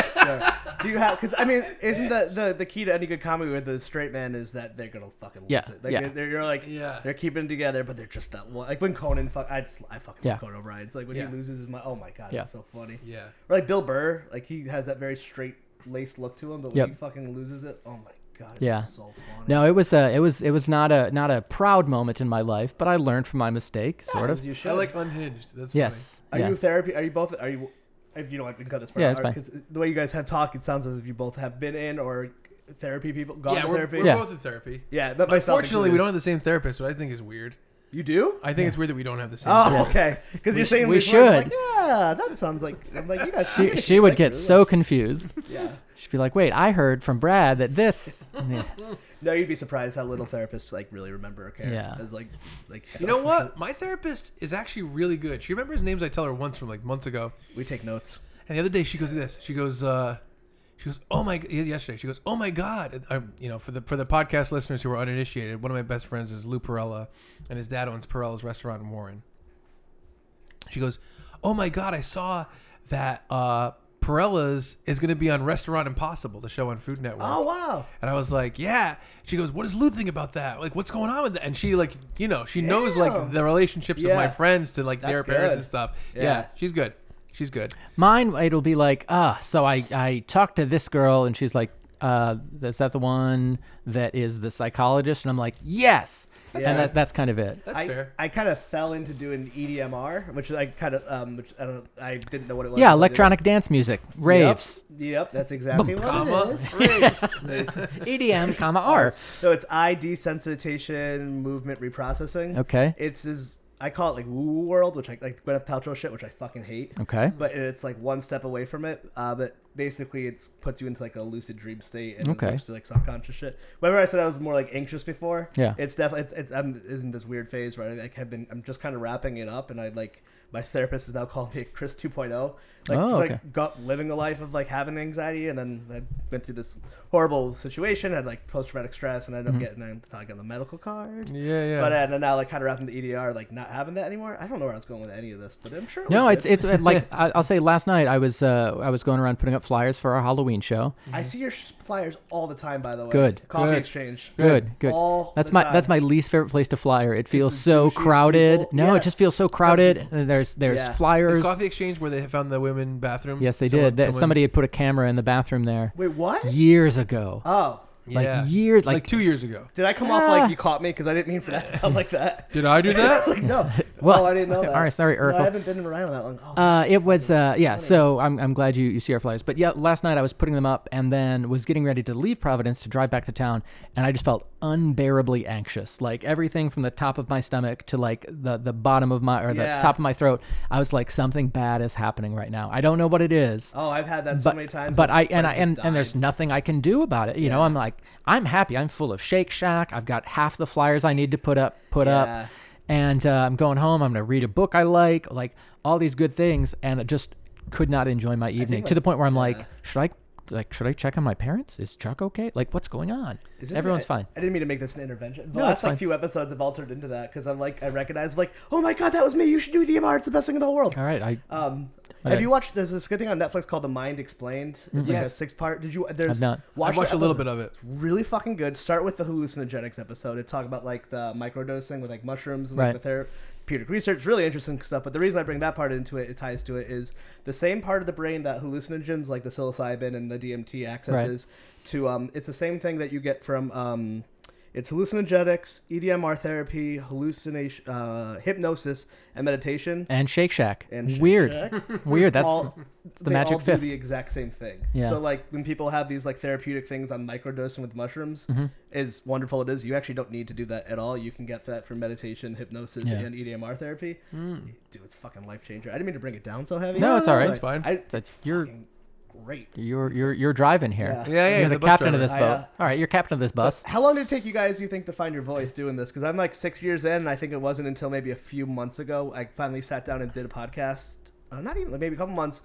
Speaker 1: Do you have? Because I mean, isn't that the the key to any good comedy with the straight man is that they're gonna fucking lose
Speaker 4: Yeah,
Speaker 1: it? Like,
Speaker 4: yeah.
Speaker 1: They're, you're like,
Speaker 3: Yeah.
Speaker 1: they're keeping it together, but they're just that one. Like when Conan, fuck, I just, I fucking
Speaker 4: Yeah.
Speaker 1: love Conan O'Brien. It's like when
Speaker 3: Yeah.
Speaker 1: he loses his mind. Oh my god,
Speaker 4: Yeah.
Speaker 1: it's so funny.
Speaker 3: Yeah.
Speaker 1: Or like Bill Burr, like he has that very straight laced look to him, but when
Speaker 4: Yep.
Speaker 1: he fucking loses it, oh my god, it's
Speaker 4: Yeah.
Speaker 1: so funny.
Speaker 4: No, it was a it was it was not a not a proud moment in my life, but I learned from my mistake, sort
Speaker 1: As
Speaker 4: of.
Speaker 1: you
Speaker 3: I
Speaker 1: should.
Speaker 3: like unhinged. That's
Speaker 4: Yes.
Speaker 1: Are you [LAUGHS]
Speaker 4: yes.
Speaker 1: therapy? Are you both? Are you? If you don't like, we can cut this part.
Speaker 4: Yeah, it's
Speaker 1: out,
Speaker 4: fine.
Speaker 1: 'cause the way you guys have talked, it sounds as if you both have been in or therapy people gone
Speaker 3: Funny. Yeah,
Speaker 1: to
Speaker 3: we're,
Speaker 1: therapy.
Speaker 3: we're
Speaker 4: Yeah.
Speaker 3: both in therapy.
Speaker 1: Yeah, but myself.
Speaker 3: Unfortunately, we
Speaker 1: included.
Speaker 3: don't have the same therapist, which I think is weird.
Speaker 1: You do?
Speaker 3: I think it's weird that we don't have the same.
Speaker 1: Oh,
Speaker 4: Yes.
Speaker 1: okay. Because
Speaker 4: We
Speaker 1: you're
Speaker 4: sh-
Speaker 1: saying
Speaker 4: we
Speaker 1: these words, I'm
Speaker 4: should.
Speaker 1: Like, yeah, that sounds like. I'm like, you guys.
Speaker 4: She, she would get so confused.
Speaker 1: Yeah.
Speaker 4: She'd be like, "Wait, I heard from Brad that
Speaker 1: [LAUGHS]
Speaker 4: this."
Speaker 1: No, you'd be surprised how little therapists like really remember or care.
Speaker 4: Yeah.
Speaker 1: As like, like.
Speaker 3: You know what? My therapist is actually really good. She remembers names I tell her once from like months ago.
Speaker 1: [LAUGHS] We take notes.
Speaker 3: And the other day she goes this. She goes, uh, she goes, oh my, g- yesterday she goes, oh my god. And I, you know, for the for the podcast listeners who are uninitiated, one of my best friends is Lou Perella, and his dad owns Perella's Restaurant in Warren. She goes, oh my god, I saw that uh, Perella's is going to be on Restaurant Impossible, the show on Food Network.
Speaker 1: Oh wow.
Speaker 3: And I was like, yeah. She goes, what does Lou think about that? Like, what's going on with that? And she like, you know, she knows like
Speaker 1: Damn.
Speaker 3: the relationships of
Speaker 1: Yeah.
Speaker 3: my friends to like
Speaker 1: That's
Speaker 3: their parents
Speaker 1: good.
Speaker 3: and stuff. Yeah.
Speaker 1: Yeah.
Speaker 3: she's good. She's good.
Speaker 4: Mine, it'll be like, ah, so I I talked to this girl, and she's like, uh, is that the one that is the psychologist? And I'm like, yes.
Speaker 1: Yeah.
Speaker 4: And that, that's kind of it.
Speaker 3: That's
Speaker 1: I,
Speaker 3: fair.
Speaker 1: I kind of fell into doing E EDMR, which I kind of um, which I don't, know, I didn't know what it was.
Speaker 4: Yeah,
Speaker 1: until I did it.
Speaker 4: electronic dance music,
Speaker 1: [LAUGHS]
Speaker 4: raves,
Speaker 1: Yep, yep that's exactly what it
Speaker 3: Comma. [LAUGHS]
Speaker 1: is. [LAUGHS]
Speaker 4: [LAUGHS] EDM, E comma R.
Speaker 1: So it's I desensitization movement reprocessing.
Speaker 4: Okay.
Speaker 1: It's is I call it like woo woo world, which I like Gwyneth Paltrow shit, which I fucking hate.
Speaker 4: Okay.
Speaker 1: But it's like one step away from it. Uh, but basically, it's puts you into like a lucid dream state and
Speaker 4: Okay.
Speaker 1: okay. to like subconscious shit. Whenever I said I was more like anxious before,
Speaker 4: Yeah.
Speaker 1: it's definitely it's, it's I'm in this weird phase where I like have been I'm just kind of wrapping it up, and I like my therapist is now calling me Chris 2.0. Like,
Speaker 4: Oh,
Speaker 1: like,
Speaker 4: okay.
Speaker 1: got living a life of like having anxiety, and then I went through this horrible situation, had like post traumatic stress, and I ended up
Speaker 4: Mm-hmm.
Speaker 1: getting on like, on the medical card.
Speaker 3: Yeah, yeah.
Speaker 1: But uh, and then now like kind of wrapping the EDR, like not having that anymore. I don't know where I was going with any of this, but I'm sure. It
Speaker 4: No,
Speaker 1: was
Speaker 4: it's
Speaker 1: good.
Speaker 4: it's uh,
Speaker 1: [LAUGHS]
Speaker 4: like I- I'll say. Last night I was uh, I was going around putting up flyers for our Halloween show.
Speaker 1: I see your sh- flyers all the time, by the way.
Speaker 4: Mm-hmm. Good.
Speaker 1: Coffee
Speaker 3: Good.
Speaker 1: exchange.
Speaker 4: Good, good.
Speaker 1: All
Speaker 4: that's
Speaker 1: the
Speaker 4: my
Speaker 1: time.
Speaker 4: that's my least favorite place to flyer. It feels
Speaker 1: the
Speaker 4: so
Speaker 1: douchiest
Speaker 4: crowded.
Speaker 1: people.
Speaker 4: No, it
Speaker 1: Yes.
Speaker 4: just feels so crowded. And There's there's
Speaker 1: Yeah. It's
Speaker 4: flyers.
Speaker 3: Is Coffee Exchange where they found the women bathroom?
Speaker 4: Yes, they
Speaker 3: Someone-
Speaker 4: did. That-
Speaker 3: someone-
Speaker 4: Somebody had put a camera in the bathroom there
Speaker 1: Wait, what?
Speaker 4: years ago.
Speaker 1: Oh,
Speaker 4: like
Speaker 3: Yeah.
Speaker 4: years,
Speaker 3: like,
Speaker 4: like,
Speaker 3: two years ago.
Speaker 1: did I come off
Speaker 4: Ah.
Speaker 1: like you caught me? Because I didn't mean for that to
Speaker 4: [LAUGHS]
Speaker 1: sound like that. [LAUGHS]
Speaker 3: Did I do that?
Speaker 1: like, no.
Speaker 4: Well,
Speaker 1: oh, I didn't know that.
Speaker 4: all right, sorry,
Speaker 1: No,
Speaker 4: Urkel.
Speaker 1: I haven't been around that long. Oh,
Speaker 4: Uh,
Speaker 1: that's
Speaker 4: it was
Speaker 1: fucking
Speaker 4: uh, yeah.
Speaker 1: funny.
Speaker 4: So I'm, I'm glad you, you see our flyers. But yeah, last night I was putting them up and then was getting ready to leave Providence to drive back to town, and I just felt unbearably anxious. Like everything from the top of my stomach to like the the bottom of my or the
Speaker 1: Yeah.
Speaker 4: top of my throat, I was like something bad is happening right now. I don't know what it is.
Speaker 1: Oh, I've had that so
Speaker 4: But,
Speaker 1: many times.
Speaker 4: but I
Speaker 1: like,
Speaker 4: and I
Speaker 1: friends have
Speaker 4: and, and there's
Speaker 1: died.
Speaker 4: nothing I can do about it. You know,
Speaker 1: Yeah.
Speaker 4: I'm like I'm happy. I'm full of Shake Shack. I've got half the flyers I need to put up put
Speaker 1: Yeah.
Speaker 4: up, and uh, I'm going home. I'm gonna read a book I like, like all these good things, and I just could not enjoy my evening to
Speaker 1: like-
Speaker 4: the point where I'm like,
Speaker 1: yeah.
Speaker 4: should I like should I check on my parents? Is Chuck okay? Like what's going on?
Speaker 1: Is this-
Speaker 4: Everyone's
Speaker 1: I-
Speaker 4: fine.
Speaker 1: I didn't mean to make this an intervention. The
Speaker 4: No, it's
Speaker 1: last
Speaker 4: fine.
Speaker 1: like few episodes have all turned into that because I'm like I recognize like oh my god that was me. You should do DMR. It's the best thing in the world.
Speaker 4: All right, I
Speaker 1: Um,
Speaker 4: All
Speaker 1: have
Speaker 4: right.
Speaker 1: you watched? There's this good thing on Netflix called The Mind Explained. It's like a
Speaker 4: Yes.
Speaker 1: six part. Did you? There's,
Speaker 4: I've not.
Speaker 3: I
Speaker 1: Watch
Speaker 3: watched
Speaker 1: the
Speaker 3: a little
Speaker 1: episode.
Speaker 3: bit of it.
Speaker 1: Really fucking good. Start with the hallucinogenics episode. It talk about like the microdosing with like mushrooms and like
Speaker 4: Right.
Speaker 1: the therapeutic research. Really interesting stuff. But the reason I bring that part into it, it ties to it, is the same part of the brain that hallucinogens like the psilocybin and the DMT accesses to. Um, it's the same thing that you get from. Um, it's hallucinogenics, E EDMR therapy, hallucination, uh, hypnosis, and meditation.
Speaker 4: and Shake Shack.
Speaker 1: And Shake
Speaker 4: Weird,
Speaker 1: Shack.
Speaker 4: [LAUGHS] weird. That's
Speaker 1: all,
Speaker 4: the
Speaker 1: they
Speaker 4: magic
Speaker 1: all
Speaker 4: fifth.
Speaker 1: do the exact same thing.
Speaker 4: Yeah.
Speaker 1: So like when people have these like therapeutic things on microdosing with mushrooms,
Speaker 4: Mm-hmm.
Speaker 1: as wonderful it is, you actually don't need to do that at all. You can get that from meditation, hypnosis,
Speaker 4: Yeah.
Speaker 1: and E EDMR therapy.
Speaker 4: Hmm.
Speaker 1: Dude, it's a fucking life changer. I didn't mean to bring it down so heavy.
Speaker 4: No, it's all right.
Speaker 1: but
Speaker 3: It's fine.
Speaker 1: I,
Speaker 4: That's-
Speaker 1: it's
Speaker 4: you're-
Speaker 1: fucking
Speaker 5: great.
Speaker 4: You're you're you're driving here.
Speaker 1: Yeah.
Speaker 3: Yeah, yeah,
Speaker 4: You're the,
Speaker 3: the bus
Speaker 4: captain of
Speaker 3: driver.
Speaker 4: this
Speaker 1: I,
Speaker 4: boat.
Speaker 1: uh,
Speaker 4: All right, you're captain of
Speaker 1: [LAUGHS]
Speaker 4: this bus.
Speaker 1: How long did it take you guys, you think, to find your voice doing this? Because I'm like six years in, and I think it wasn't until maybe a few months ago I finally sat down and did a podcast. Uh, not even, like, maybe a couple months,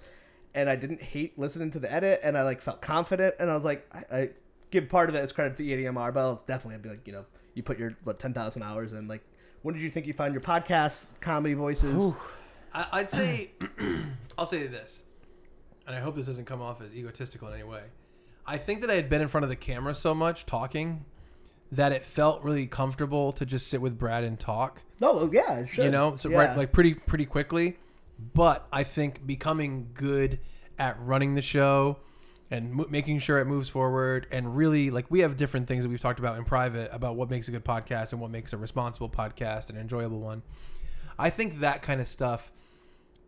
Speaker 1: and I didn't hate listening to the edit, and I like felt confident, and I was like, I, I give part of it as credit to the E EDMR, but it's definitely I'd be like, you know, you put your what 10,000 hours in. Like, when did you think you found your podcast comedy voices?
Speaker 3: I, I'd say, [CLEARS THROAT] I'll say this, and I hope this doesn't come off as egotistical in any way. I think that I had been in front of the camera so much talking that it felt really comfortable to just sit with Brad and talk.
Speaker 1: No, oh, yeah, sure.
Speaker 3: You know, so
Speaker 1: yeah.
Speaker 3: right, like pretty pretty quickly. But I think becoming good at running the show and mo- making sure it moves forward and really like we have different things that we've talked about in private about what makes a good podcast and what makes a responsible podcast an enjoyable one. I think that kind of stuff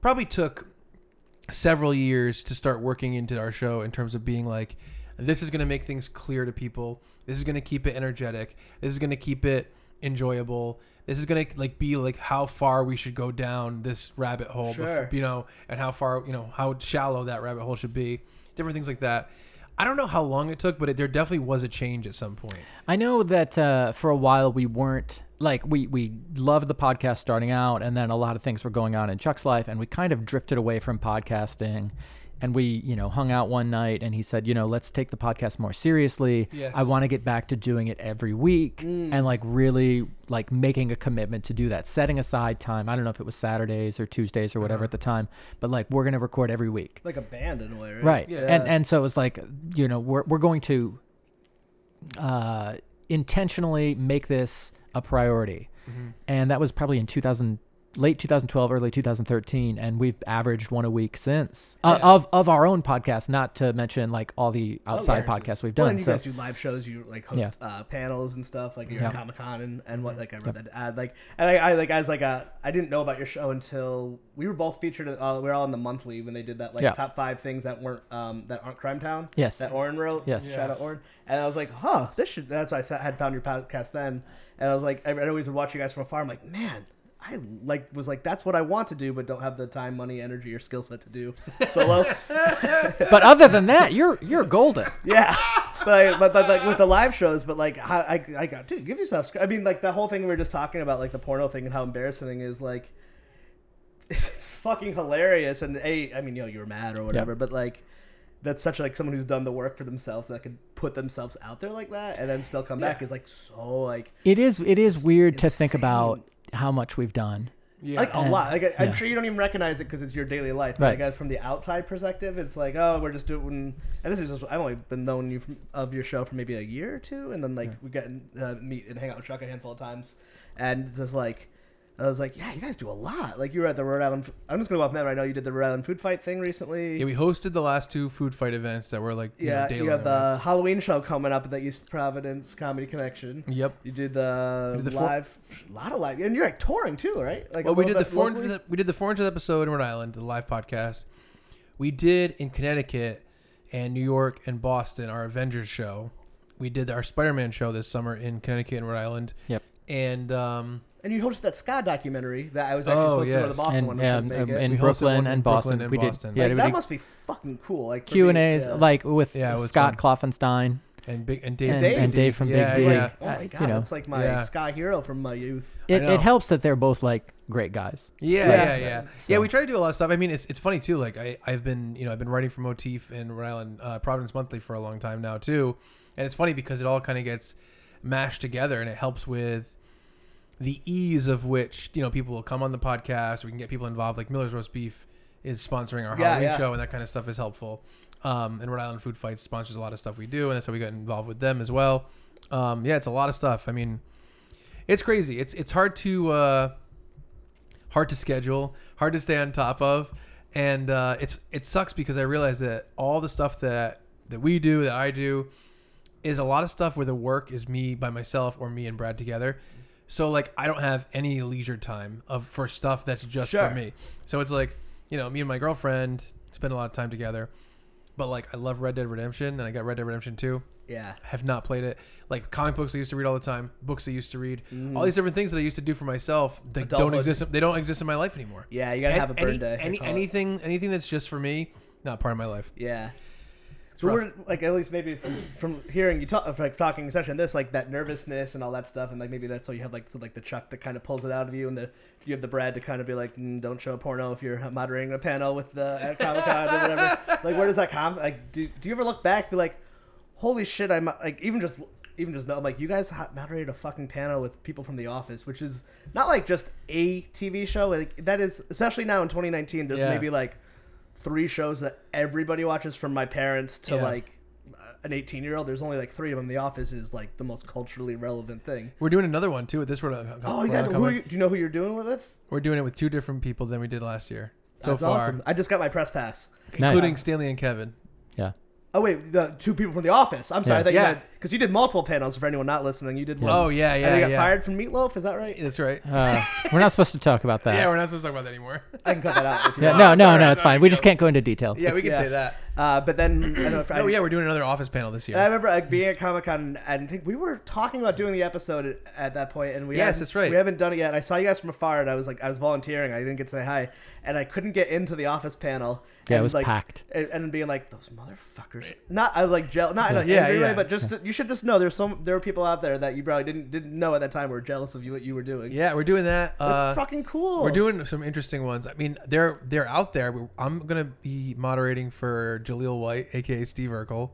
Speaker 3: probably took several years to start working into our show in terms of being like this is going to make things clear to people this is going to keep it energetic this is going to keep it enjoyable this is going to like be like how far we should go down this rabbit hole
Speaker 1: Sure.
Speaker 3: you know and how far you know how shallow that rabbit hole should be different things like that i don't know how long it took but it, there definitely was a change at some point
Speaker 4: I know that uh, for a while we weren't like we we loved the podcast starting out, and then a lot of things were going on in Chuck's life, and we kind of drifted away from podcasting. And we, you know, hung out one night, and he said, you know, let's take the podcast more seriously.
Speaker 3: Yes.
Speaker 4: I want to get back to doing it every week and like really like making a commitment to do that, setting aside time. I don't know if it was Saturdays or Tuesdays or whatever at the time, but like we're gonna record every week.
Speaker 1: Like a band in a way, right?
Speaker 4: Right.
Speaker 3: Yeah.
Speaker 4: And and so it was like, you know, we're we're going to uh, intentionally make this a priority.
Speaker 1: Mm-hmm.
Speaker 4: And that was probably in 2000 late 2012 early 2013 and we've averaged one a week since uh,
Speaker 3: Yeah.
Speaker 4: of of our own podcast not to mention like all the outside
Speaker 1: Oh, yeah.
Speaker 4: podcasts we've
Speaker 1: Well,
Speaker 4: done
Speaker 1: and you
Speaker 4: so
Speaker 1: guys do live shows. You like host
Speaker 4: Yeah.
Speaker 1: uh, panels and stuff. Like you're
Speaker 4: Yeah.
Speaker 1: at Comic Con and, and what. Like I read that ad. Like and I, I like I was like uh, I didn't know about your show until we were both featured. Uh, we were all in the monthly when they did that like
Speaker 4: Yeah.
Speaker 1: top five things that weren't um that aren't Crime Town.
Speaker 4: Yes.
Speaker 1: That Orin wrote.
Speaker 4: Yes.
Speaker 1: Shout out Orin. And I was like, huh, this should. That's why I th- had found your podcast then. And I was like, I, I always would watch you guys from afar. I'm like, man. I like was like that's what I want to do, but don't have the time, money, energy, or skill set to do solo.
Speaker 4: but other than that you're you're golden
Speaker 1: Yeah, but, I, but but like with the live shows, but like how I I got dude, give yourself. sc- I mean, like the whole thing we were just talking about, like the porno thing and how embarrassing it is like. [LAUGHS] It's, it's fucking hilarious, and a I mean, you know, you were mad or whatever, but like. That's such like someone who's done the work for themselves that could put themselves out there like that and then still come back is like so like
Speaker 4: it is it is weird to think
Speaker 1: insane.
Speaker 4: about how much we've done
Speaker 3: yeah
Speaker 1: like a
Speaker 4: And-
Speaker 1: lot. Like I, I'm
Speaker 4: yeah.
Speaker 1: sure you don't even recognize it because it's your daily life. But
Speaker 4: Right.
Speaker 1: like, uh, from the outside perspective, it's like, oh, we're just doing. And this is just I've only been knowing you from, of your show for maybe a year or two, and then like we got in, uh, meet and hang out with Chuck a handful of times, and it's just like. I was like, yeah, you guys do a lot. Like you were at the Rhode Island. I'm just gonna go off memory. I know you did the Rhode Island food fight thing recently.
Speaker 3: yeah, we hosted the last two food fight events that were like you know,
Speaker 1: yeah,
Speaker 3: day
Speaker 1: you have
Speaker 3: long
Speaker 1: the
Speaker 3: events.
Speaker 1: Halloween show coming up at the East Providence Comedy Connection.
Speaker 3: yep
Speaker 1: You did the,
Speaker 3: Mm. We did the four-
Speaker 1: live, a lot of live, and you're like touring too, right? Like a
Speaker 3: well, we did
Speaker 1: little
Speaker 3: the
Speaker 1: bit
Speaker 3: four
Speaker 1: locally?
Speaker 3: we did the 400th episode in Rhode Island, the live podcast. We did in Connecticut and New York and Boston our Avengers show. We did our Spider-Man show this summer in Connecticut and Rhode Island.
Speaker 4: Yep.
Speaker 3: And um,
Speaker 1: And you hosted that ska documentary that I was actually
Speaker 3: Oh,
Speaker 1: supposed to go to
Speaker 3: yes.
Speaker 1: the Boston
Speaker 4: and
Speaker 1: one.
Speaker 4: yeah,
Speaker 1: but couldn't
Speaker 4: um,
Speaker 1: make it.
Speaker 4: in
Speaker 3: We hosted one
Speaker 4: Brooklyn
Speaker 3: in
Speaker 4: and Boston
Speaker 3: Brooklyn and
Speaker 4: we did
Speaker 3: Boston.
Speaker 4: yeah
Speaker 1: like,
Speaker 4: we
Speaker 1: that
Speaker 4: did
Speaker 1: must be fucking cool. Like for
Speaker 4: Q and
Speaker 1: me,
Speaker 4: A's
Speaker 1: yeah.
Speaker 4: like with
Speaker 3: Yeah, it was
Speaker 4: Scott Kloffenstein
Speaker 3: and big and
Speaker 4: and,
Speaker 3: Dave.
Speaker 1: Dave.
Speaker 4: and Dave from
Speaker 3: Yeah,
Speaker 4: Big D.
Speaker 1: Like,
Speaker 3: yeah.
Speaker 1: oh my god,
Speaker 4: you know,
Speaker 1: that's like my
Speaker 3: Yeah.
Speaker 1: ska hero from my youth.
Speaker 4: it,
Speaker 3: I know.
Speaker 4: it helps that they're both like great guys.
Speaker 3: Yeah,
Speaker 1: Yeah.
Speaker 3: yeah, yeah. Yeah, we try to do a lot of stuff. I mean, it's it's funny too. Like I I've been you know I've been writing for Motif and Rhode Island uh, Providence Monthly for a long time now too, and it's funny because it all kind of gets mashed together and it helps with the ease of which you know people will come on the podcast. We can get people involved. Like Miller's Roast Beef is sponsoring our
Speaker 1: Yeah,
Speaker 3: Halloween
Speaker 1: yeah.
Speaker 3: show, and that kind of stuff is helpful. Um, and Rhode Island Food Fights sponsors a lot of stuff we do, and that's how we got involved with them as well. Um, yeah, it's a lot of stuff. I mean, it's crazy. It's it's hard to uh, hard to schedule, hard to stay on top of, and uh, it's it sucks because I realize that all the stuff that that we do, that I do, is a lot of stuff where the work is me by myself or me and Brad together. So like I don't have any leisure time of for stuff that's just
Speaker 1: Sure.
Speaker 3: for me. So it's like you know me and my girlfriend spend a lot of time together, but like I love Red Dead Redemption and I got Red Dead Redemption 2
Speaker 1: Yeah.
Speaker 3: have not played it. Like comic books I used to read all the time, books I used to read, all these different things that I used to do for myself that
Speaker 1: Mm-hmm. Adulthood.
Speaker 3: don't exist. They don't exist in my life anymore.
Speaker 1: Yeah, you gotta have a burn
Speaker 3: any,
Speaker 1: day, they
Speaker 3: Any,
Speaker 1: call it.
Speaker 3: anything, anything that's just for me, not part of my life.
Speaker 1: Yeah. So we're like at least maybe from, from hearing you talk, like talking especially on this, like that nervousness and all that stuff, and like maybe that's why you have like so like the Chuck that kind of pulls it out of you, and the you have the Brad to kind of be like, mm, don't show a porno if you're moderating a panel with the
Speaker 3: [LAUGHS]
Speaker 1: at Comic Con or whatever. Like where does that come? Like do do you ever look back and be like, holy shit, I'm like even just even just know I'm like you guys ha- moderated a fucking panel with people from The Office, which is not like just a TV show. Like that is especially now in 2019, there's
Speaker 3: Yeah.
Speaker 1: maybe like three shows that everybody watches from my parents to
Speaker 3: Yeah.
Speaker 1: like an 18 year old there's only like three of them the office is like the most culturally relevant thing
Speaker 3: We're doing another one too at this one.
Speaker 1: oh you guys who are you, do you know who you're doing with it
Speaker 3: We're doing it with two different people than we did last year so
Speaker 1: that's
Speaker 3: far,
Speaker 1: awesome i just got my press pass
Speaker 4: Nice.
Speaker 3: including Stanley and Kevin.
Speaker 4: Yeah.
Speaker 1: oh wait the two people from the office i'm sorry
Speaker 4: Yeah.
Speaker 1: I thought you
Speaker 3: Yeah.
Speaker 1: because you did multiple panels for anyone not listening you did one
Speaker 3: Oh yeah,
Speaker 1: and
Speaker 3: yeah,
Speaker 1: they got
Speaker 3: yeah.
Speaker 1: fired from meatloaf is that right
Speaker 3: That's right.
Speaker 4: Uh, we're not supposed to talk about
Speaker 1: [LAUGHS]
Speaker 4: that.
Speaker 3: yeah, we're not supposed to talk about that anymore. [LAUGHS]
Speaker 1: i can cut that out if you
Speaker 4: Yeah,
Speaker 1: want
Speaker 4: no, no,
Speaker 3: Sorry,
Speaker 4: no, it's
Speaker 3: sorry,
Speaker 4: fine. We
Speaker 3: go.
Speaker 4: just can't go into detail.
Speaker 3: Yeah, we can
Speaker 1: yeah.
Speaker 3: say that.
Speaker 1: uh, but then i don't know if I,
Speaker 3: Oh yeah, we're doing another office panel this
Speaker 1: And I
Speaker 3: year.
Speaker 1: remember like being at Comic Con, and I think we were talking about doing the episode at, at that point, and we
Speaker 3: Yes,
Speaker 1: haven't-
Speaker 3: that's right.
Speaker 1: We haven't done it yet. I saw you guys from afar, and I was like, I was volunteering, I didn't get to say hi, and I couldn't get into the office panel.
Speaker 4: Yeah, it
Speaker 1: and,
Speaker 4: was
Speaker 1: like,
Speaker 4: packed.
Speaker 1: And, and being like, those motherfuckers. Not I was like jealous, not in an
Speaker 3: Yeah,
Speaker 1: angry
Speaker 3: yeah.
Speaker 1: way, but just you should just know there's some there were people out there that you probably didn't didn't know at that time were jealous of you what you were doing.
Speaker 3: Yeah, we're doing that.
Speaker 1: That's
Speaker 3: Uh,
Speaker 1: fucking cool.
Speaker 3: We're doing some interesting ones. I mean, they're they're out there. but I'm gonna be moderating for Jaleel White, aka Steve Urkel.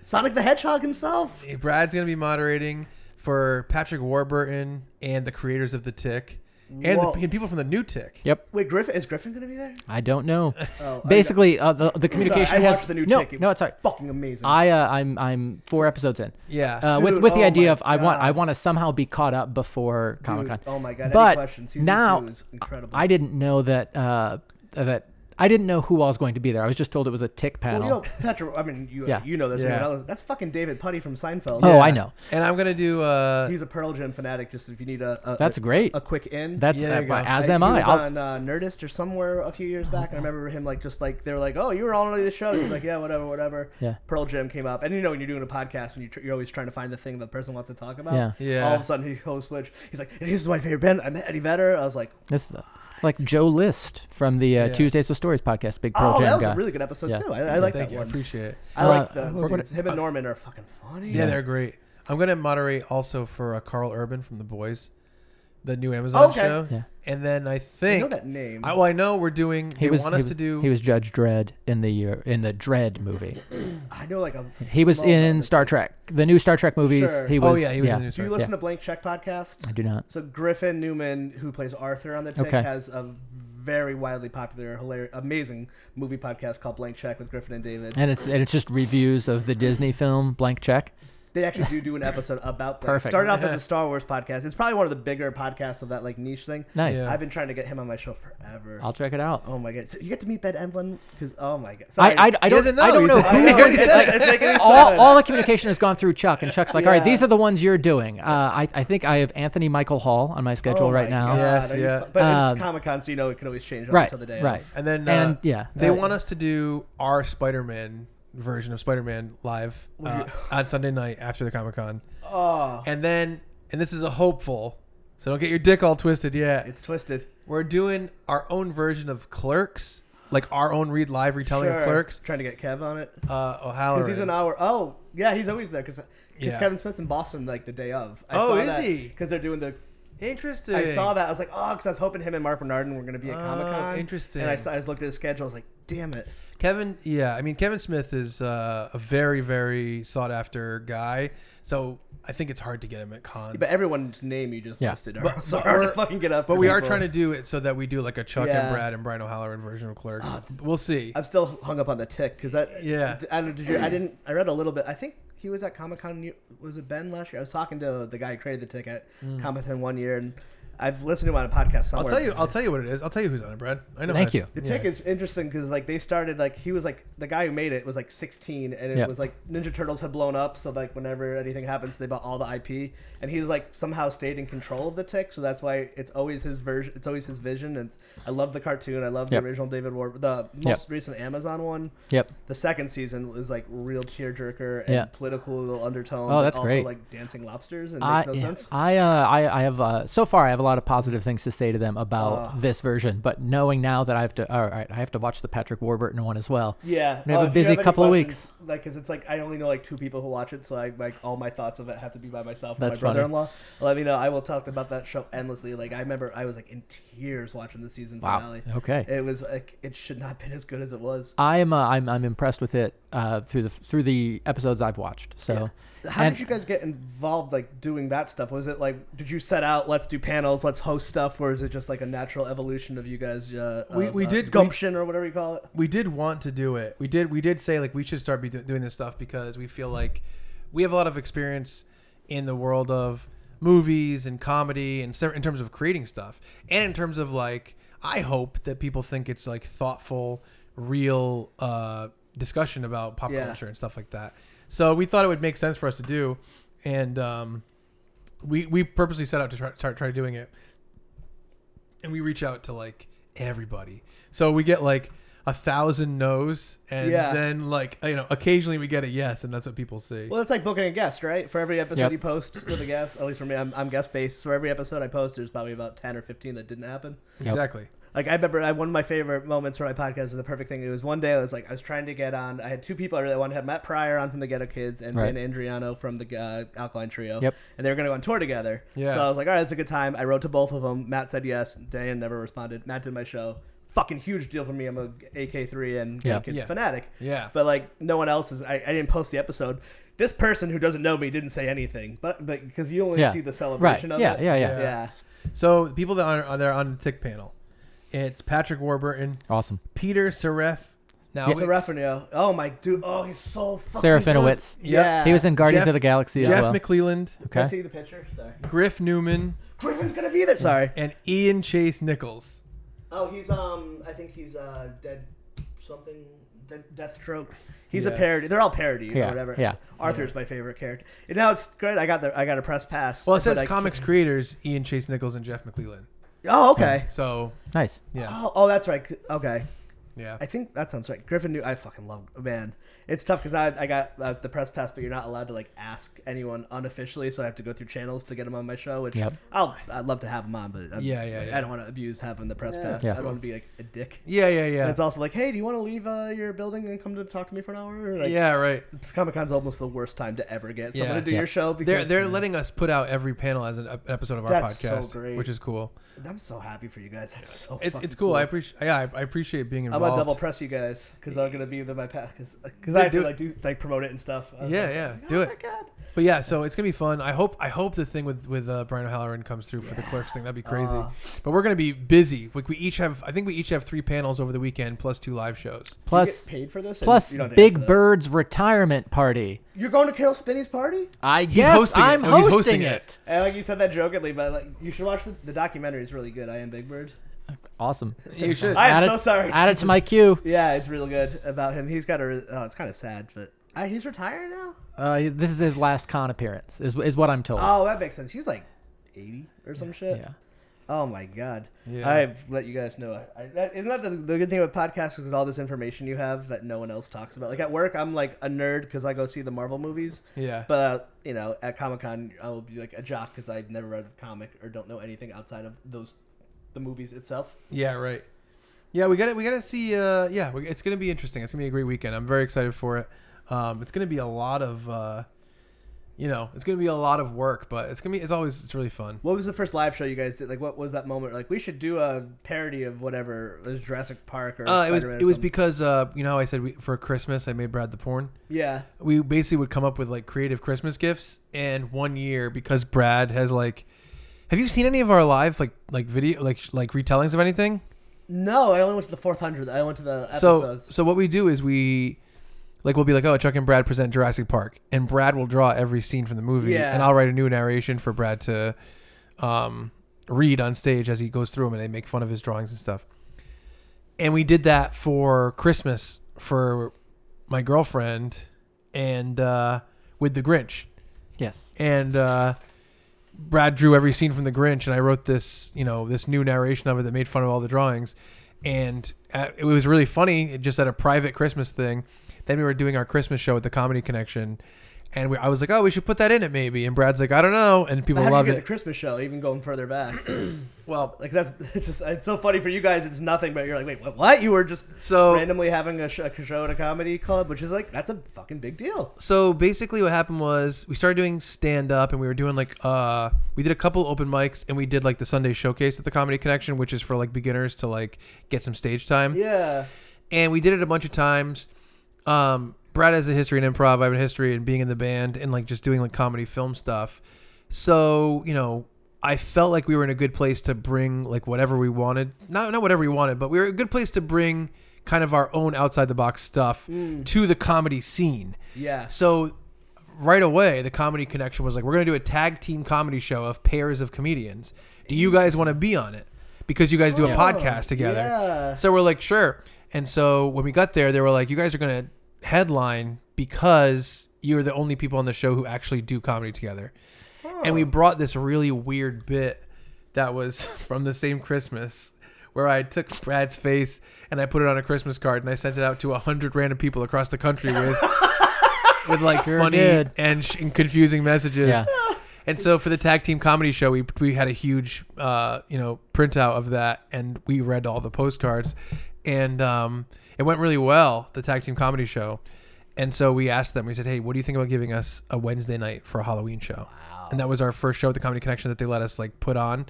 Speaker 1: Sonic the Hedgehog himself.
Speaker 3: Brad's gonna be moderating for Patrick Warburton and the creators of The Tick, and, the,
Speaker 1: Whoa.
Speaker 3: and people from the New Tick.
Speaker 4: Yep.
Speaker 1: Wait, Griffin is Griffin gonna be there?
Speaker 4: I don't know.
Speaker 1: Oh, [LAUGHS] I-
Speaker 4: Basically, uh, the, the
Speaker 1: I'm sorry,
Speaker 4: communication
Speaker 1: I
Speaker 4: has
Speaker 1: watched the new
Speaker 4: no,
Speaker 1: Tick. It
Speaker 4: no,
Speaker 1: was
Speaker 4: it's all right.
Speaker 1: fucking amazing.
Speaker 4: I uh, I'm I'm four episodes in.
Speaker 3: Yeah.
Speaker 4: Uh,
Speaker 1: Dude,
Speaker 4: with with the
Speaker 1: oh
Speaker 4: idea
Speaker 1: my
Speaker 4: of I want I
Speaker 1: God.
Speaker 4: want to somehow be caught up before Comic
Speaker 1: Dude,
Speaker 4: Con.
Speaker 1: Oh my god, any
Speaker 4: but
Speaker 1: question. Season
Speaker 4: now
Speaker 1: two is incredible.
Speaker 4: I didn't know that uh, that I didn't know who all was going to be there. I was just told it was a tick panel.
Speaker 1: Well, you know, Petra, I mean, you,
Speaker 4: Yeah.
Speaker 1: you know this.
Speaker 3: Yeah.
Speaker 1: anyone else- That's fucking David Putty from Seinfeld.
Speaker 4: Oh,
Speaker 3: Yeah.
Speaker 4: I know.
Speaker 3: And I'm gonna do. Uh,
Speaker 1: He's a Pearl Jam fanatic, just if you need a, a
Speaker 4: That's
Speaker 1: a,
Speaker 4: great.
Speaker 1: a quick in.
Speaker 4: That's
Speaker 3: Yeah, there you
Speaker 4: uh,
Speaker 3: go.
Speaker 4: as
Speaker 1: Like,
Speaker 4: am
Speaker 1: he
Speaker 4: I.
Speaker 1: was
Speaker 4: I'll- Uh-huh.
Speaker 1: on uh, Nerdist or somewhere a few years back, and I remember him like just like they were like, "Oh, you were on the show." He's like, "Yeah, whatever, whatever."
Speaker 4: Yeah.
Speaker 1: Pearl Jam came up, and you know when you're doing a podcast, when you tr- you're always trying to find the thing the person wants to talk about.
Speaker 4: Yeah.
Speaker 3: Yeah.
Speaker 1: All of a sudden he host switch. He's like, "And "This is my favorite band. I met Eddie Vedder." I was like,
Speaker 4: This is uh, it's like Joe List from the uh,
Speaker 3: Yeah.
Speaker 4: Tuesdays with Stories podcast, big Pearl
Speaker 1: "Oh,
Speaker 4: Jam
Speaker 1: that was
Speaker 4: guy.
Speaker 1: a really good episode
Speaker 4: Yeah.
Speaker 1: too. I, I like
Speaker 3: thank
Speaker 1: that
Speaker 3: you. I
Speaker 1: one.
Speaker 3: appreciate it.
Speaker 1: I like
Speaker 4: Uh,
Speaker 1: those
Speaker 4: we're gonna-
Speaker 1: dudes. Him and Norman are fucking funny.
Speaker 3: Yeah, they're great. I'm gonna moderate also for uh, Carl Urban from The Boys, the new Amazon
Speaker 1: Okay.
Speaker 3: show.
Speaker 4: Yeah.
Speaker 3: And then I
Speaker 1: I
Speaker 3: think
Speaker 1: know that name.
Speaker 3: I, well, I know we're doing.
Speaker 4: he
Speaker 3: they
Speaker 4: was
Speaker 3: want
Speaker 4: he
Speaker 3: us
Speaker 4: was,
Speaker 3: to do.
Speaker 4: he was Judge Dredd in the year in the Dread movie.
Speaker 1: I know like a.
Speaker 4: He was
Speaker 1: small amount
Speaker 4: in
Speaker 1: of
Speaker 4: Star
Speaker 1: it.
Speaker 4: Trek, the new Star Trek movies.
Speaker 1: Sure.
Speaker 4: He
Speaker 3: oh
Speaker 4: was,
Speaker 3: yeah, he was in the new
Speaker 1: Do you
Speaker 3: Star
Speaker 1: listen to Blank Check podcast?
Speaker 4: I do not.
Speaker 1: So Griffin Newman, who plays Arthur on the Tick,
Speaker 4: Okay.
Speaker 1: has a very widely popular, hilarious, amazing movie podcast called Blank Check with Griffin and David.
Speaker 4: And it's and it's just reviews of the Disney film Blank Check.
Speaker 1: They actually do do an episode about that.
Speaker 4: Perfect.
Speaker 1: It started off
Speaker 3: [LAUGHS]
Speaker 1: as a Star Wars podcast. It's probably one of the bigger podcasts of that like niche thing.
Speaker 4: Nice.
Speaker 3: Yeah.
Speaker 1: I've been trying to get him on my show forever.
Speaker 4: I'll check it out.
Speaker 1: oh my god! So you get to meet Ben Emlin because oh my god. Sorry.
Speaker 4: I, I, I don't
Speaker 3: doesn't know.
Speaker 4: I don't
Speaker 3: He's
Speaker 4: know
Speaker 3: like,
Speaker 1: I
Speaker 4: who's
Speaker 1: know,
Speaker 4: going to
Speaker 1: it's-
Speaker 3: [LAUGHS]
Speaker 4: like,
Speaker 1: it's
Speaker 4: [LAUGHS]
Speaker 1: making me
Speaker 4: all,
Speaker 1: sad.
Speaker 4: all the communication has gone through Chuck, and Chuck's like, all right,
Speaker 1: Yeah.
Speaker 4: these are the ones you're doing. Uh, I, I think I have Anthony Michael Hall on my schedule
Speaker 1: Oh
Speaker 4: right
Speaker 1: my
Speaker 4: now.
Speaker 1: God,
Speaker 3: Yes,
Speaker 1: are you
Speaker 3: yeah.
Speaker 1: fu- But
Speaker 4: Um,
Speaker 1: it's Comic Con, so you know it can always change up
Speaker 4: Right,
Speaker 1: until the day.
Speaker 4: right.
Speaker 1: Of.
Speaker 3: And then
Speaker 4: And
Speaker 3: uh,
Speaker 4: yeah,
Speaker 3: they
Speaker 4: uh,
Speaker 3: want us to do our Spider-Man version of Spider-Man live uh, [LAUGHS] on Sunday night after the Comic Con.
Speaker 1: Oh,
Speaker 3: And then, and this is a hopeful, so don't get your dick all twisted yet.
Speaker 1: it's twisted.
Speaker 3: We're doing our own version of Clerks, like our own read live retelling
Speaker 1: Sure.
Speaker 3: of Clerks.
Speaker 1: Trying to get Kev on it.
Speaker 3: Uh,
Speaker 1: Because
Speaker 3: O'Halloran.
Speaker 1: he's an hour. Oh, yeah, he's always there. Because
Speaker 3: Yeah.
Speaker 1: Kevin Smith's in Boston like the day of. I
Speaker 3: Oh,
Speaker 1: saw
Speaker 3: is
Speaker 1: that
Speaker 3: he?
Speaker 1: Because they're doing the.
Speaker 3: Interesting.
Speaker 1: I saw that. I was like, oh, because I was hoping him and Mark Bernardin were going to be at
Speaker 3: Oh,
Speaker 1: Comic Con.
Speaker 3: interesting.
Speaker 1: And I, saw, I just looked at his schedule. I was like, damn it.
Speaker 3: Kevin, yeah, I mean Kevin Smith is uh, a very, very sought after guy. So I think it's hard to get him at cons.
Speaker 1: But everyone's name you just
Speaker 4: Yeah.
Speaker 1: listed are [LAUGHS]
Speaker 3: But-
Speaker 1: so
Speaker 3: but
Speaker 1: hard to
Speaker 3: we're-
Speaker 1: fucking get up.
Speaker 3: But
Speaker 1: for
Speaker 3: we are
Speaker 1: people.
Speaker 3: trying to do it so that we do like a Chuck
Speaker 1: Yeah.
Speaker 3: and Brad and Brian O'Halloran version of Clerks.
Speaker 1: Oh,
Speaker 3: we'll see.
Speaker 1: I'm still hung up on the tick because that.
Speaker 3: Yeah.
Speaker 1: I don't. Did you, I didn't. I read a little bit. I think he was at Comic Con. Was it Ben last year? I was talking to the guy who created the tick at Comic Con one year, and I've listened to him on a podcast
Speaker 3: Mm. I'll
Speaker 1: somewhere.
Speaker 3: tell you. I'll tell you what it is. I'll tell you who's on it, Brad. I know.
Speaker 4: Thank
Speaker 3: how-
Speaker 4: you.
Speaker 1: The tick is interesting because like they started like he was like the guy who made it was like 16 and it
Speaker 4: Yep.
Speaker 1: was like Ninja Turtles had blown up so like whenever anything happens they bought all the IP and he's like somehow stayed in control of the tick so that's why it's always his version it's always his vision and I love the cartoon I love
Speaker 4: Yep.
Speaker 1: the original David War the most recent Amazon one
Speaker 4: Yep.
Speaker 1: the second season was like real tearjerker and
Speaker 4: Yeah.
Speaker 1: political little undertone
Speaker 4: Oh,
Speaker 1: but
Speaker 4: that's
Speaker 1: also
Speaker 4: great.
Speaker 1: like dancing lobsters and
Speaker 4: I,
Speaker 1: makes no
Speaker 4: yeah,
Speaker 1: sense
Speaker 4: I, uh, I, I have uh, so far I have a lot of positive things to say to them about
Speaker 1: Oh.
Speaker 4: this version, but knowing now that I have to, all right, I have to watch the Patrick Warburton one as well.
Speaker 1: Yeah. uh,
Speaker 4: We have a
Speaker 1: if you
Speaker 4: busy
Speaker 1: any
Speaker 4: couple of
Speaker 1: questions, like because it's like I only know like two people who watch it, so I like all my thoughts of it have to be by myself. and
Speaker 4: That's
Speaker 1: my
Speaker 4: funny.
Speaker 1: brother-in-law. Let me know. I will talk about that show endlessly. Like I remember I was like in tears watching the season
Speaker 4: Wow.
Speaker 1: finale.
Speaker 4: Okay.
Speaker 1: It was like it should not have been as good as it was.
Speaker 4: I'm uh, I'm I'm impressed with it uh, through the through the episodes I've watched. So
Speaker 1: How
Speaker 4: and-
Speaker 1: did you guys get involved like doing that stuff? Was it like did you set out let's do panels, let's host stuff, or is it just like a natural evolution of you guys? Uh,
Speaker 3: We-
Speaker 1: of,
Speaker 3: we
Speaker 1: uh,
Speaker 3: did- we-
Speaker 1: gumption or whatever you call it.
Speaker 3: we did want to do it. We did we did say like we should start be do- doing this stuff because we feel like we have a lot of experience in the world of movies and comedy and se- in terms of creating stuff and in terms of like I hope that people think it's like thoughtful, real uh, discussion about pop
Speaker 1: Yeah.
Speaker 3: culture and stuff like that. So we thought it would make sense for us to do, and um, we we purposely set out to try, start try doing it, and we reach out to like everybody. So we get like a thousand no's, and
Speaker 1: Yeah.
Speaker 3: then like you know occasionally we get a yes, and that's what people see.
Speaker 1: Well, it's like booking a guest, right? For every episode
Speaker 4: Yep.
Speaker 1: you post with a guest, at least for me, I'm, I'm guest based. So every episode I post, there's probably about 10 or 15 that didn't happen.
Speaker 3: Exactly.
Speaker 1: Like I remember, I, one of my favorite moments for my podcast is the perfect thing. It was one day I was like, I was trying to get on. I had two people I really wanted. I had Matt Pryor on from the Ghetto Kids and
Speaker 4: Right.
Speaker 1: Vin Andriano from the uh, Alkaline Trio.
Speaker 4: Yep.
Speaker 1: And they were gonna go on tour together.
Speaker 3: Yeah.
Speaker 1: So I was like, all right, that's a good time. I wrote to both of them. Matt said yes. Dan never responded. Matt did my show. Fucking huge deal for me. I'm a AK3 and Ghetto
Speaker 4: Yeah.
Speaker 1: Kids
Speaker 3: Yeah.
Speaker 1: fanatic.
Speaker 3: Yeah.
Speaker 1: But like no one else is. I, I didn't post the episode. This person who doesn't know me didn't say anything. But but because you only
Speaker 4: Yeah.
Speaker 1: see the
Speaker 4: right.
Speaker 1: celebration of
Speaker 4: Yeah,
Speaker 1: it.
Speaker 4: yeah, yeah,
Speaker 3: Yeah.
Speaker 1: Yeah.
Speaker 3: So the people that are, are there on the tick panel, it's Patrick Warburton,
Speaker 4: Awesome.
Speaker 3: Peter Seref. Now
Speaker 1: It's a Raffinio. Oh my dude. Oh, he's so fucking.
Speaker 4: Sarah
Speaker 1: good.
Speaker 4: Finowitz.
Speaker 1: Yeah.
Speaker 4: He was in Guardians
Speaker 3: Jeff-
Speaker 4: of the Galaxy as
Speaker 3: Jeff
Speaker 4: well.
Speaker 3: McClelland,
Speaker 1: Can I
Speaker 4: okay.
Speaker 1: see the picture? Sorry.
Speaker 3: Griff Newman,
Speaker 1: Griffin's gonna be there. Sorry.
Speaker 3: and Ian Chase Nichols.
Speaker 1: Oh, he's um. I think he's uh dead. Something. Dead, Deathstroke. He's a
Speaker 3: Yes.
Speaker 1: parody. They're all parody
Speaker 4: Yeah,
Speaker 1: or whatever.
Speaker 4: yeah.
Speaker 1: Arthur's my favorite character. And now it's great. I got the. I got a press pass.
Speaker 3: Well, it
Speaker 1: but
Speaker 3: says
Speaker 1: I- [LAUGHS]
Speaker 3: comics creators Ian Chase Nichols and Jeff McClelland.
Speaker 1: Oh, okay.
Speaker 3: So
Speaker 4: Nice.
Speaker 3: yeah,
Speaker 1: Oh, oh, that's right. Okay.
Speaker 3: yeah.
Speaker 1: I think that sounds right. Griffin knew. I fucking love man. It's tough because I, I got uh, the press pass, but you're not allowed to like ask anyone unofficially, so I have to go through channels to get him on my show. Which
Speaker 4: Yep.
Speaker 1: I'll I'd love to have him on, but I'm,
Speaker 3: Yeah, yeah, yeah.
Speaker 1: I don't want to abuse having the press pass.
Speaker 4: Yeah.
Speaker 1: I don't want to be like a dick.
Speaker 3: Yeah, yeah, yeah.
Speaker 1: And it's also like, hey, do you want to leave uh, your building and come to talk to me for an hour? Like,
Speaker 3: yeah, right.
Speaker 1: Comic Con's almost the worst time to ever get someone
Speaker 3: Yeah.
Speaker 1: to do
Speaker 4: Yeah.
Speaker 1: your show because
Speaker 3: They're they're letting us put out every panel as an ep- episode of our
Speaker 1: That's so
Speaker 3: podcast,
Speaker 1: great.
Speaker 3: which is cool.
Speaker 1: I'm so happy for you guys. That's so.
Speaker 3: It's
Speaker 1: fucking
Speaker 3: it's cool. I appreciate yeah, I, I appreciate being
Speaker 1: I'm
Speaker 3: involved.
Speaker 1: gonna double press you guys because I'm gonna be the my path because
Speaker 3: Yeah,
Speaker 1: I have
Speaker 3: do
Speaker 1: to
Speaker 3: it.
Speaker 1: like do like promote it and stuff. I was
Speaker 3: Yeah,
Speaker 1: like,
Speaker 3: yeah,
Speaker 1: oh
Speaker 3: do
Speaker 1: my
Speaker 3: it.
Speaker 1: God.
Speaker 3: But yeah, so it's gonna be fun. I hope I hope the thing with with uh, Brian O'Halloran comes through for the clerks thing. That'd be crazy.
Speaker 1: Uh.
Speaker 3: but we're gonna be busy. Like we each have I think we each have three panels over the weekend plus two live shows.
Speaker 4: Plus,
Speaker 1: you get paid for this. and
Speaker 4: plus
Speaker 1: you don't have to answer
Speaker 4: Big
Speaker 1: that.
Speaker 4: Bird's retirement party.
Speaker 1: You're going to Carol Spinney's party?
Speaker 4: I yes,
Speaker 3: hosting it.
Speaker 4: I'm
Speaker 3: Oh, he's
Speaker 4: hosting,
Speaker 3: hosting
Speaker 4: it.
Speaker 3: it.
Speaker 1: And like you said that jokingly, but like you should watch the, the documentary. It's really good. I am Big Bird.
Speaker 4: Awesome.
Speaker 3: You should.
Speaker 1: I am
Speaker 4: Add
Speaker 1: so
Speaker 4: it-
Speaker 1: sorry.
Speaker 4: Add it to my queue.
Speaker 1: Yeah, it's really good about him. He's got a. Oh, it's kind of sad, but uh, he's retired now.
Speaker 4: Uh, this is his last con appearance, is is what I'm told.
Speaker 1: Oh, that makes sense. He's like 80 or some shit.
Speaker 4: yeah.
Speaker 1: Oh my god.
Speaker 3: Yeah.
Speaker 1: I've let you guys know. I, I, that, isn't that the, the good thing about podcasts? Is all this information you have that no one else talks about. Like at work, I'm like a nerd because I go see the Marvel movies.
Speaker 3: yeah.
Speaker 1: But uh, you know, at Comic Con, I will be like a jock because I've never read a comic or don't know anything outside of those, the movies itself.
Speaker 3: Yeah, right. Yeah, we got to We got to see. Uh, yeah, we, it's gonna be interesting. It's gonna be a great weekend. I'm very excited for it. Um, it's gonna be a lot of, uh, you know, it's gonna be a lot of work, but it's gonna be. It's always. It's really fun.
Speaker 1: What was the first live show you guys did? Like, what was that moment? Like, we should do a parody of whatever it was Jurassic Park or.
Speaker 3: Uh, it was.
Speaker 1: Spider-Man or
Speaker 3: It was
Speaker 1: something.
Speaker 3: because uh, you know, how I said we, for Christmas I made Brad the porn.
Speaker 1: Yeah.
Speaker 3: we basically would come up with like creative Christmas gifts. And one year, because Brad has like, have you seen any of our live like like video like sh- like retellings of anything?
Speaker 1: No, I only went to the 400. I went to the
Speaker 3: So
Speaker 1: episodes.
Speaker 3: so what we do is we like we'll be like, oh, Chuck and Brad present Jurassic Park, and Brad will draw every scene from the movie,
Speaker 1: Yeah.
Speaker 3: and I'll write a new narration for Brad to um, read on stage as he goes through them, and they make fun of his drawings and stuff. And we did that for Christmas for my girlfriend and uh, with the Grinch.
Speaker 4: Yes.
Speaker 3: and uh, Brad drew every scene from The Grinch, and I wrote this, you know, this new narration of it that made fun of all the drawings, and uh, it was really funny. It just at a private Christmas thing. Then we were doing our Christmas show at the Comedy Connection, And we, I was like, oh, we should put that in it maybe. And Brad's like, I don't know. And people
Speaker 1: How did you
Speaker 3: loved
Speaker 1: get the
Speaker 3: it.
Speaker 1: Christmas show? Even going further back,
Speaker 3: [CLEARS THROAT] well,
Speaker 1: like that's [LAUGHS] it's just it's so funny for you guys. It's nothing, but you're like, wait, what? what? You were just
Speaker 3: so
Speaker 1: randomly having a, sh- a show at a comedy club, which is like that's a fucking big deal.
Speaker 3: so basically what happened was we started doing stand up and we were doing like uh we did a couple open mics and we did like the Sunday showcase at the Comedy Connection, which is for like beginners to like get some stage time.
Speaker 1: Yeah.
Speaker 3: and we did it a bunch of times. Um, Brad has a history in improv. I have a history in being in the band and like just doing like comedy film stuff. So you know, I felt like we were in a good place to bring like whatever we wanted. Not not whatever we wanted, but we were in a good place to bring kind of our own outside the box stuff to the comedy scene.
Speaker 1: Yeah.
Speaker 3: So right away, the comedy connection was like, we're gonna do a tag team comedy show of pairs of comedians. Do you guys want to be on it? Because you guys do
Speaker 1: Oh,
Speaker 3: a podcast together.
Speaker 1: Yeah.
Speaker 3: So we're like, sure. And so when we got there, they were like, you guys are gonna headline because you're the only people on the show who actually do comedy together. And
Speaker 4: Oh.
Speaker 3: we brought this really weird bit that was [LAUGHS] from the same Christmas where I took Brad's face and I put it on a Christmas card and I sent it out to a hundred random people across the country
Speaker 4: [LAUGHS]
Speaker 3: with with like
Speaker 4: Sure
Speaker 3: funny
Speaker 4: did.
Speaker 3: and, sh- and confusing messages.
Speaker 4: Yeah.
Speaker 3: And so for the tag team comedy show, we we had a huge uh, you know printout of that, and we read all the postcards, and um, it went really well the tag team comedy show, and so we asked them, we said, hey, what do you think about giving us a Wednesday night for a Halloween show? Wow. And that was our first show at the Comedy Connection that they let us like put on,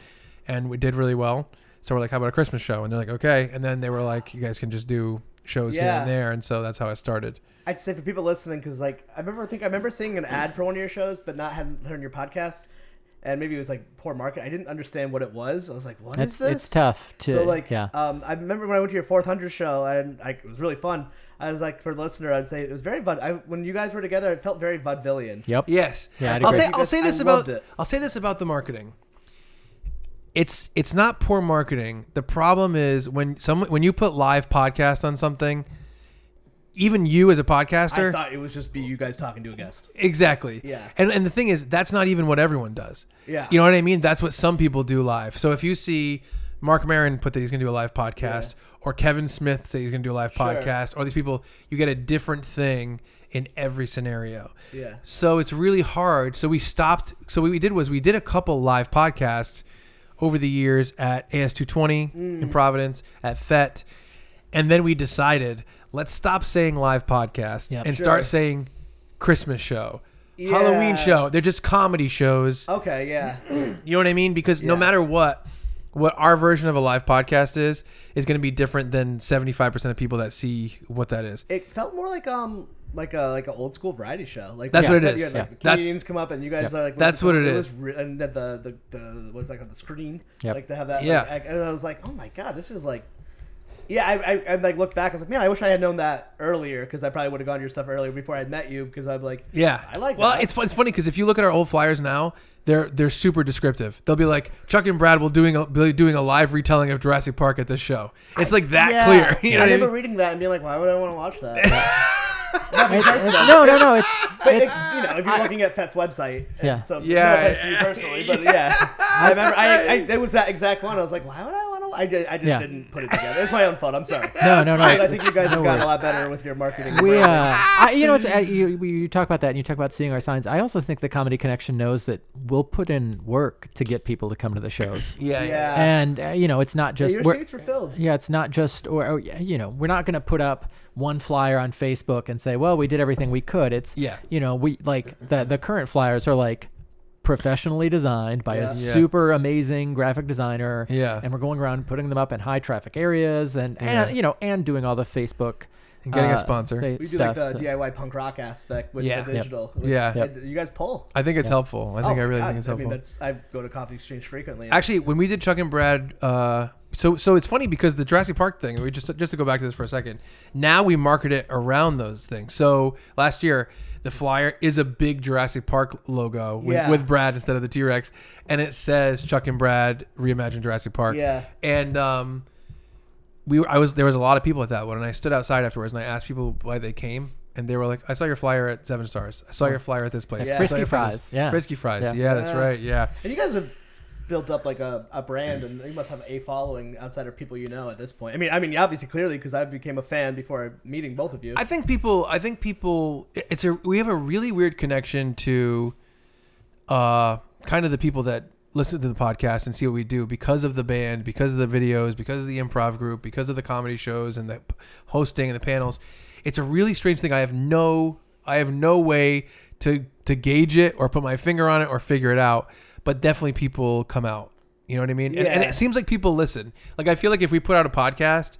Speaker 3: and we did really well. So we're like, how about a Christmas show? And they're like, okay. And then they were like, you guys can just do shows here
Speaker 1: Yeah.
Speaker 3: and there, and so that's how it started.
Speaker 1: I'd say for people listening, because like I remember, I think I remember seeing an ad for one of your shows, but not hadn't heard your podcast, and maybe it was like poor market. I didn't understand what it was. I was like, what is
Speaker 4: It's
Speaker 1: this?
Speaker 4: it's tough to
Speaker 1: So like,
Speaker 4: yeah.
Speaker 1: um, I remember when I went to your 400 show, and like it was really fun. I was like, for the listener, I'd say it was very Bud. I, when you guys were together, it felt very vaudevillian.
Speaker 4: yep.
Speaker 3: Yes.
Speaker 4: Yeah, I'd
Speaker 3: I'll
Speaker 4: agree.
Speaker 3: say I'll say this
Speaker 1: I
Speaker 3: about
Speaker 1: loved it.
Speaker 3: I'll say this about the marketing. It's it's not poor marketing. The problem is when some when you put live podcast on something, even you as a podcaster,
Speaker 1: I thought it was just be you guys talking to a guest.
Speaker 3: exactly.
Speaker 1: Yeah.
Speaker 3: And and the thing is that's not even what everyone does.
Speaker 1: Yeah.
Speaker 3: You know what I mean? That's what some people do live. So if you see Mark Marin put that he's going to do a live podcast, or Kevin Smith say he's going to do a live
Speaker 1: Sure.
Speaker 3: podcast, or these people, you get a different thing in every scenario.
Speaker 1: Yeah.
Speaker 3: So it's really hard. So we stopped. So what we did was we did a couple live podcasts over the years at AS220
Speaker 1: Mm.
Speaker 3: in Providence, at FET, and then we decided let's stop saying live podcast
Speaker 4: Yep.
Speaker 3: and
Speaker 1: Sure.
Speaker 3: start saying Christmas show,
Speaker 1: Yeah.
Speaker 3: Halloween show. They're just comedy shows.
Speaker 1: Okay. Yeah.
Speaker 3: You know what I mean? Because no
Speaker 1: Yeah.
Speaker 3: matter what, what our version of a live podcast is is going to be different than 75% of people that see what that is.
Speaker 1: it felt more like um like a like an old school variety show. Like
Speaker 3: That's
Speaker 1: you
Speaker 3: what it
Speaker 1: said, You
Speaker 3: is.
Speaker 1: had, like,
Speaker 3: Yeah.
Speaker 1: the
Speaker 3: That's-
Speaker 1: comedians come up and you guys
Speaker 4: Yeah.
Speaker 1: are like.
Speaker 3: That's what it is.
Speaker 1: was re- and that the the the what's that on the screen?
Speaker 4: Yep.
Speaker 1: Like to have that.
Speaker 3: Yeah.
Speaker 1: Like, act- and I was like, oh my god, this is like. Yeah, I, I, I like looked back. I was like, man, I wish I had known that earlier because I probably would have gone to your stuff earlier before I had met you because I'm like,
Speaker 3: Yeah.
Speaker 1: I like
Speaker 3: Well,
Speaker 1: that.
Speaker 3: it's fun, it's funny because if you look at our old flyers now, they're they're super descriptive. They'll be like Chuck and Brad will doing a be doing a live retelling of Jurassic Park at this show. It's like that
Speaker 1: yeah.
Speaker 3: clear. [LAUGHS] You
Speaker 1: I
Speaker 3: know what I
Speaker 1: remember
Speaker 3: mean?
Speaker 1: reading that and being like, why would I want to watch
Speaker 3: [LAUGHS]
Speaker 1: that?
Speaker 4: It's- it's- no, no, no. It's,
Speaker 1: [LAUGHS] but
Speaker 4: it's
Speaker 1: it- you know, if you're looking at Fet's website, and
Speaker 4: Yeah.
Speaker 1: So
Speaker 3: Yeah,
Speaker 1: no offense to you personally, but yeah, I remember I, [LAUGHS] I it was that exact one. I was like, why would I want to? I just, I just
Speaker 4: Yeah.
Speaker 1: didn't put it together. It's my own fault. I'm sorry.
Speaker 4: [LAUGHS] no, no, no.
Speaker 1: But I think you guys
Speaker 4: No
Speaker 1: have gotten
Speaker 4: worries.
Speaker 1: a lot better with your marketing.
Speaker 4: we, uh,
Speaker 1: approach.
Speaker 4: I, you know, it's, uh, you, we- you talk about that and you talk about seeing our signs. I also think the Comedy Connection knows that we'll put in work to get people to come to the shows.
Speaker 3: Yeah.
Speaker 1: yeah.
Speaker 4: and uh, you know, it's not
Speaker 1: Yeah,
Speaker 4: just
Speaker 1: your
Speaker 4: we're-
Speaker 1: seats were filled.
Speaker 4: yeah, it's not just or, or yeah, you know, we're not gonna put up one flyer on Facebook and say, well, we did everything we could. It's
Speaker 3: Yeah.
Speaker 4: you know, we like the the current flyers are like professionally designed by
Speaker 1: Yeah.
Speaker 4: a
Speaker 1: Yeah.
Speaker 4: super amazing graphic designer.
Speaker 3: Yeah.
Speaker 4: and we're going around putting them up in high traffic areas and
Speaker 3: Yeah.
Speaker 4: and you know and doing all the Facebook.
Speaker 3: And getting a
Speaker 4: uh,
Speaker 3: sponsor.
Speaker 4: fa-
Speaker 1: We do
Speaker 4: stuff,
Speaker 1: like uh, the
Speaker 4: so-
Speaker 1: DIY punk rock aspect with
Speaker 3: Yeah.
Speaker 1: the
Speaker 3: Yep.
Speaker 1: digital. which-
Speaker 3: Yeah.
Speaker 4: Yep.
Speaker 1: You guys pull.
Speaker 3: I think it's helpful. I think I really think it's
Speaker 1: Oh, I
Speaker 3: helpful.
Speaker 1: mean, that's I go to Coffee Exchange frequently.
Speaker 3: Actually, when we did Chuck and Brad, uh, so so it's funny because the Jurassic Park thing. We just just to go back to this for a second. Now we market it around those things. So last year, the flyer is a big Jurassic Park logo with,
Speaker 1: Yeah.
Speaker 3: with Brad instead of the T Rex, and it says Chuck and Brad reimagine Jurassic Park.
Speaker 1: Yeah.
Speaker 3: And um, we were, I was there was a lot of people at that one, and I stood outside afterwards and I asked people why they came, and they were like, "I saw your flyer at Seven Stars. I saw your flyer at this place.
Speaker 1: Yeah.
Speaker 3: I saw your
Speaker 4: Frisky
Speaker 3: flyer at this-
Speaker 4: Fries, yeah.
Speaker 3: Frisky Fries.
Speaker 4: Yeah.
Speaker 3: Yeah, that's
Speaker 1: Yeah.
Speaker 3: right. Yeah.
Speaker 1: and you guys have built up like a, a brand, and you must have a following outside of people you know at this point. I mean, I mean, obviously, clearly, because I became a fan before meeting both of you.
Speaker 3: I think people. I think people. It's a. We have a really weird connection to, uh, kind of the people that listen to the podcast and see what we do because of the band, because of the videos, because of the improv group, because of the comedy shows and the p- hosting and the panels. It's a really strange thing. I have no. I have no way to to gauge it or put my finger on it or figure it out. But definitely people come out. You know what I mean? And, and
Speaker 1: Yeah.
Speaker 3: it seems like people listen. Like I feel like if we put out a podcast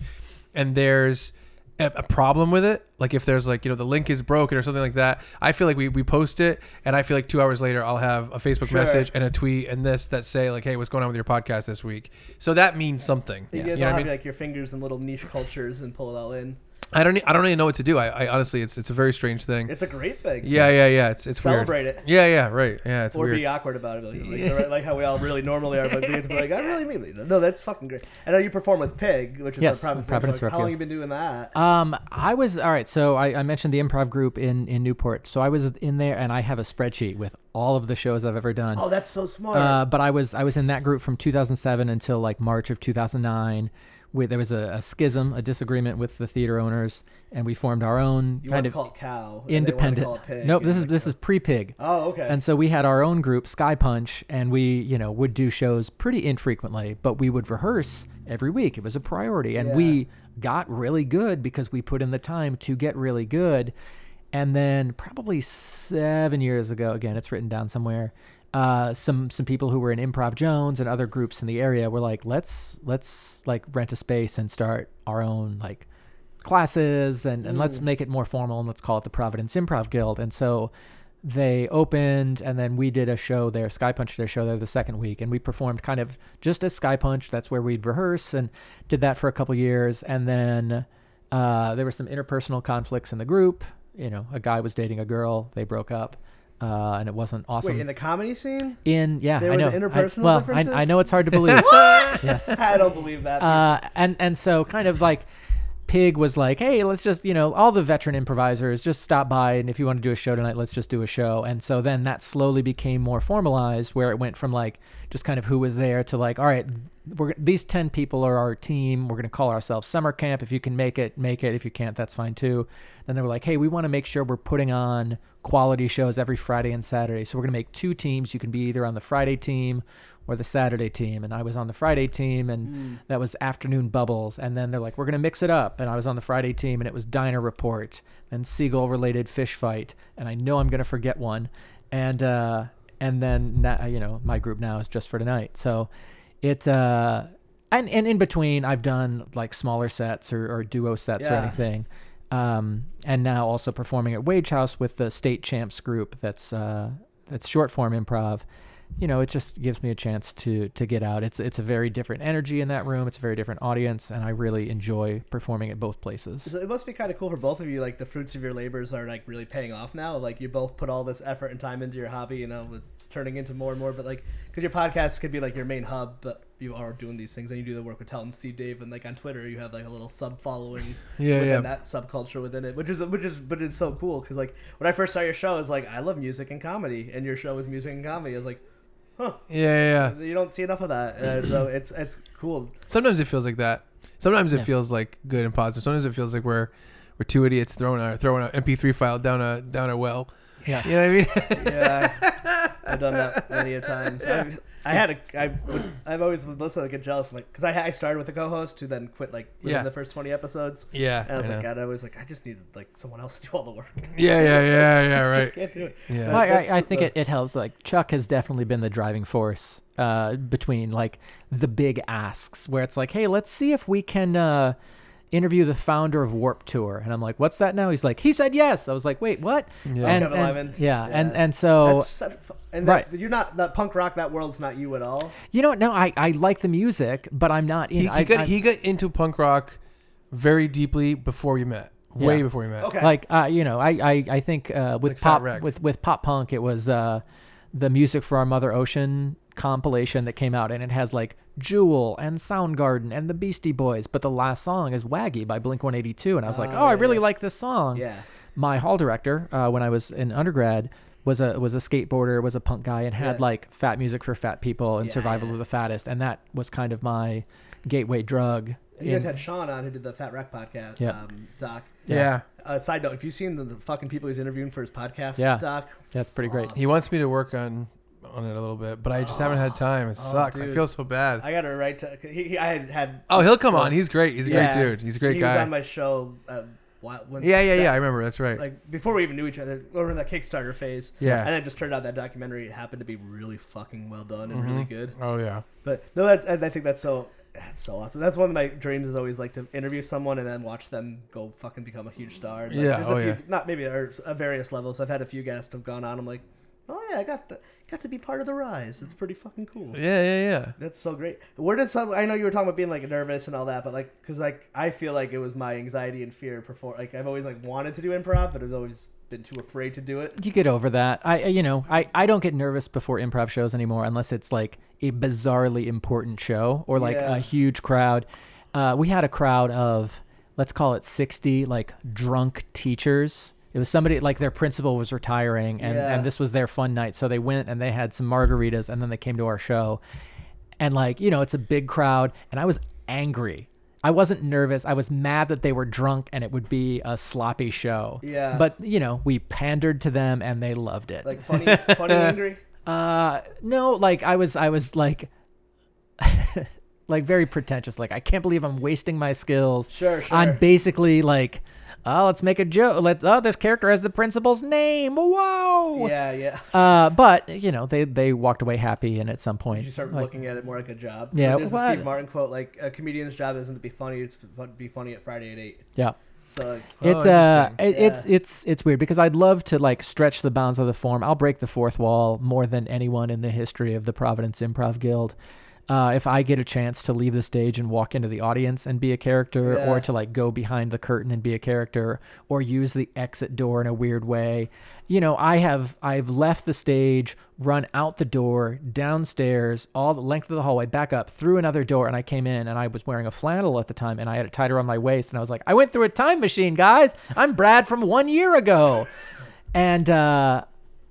Speaker 3: and there's a, a problem with it, like if there's like you know the link is broken or something like that, I feel like we, we post it and I feel like two hours later I'll have a Facebook
Speaker 1: Sure.
Speaker 3: message and a tweet and this that say like hey what's going on with your podcast this week. So that means something.
Speaker 1: you
Speaker 3: Yeah.
Speaker 1: guys
Speaker 3: You
Speaker 1: all
Speaker 3: know what I
Speaker 1: have
Speaker 3: mean?
Speaker 1: like your fingers in little niche cultures and pull it all in.
Speaker 3: I don't e, I don't really know what to do. I, I honestly it's it's a very strange thing.
Speaker 1: It's a great thing.
Speaker 3: yeah yeah yeah it's it's weird.
Speaker 1: Celebrate it.
Speaker 3: Yeah yeah right yeah it's
Speaker 1: or
Speaker 3: weird.
Speaker 1: be awkward about it, like, like, the- like how we all really normally are, but we have to be like, I really mean it. No, that's fucking great. I know you perform with Pig, which is
Speaker 4: Yes,
Speaker 1: the Providence,
Speaker 4: Providence
Speaker 1: How long
Speaker 4: Review.
Speaker 1: you been doing that?
Speaker 4: Um, I was all right. So I, I mentioned the improv group in in Newport. So I was in there, and I have a spreadsheet with all of the shows I've ever done.
Speaker 1: oh, that's so smart.
Speaker 4: Uh, but I was I was in that group from 2007 until like March of 2009. Where there was a, a schism, a disagreement with the theater owners, and we formed our own
Speaker 1: you
Speaker 4: kind
Speaker 1: want to
Speaker 4: of
Speaker 1: call it cow? and they wanna
Speaker 4: independent.
Speaker 1: Call it pig,
Speaker 4: nope,
Speaker 1: and
Speaker 4: this is
Speaker 1: like-
Speaker 4: this is pre-pig.
Speaker 1: Oh, okay.
Speaker 4: And so we had our own group, Sky Punch, and we, you know, would do shows pretty infrequently, but we would rehearse every week. It was a priority. And
Speaker 1: Yeah.
Speaker 4: we got really good because we put in the time to get really good. And then probably seven years ago, again, it's written down somewhere. Uh, some some people who were in Improv Jones and other groups in the area were like, let's let's like rent a space and start our own like classes and, and let's make it more formal and let's call it the Providence Improv Guild. And so they opened and then we did a show there. Sky Punch did a show there the second week and we performed kind of just as Sky Punch. That's where we'd rehearse and did that for a couple years. And then uh, there were some interpersonal conflicts in the group. You know, a guy was dating a girl, they broke up. Uh, and it wasn't awesome.
Speaker 1: Wait, in the comedy scene?
Speaker 4: In- yeah,
Speaker 1: there
Speaker 4: I
Speaker 1: was
Speaker 4: know.
Speaker 1: interpersonal
Speaker 4: I, well,
Speaker 1: differences?
Speaker 4: I, I know it's hard to believe.
Speaker 1: [LAUGHS]
Speaker 4: [LAUGHS] yes,
Speaker 1: I don't believe that.
Speaker 4: uh, and and so kind of like Pig was like, hey, let's just you know all the veteran improvisers just stop by and if you want to do a show tonight, let's just do a show. And so then that slowly became more formalized, where it went from like just kind of who was there to like, all right, we're these ten people are our team. We're gonna call ourselves Summer Camp. If you can make it, make it. If you can't, that's fine too. Then they were like, hey, we want to make sure we're putting on quality shows every Friday and Saturday. So we're gonna make two teams. You can be either on the Friday team or the Saturday team, and I was on the Friday team, and that was afternoon bubbles. And then they're like, we're gonna mix it up, and I was on the Friday team, and it was diner report and seagull related fish fight, and I know I'm gonna forget one, and uh, and then na- you know my group now is just for tonight. So it uh, and and in between I've done like smaller sets or, or duo sets or
Speaker 1: Yeah.
Speaker 4: anything. Um, and now also performing at Wage House with the State Champs group. That's uh, that's short form improv you know, it just gives me a chance to to get out. It's it's a very different energy in that room. It's a very different audience, and I really enjoy performing at both places.
Speaker 1: So it must be kind of cool for both of you. Like the fruits of your labors are like really paying off now. Like you both put all this effort and time into your hobby. You know, it's turning into more and more. But like, because your podcast could be like your main hub, but you are doing these things and you do the work with Tell 'em Steve Dave and like on Twitter you have like a little sub following
Speaker 3: Yeah,
Speaker 1: within
Speaker 3: yeah.
Speaker 1: that subculture within it, which is which is but it's so cool because like when I first saw your show, I was like, I love music and comedy, and your show is music and comedy. I was like, huh,
Speaker 3: Yeah yeah. yeah.
Speaker 1: you don't see enough of that. And so it's it's cool.
Speaker 3: Sometimes it feels like that. Sometimes it
Speaker 4: Yeah.
Speaker 3: feels like good and positive. Sometimes it feels like we're we're two idiots throwing our throwing an MP3 file down a down a well.
Speaker 4: Yeah.
Speaker 3: You know what I mean? [LAUGHS]
Speaker 1: yeah, I've done that many a times. I've, I had a, I would, I've always would listen to get jealous, like, because I, I started with a co-host who then quit like within
Speaker 3: Yeah.
Speaker 1: the first 20 episodes.
Speaker 3: yeah.
Speaker 1: And I was like,
Speaker 3: know.
Speaker 1: God, I was like, I just needed like someone else to do all the work. [LAUGHS]
Speaker 3: yeah, yeah, yeah, yeah,
Speaker 1: just
Speaker 3: right.
Speaker 1: can't do it.
Speaker 3: Yeah.
Speaker 1: But
Speaker 4: Well, I,
Speaker 1: that's uh,
Speaker 4: I, I think
Speaker 1: the-
Speaker 4: it, it helps. Like Chuck has definitely been the driving force uh, between like the big asks, where it's like, hey, let's see if we can uh, interview the founder of Warp Tour, and I'm like, what's that now? He's like, he said yes. I was like, wait, what?
Speaker 3: Yeah.
Speaker 4: And,
Speaker 1: Kevin
Speaker 4: and-
Speaker 1: Lyman.
Speaker 4: yeah, and
Speaker 1: Yeah.
Speaker 4: and so
Speaker 1: That's such, and that,
Speaker 4: Right.
Speaker 1: you're not that punk rock. That world's not you at all.
Speaker 4: you know, what? no, I, I like the music, but I'm not. You
Speaker 3: He,
Speaker 4: know,
Speaker 3: he
Speaker 4: I-
Speaker 3: got
Speaker 4: I-
Speaker 3: he got into punk rock very deeply before we met. Way
Speaker 4: Yeah.
Speaker 3: before we met.
Speaker 1: Okay.
Speaker 4: like uh, you know, I I, I think uh, with
Speaker 3: Like Fat
Speaker 4: pop
Speaker 3: Wreck.
Speaker 4: with with pop punk, it was uh, the music for our Mother Ocean compilation that came out, and it has like Jewel and Soundgarden and the Beastie Boys, but the last song is Waggy by Blink 182, and I was like,
Speaker 1: Oh,
Speaker 4: oh, I
Speaker 1: yeah,
Speaker 4: really
Speaker 1: yeah.
Speaker 4: like this song.
Speaker 1: Yeah.
Speaker 4: my hall director uh, when I was in undergrad was a was a skateboarder, was a punk guy, and
Speaker 1: Yeah.
Speaker 4: had like fat music for fat people and survival of the fattest, and that was kind of my gateway drug.
Speaker 1: You guys
Speaker 4: in-
Speaker 1: had Sean on who did the Fat Wreck podcast,
Speaker 4: Yeah.
Speaker 1: um, Doc.
Speaker 3: Yeah.
Speaker 1: Uh, side note, if you've seen the, the fucking people he's interviewing for his podcast,
Speaker 4: Yeah.
Speaker 1: Doc.
Speaker 4: That's pretty great.
Speaker 1: fuck.
Speaker 3: He wants me to work on on it a little bit, but I just haven't had time. It sucks. I
Speaker 1: Oh, dude.
Speaker 3: feel so bad.
Speaker 1: I got a right to. He, he, I had had.
Speaker 3: oh, he'll come on. He's great. He's a
Speaker 1: Yeah.
Speaker 3: great dude. He's a great
Speaker 1: he
Speaker 3: guy.
Speaker 1: was on my show. Uh, wh- when,
Speaker 3: yeah, yeah,
Speaker 1: that-
Speaker 3: yeah. I remember. That's right.
Speaker 1: Like before we even knew each other, we were in that Kickstarter phase.
Speaker 3: Yeah.
Speaker 1: And it just turned out that documentary happened to be really fucking well done and really good.
Speaker 3: oh yeah.
Speaker 1: But no, that's and I think that's so that's so awesome. That's one of my dreams is always like to interview someone and then watch them go fucking become a huge star. Like,
Speaker 3: Yeah,
Speaker 1: There's
Speaker 3: oh,
Speaker 1: a few,
Speaker 3: yeah.
Speaker 1: Not maybe or uh, various levels. I've had a few guests have gone on. I'm like, oh yeah, I got the got to be part of the rise. It's pretty fucking cool.
Speaker 3: Yeah, yeah, yeah.
Speaker 1: That's so great. Where did some? I know you were talking about being like nervous and all that, but like, cause like I feel like it was my anxiety and fear before. Like I've always like wanted to do improv, but I've always been too afraid to do it.
Speaker 4: You get over that. I, I- you know, I, I don't get nervous before improv shows anymore unless it's like a bizarrely important show or like
Speaker 1: Yeah.
Speaker 4: a huge crowd. Uh, we had a crowd of, let's call it 60, like drunk teachers. It was somebody like their principal was retiring and,
Speaker 1: Yeah.
Speaker 4: and this was their fun night. So they went and they had some margaritas and then they came to our show. And like, you know, it's a big crowd and I was angry. I wasn't nervous. I was mad that they were drunk and it would be a sloppy show.
Speaker 1: Yeah.
Speaker 4: But you know, we pandered to them and they loved it.
Speaker 1: Like funny,
Speaker 4: [LAUGHS]
Speaker 1: funny, and angry.
Speaker 4: uh, no, like I was, I was like, [LAUGHS] like very pretentious. Like I can't believe I'm wasting my skills.
Speaker 1: Sure, sure.
Speaker 4: I'm basically like, oh, let's make a joke. Let oh, this character has the principal's name. Whoa.
Speaker 1: Yeah, yeah.
Speaker 4: Uh, but you know, they they walked away happy, and at some point,
Speaker 1: You start
Speaker 4: like,
Speaker 1: looking at it more like a job.
Speaker 4: Yeah,
Speaker 1: Like, there's a
Speaker 4: what?
Speaker 1: Steve Martin quote like a comedian's job isn't to be funny, it's to be funny at Friday at eight.
Speaker 4: yeah.
Speaker 1: So like,
Speaker 3: Oh,
Speaker 4: it's uh
Speaker 3: interesting.
Speaker 4: it, it's
Speaker 1: Yeah.
Speaker 4: it's it's weird because I'd love to like stretch the bounds of the form. I'll break the fourth wall more than anyone in the history of the Providence Improv Guild. Uh, if I get a chance to leave the stage and walk into the audience and be a character,
Speaker 1: Yeah.
Speaker 4: or to like go behind the curtain and be a character, or use the exit door in a weird way, you know, I have I've left the stage, run out the door, downstairs, all the length of the hallway, back up through another door, and I came in and I was wearing a flannel at the time and I had it tied around my waist and I was like, I went through a time machine, guys. I'm Brad from one year ago, and uh,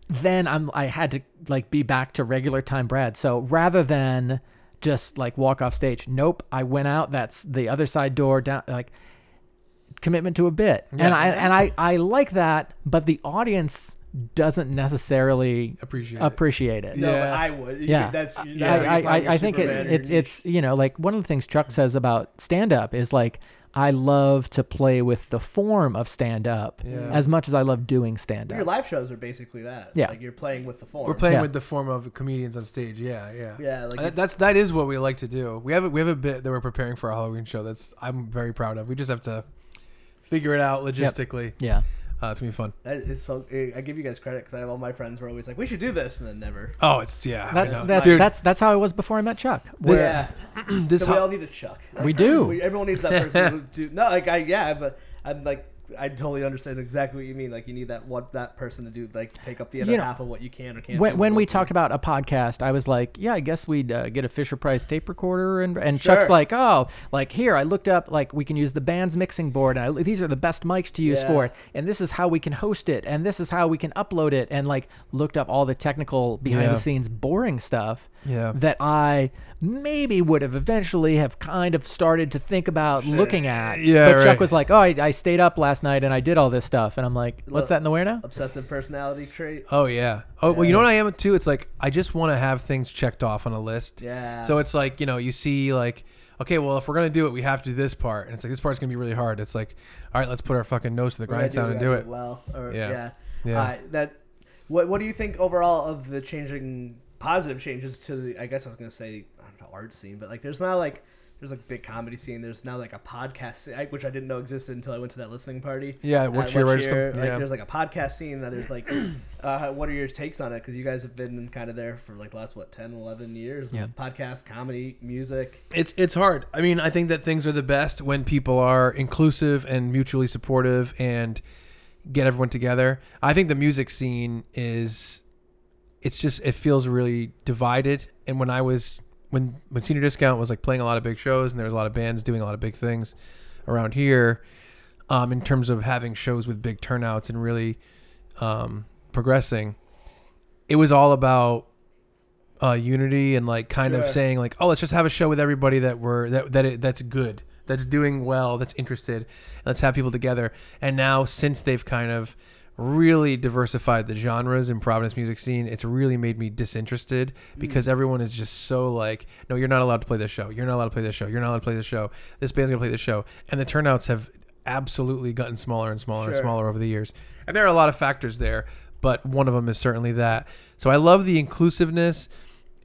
Speaker 4: then I'm I had to like be back to regular time Brad. So rather than just like walk off stage, nope, I went out. That's the other side door down like commitment to a bit. And I and I I like that, but the audience doesn't necessarily
Speaker 3: Appreciate. it.
Speaker 4: appreciate it.
Speaker 1: no, but
Speaker 3: Yeah.
Speaker 1: I would. You-
Speaker 4: Yeah.
Speaker 1: That's, that's
Speaker 3: Yeah,
Speaker 1: where
Speaker 4: I,
Speaker 1: you
Speaker 4: I,
Speaker 1: find
Speaker 4: I,
Speaker 1: your
Speaker 4: I think it,
Speaker 1: Superman or
Speaker 4: it's
Speaker 1: your
Speaker 4: it's you know like one of the things Chuck says about stand up is like I love to play with the form of stand up
Speaker 3: Yeah.
Speaker 4: as much as I love doing stand
Speaker 1: Your
Speaker 4: up.
Speaker 1: live shows are basically that.
Speaker 4: Yeah.
Speaker 1: Like you're playing with the form.
Speaker 3: We're playing
Speaker 4: Yeah.
Speaker 3: with the form of comedians on stage. Yeah, yeah.
Speaker 1: Yeah, like
Speaker 3: Uh,
Speaker 1: you-
Speaker 3: that's that is what we like to do. We have a, we have a bit that we're preparing for our Halloween show. That's I'm very proud of. We just have to figure it out logistically.
Speaker 4: Yeah.
Speaker 3: Uh, it's gonna be fun.
Speaker 1: That is so. eh, I give you guys credit because I have all my friends were always like, "We should do this," and then never.
Speaker 3: Oh, it's yeah. I
Speaker 4: That's
Speaker 3: know.
Speaker 4: that's,
Speaker 3: Dude,
Speaker 4: that's that's how I was before I met Chuck.
Speaker 3: This-
Speaker 4: where-
Speaker 1: yeah.
Speaker 3: [CLEARS THROAT] this
Speaker 1: So
Speaker 3: ho-
Speaker 1: we all need a Chuck.
Speaker 4: We
Speaker 1: [LAUGHS]
Speaker 4: do.
Speaker 1: We, everyone needs that person who do. No, like I yeah, but I'm like I totally understand exactly what you mean. Like you need that one that person to do like take up the other
Speaker 4: You know,
Speaker 1: half of what you can or can't. do
Speaker 4: when,
Speaker 1: with
Speaker 4: when we
Speaker 1: one
Speaker 4: talked about a podcast, I was like, yeah, I guess we'd uh, get a Fisher Price tape recorder, and and Chuck's
Speaker 1: Sure.
Speaker 4: like, oh, like here, I looked up, like we can use the band's mixing board, and I, these are the best mics to use
Speaker 1: Yeah.
Speaker 4: for it, and this is how we can host it, and this is how we can upload it, and like looked up all the technical behind
Speaker 3: Yeah.
Speaker 4: the scenes boring stuff
Speaker 3: Yeah.
Speaker 4: that I maybe would have eventually have kind of started to think about looking at.
Speaker 3: Yeah,
Speaker 4: but
Speaker 3: right.
Speaker 4: Chuck was like, oh, I, I stayed up last night and I did all this stuff, and I'm like, what's
Speaker 1: Look,
Speaker 4: that in the where now?
Speaker 1: Obsessive personality trait.
Speaker 3: Oh yeah. Oh well, you know what I am too. It's like I just want to have things checked off on a list.
Speaker 1: Yeah.
Speaker 3: So it's like you know you see like okay well if we're gonna do it we have to do this part and it's like this part's gonna be really hard. It's like all right let's put our fucking nose to the
Speaker 1: We're gonna
Speaker 3: grindstone and
Speaker 1: we
Speaker 3: do
Speaker 1: gotta
Speaker 3: it.
Speaker 1: well. Or,
Speaker 3: Yeah.
Speaker 1: yeah.
Speaker 3: Yeah.
Speaker 1: Uh, that. What What do you think overall of the changing positive changes to the? I guess I was gonna say I don't know art scene, but like there's now like there's like big comedy scene. There's now like a podcast scene, I- which I didn't know existed until I went to that listening party.
Speaker 3: Yeah,
Speaker 1: at
Speaker 3: What's Your
Speaker 1: What's
Speaker 3: Worst Com-
Speaker 1: Your- Like
Speaker 3: yeah.
Speaker 1: there's like a podcast scene. Now there's
Speaker 3: [CLEARS THROAT]
Speaker 1: like, uh, what are your takes on it? Because you guys have been kind of there for like the last what 10, 11 years.
Speaker 4: Yeah.
Speaker 1: of Podcast, comedy, music.
Speaker 3: It's it's hard. I mean, I think that things are the best when people are inclusive and mutually supportive and get everyone together. I think the music scene is it's just it feels really divided and when I was when when Senior Discount was like playing a lot of big shows and there was a lot of bands doing a lot of big things around here, um, in terms of having shows with big turnouts and really um, progressing, it was all about uh, unity and like kind of
Speaker 1: Sure.
Speaker 3: saying like, oh, let's just have a show with everybody that we're that that it, that's good, that's doing well, that's interested. Let's have people together. And now since they've kind of really diversified the genres in Providence music scene, it's really made me disinterested because everyone is just so like, no, you're not allowed to play this show. You're not allowed to play this show. You're not allowed to play this show. This band's gonna play this show. And the turnouts have absolutely gotten smaller and smaller and
Speaker 1: Sure.
Speaker 3: smaller over the years. And there are a lot of factors there, but one of them is certainly that. So I love the inclusiveness.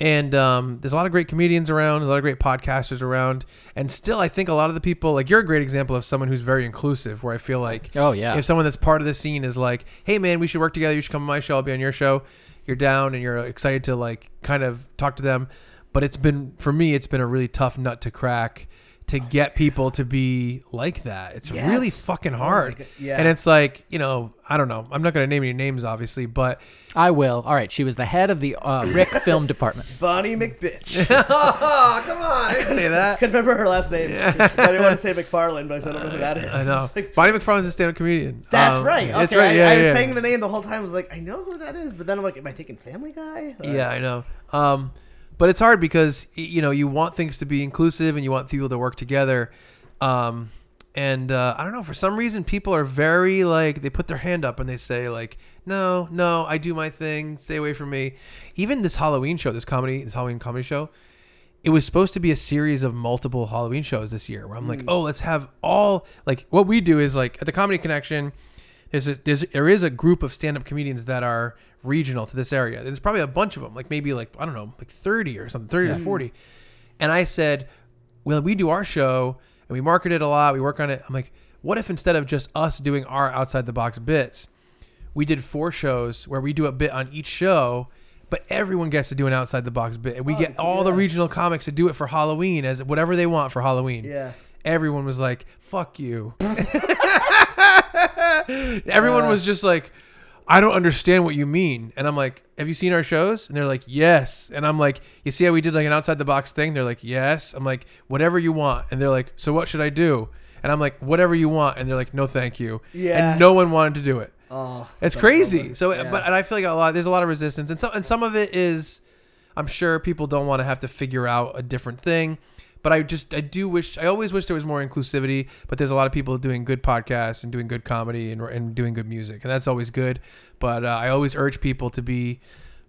Speaker 3: And um, there's a lot of great comedians around, a lot of great podcasters around, and still I think a lot of the people like you're a great example of someone who's very inclusive. Where I feel like
Speaker 4: Oh yeah.
Speaker 3: if someone that's part of the scene is like, "Hey man, we should work together. You should come on my show. I'll be on your show." You're down and you're excited to like kind of talk to them, but it's been for me, it's been a really tough nut to crack to get people to be like that. It's really
Speaker 1: Yes. Oh
Speaker 3: fucking
Speaker 1: my
Speaker 3: hard.
Speaker 1: God, yeah.
Speaker 3: And it's like, you know, I don't know. I'm not going to name any names obviously, but
Speaker 4: I will. All right. She was the head of the uh, Rick Film Department.
Speaker 1: Bonnie [LAUGHS]
Speaker 3: [LAUGHS]
Speaker 1: McBitch.
Speaker 3: oh, come on. Mm. I didn't say
Speaker 1: [LAUGHS] I could
Speaker 3: that.
Speaker 1: remember her last name. I didn't want to say McFarlane, but I said, I don't know who that is.
Speaker 3: [LAUGHS] I
Speaker 1: [LAUGHS]
Speaker 3: know.
Speaker 1: It's like,
Speaker 3: Bonnie McFarlane's a stand-up comedian.
Speaker 1: that's
Speaker 3: Um,
Speaker 1: right. Okay,
Speaker 3: That's right. Yeah,
Speaker 1: I, I was
Speaker 3: yeah.
Speaker 1: saying the name the whole time. I was like, I know who that is, but then I'm like, am I thinking Family Guy? Like,
Speaker 3: Yeah, I know. Um, but it's hard because y- you know you want things to be inclusive and you want people to work together. Um, and uh, I don't know, for some reason people are very like they put their hand up and they say like, no, no, I do my thing, stay away from me. Even this Halloween show, this comedy, this Halloween comedy show, it was supposed to be a series of multiple Halloween shows this year. Where I'm
Speaker 1: Hmm.
Speaker 3: like, oh, let's have all like what we do is like at the Comedy Connection there's a, there's there is a group of stand-up comedians that are regional to this area. There's probably a bunch of them, like maybe like I don't know, like 30 or something, 30 or 40. And I said, well, we do our show and we market it a lot, we work on it. I'm like, what if instead of just us doing our outside the box bits, we did four shows where we do a bit on each show, but everyone gets to do an outside the box bit, and we
Speaker 1: Oh,
Speaker 3: get all the
Speaker 1: yeah.
Speaker 3: regional comics to do it for Halloween as whatever they want for Halloween
Speaker 1: Yeah.
Speaker 3: everyone was like,
Speaker 1: [LAUGHS]
Speaker 3: "Fuck you." everyone was just like, "I don't understand what you mean." And I'm like, "Have you seen our shows?" And they're like, "Yes." And I'm like, "You see how we did like an outside the box thing?" They're like, "Yes." I'm like, "Whatever you want." And they're like, "So what should I do?" And I'm like, "Whatever you want." And they're like, "No, thank you."
Speaker 1: Yeah.
Speaker 3: And no one wanted to do it.
Speaker 1: Oh,
Speaker 3: It's
Speaker 1: that's
Speaker 3: crazy.
Speaker 1: lovely.
Speaker 3: So,
Speaker 1: Yeah.
Speaker 3: but and I feel like a lot. There's a lot of resistance, and some and some of it is, I'm sure people don't want to have to figure out a different thing. But I just I do wish I always wish there was more inclusivity. But there's a lot of people doing good podcasts and doing good comedy and and doing good music, and that's always good. But uh, I always urge people to be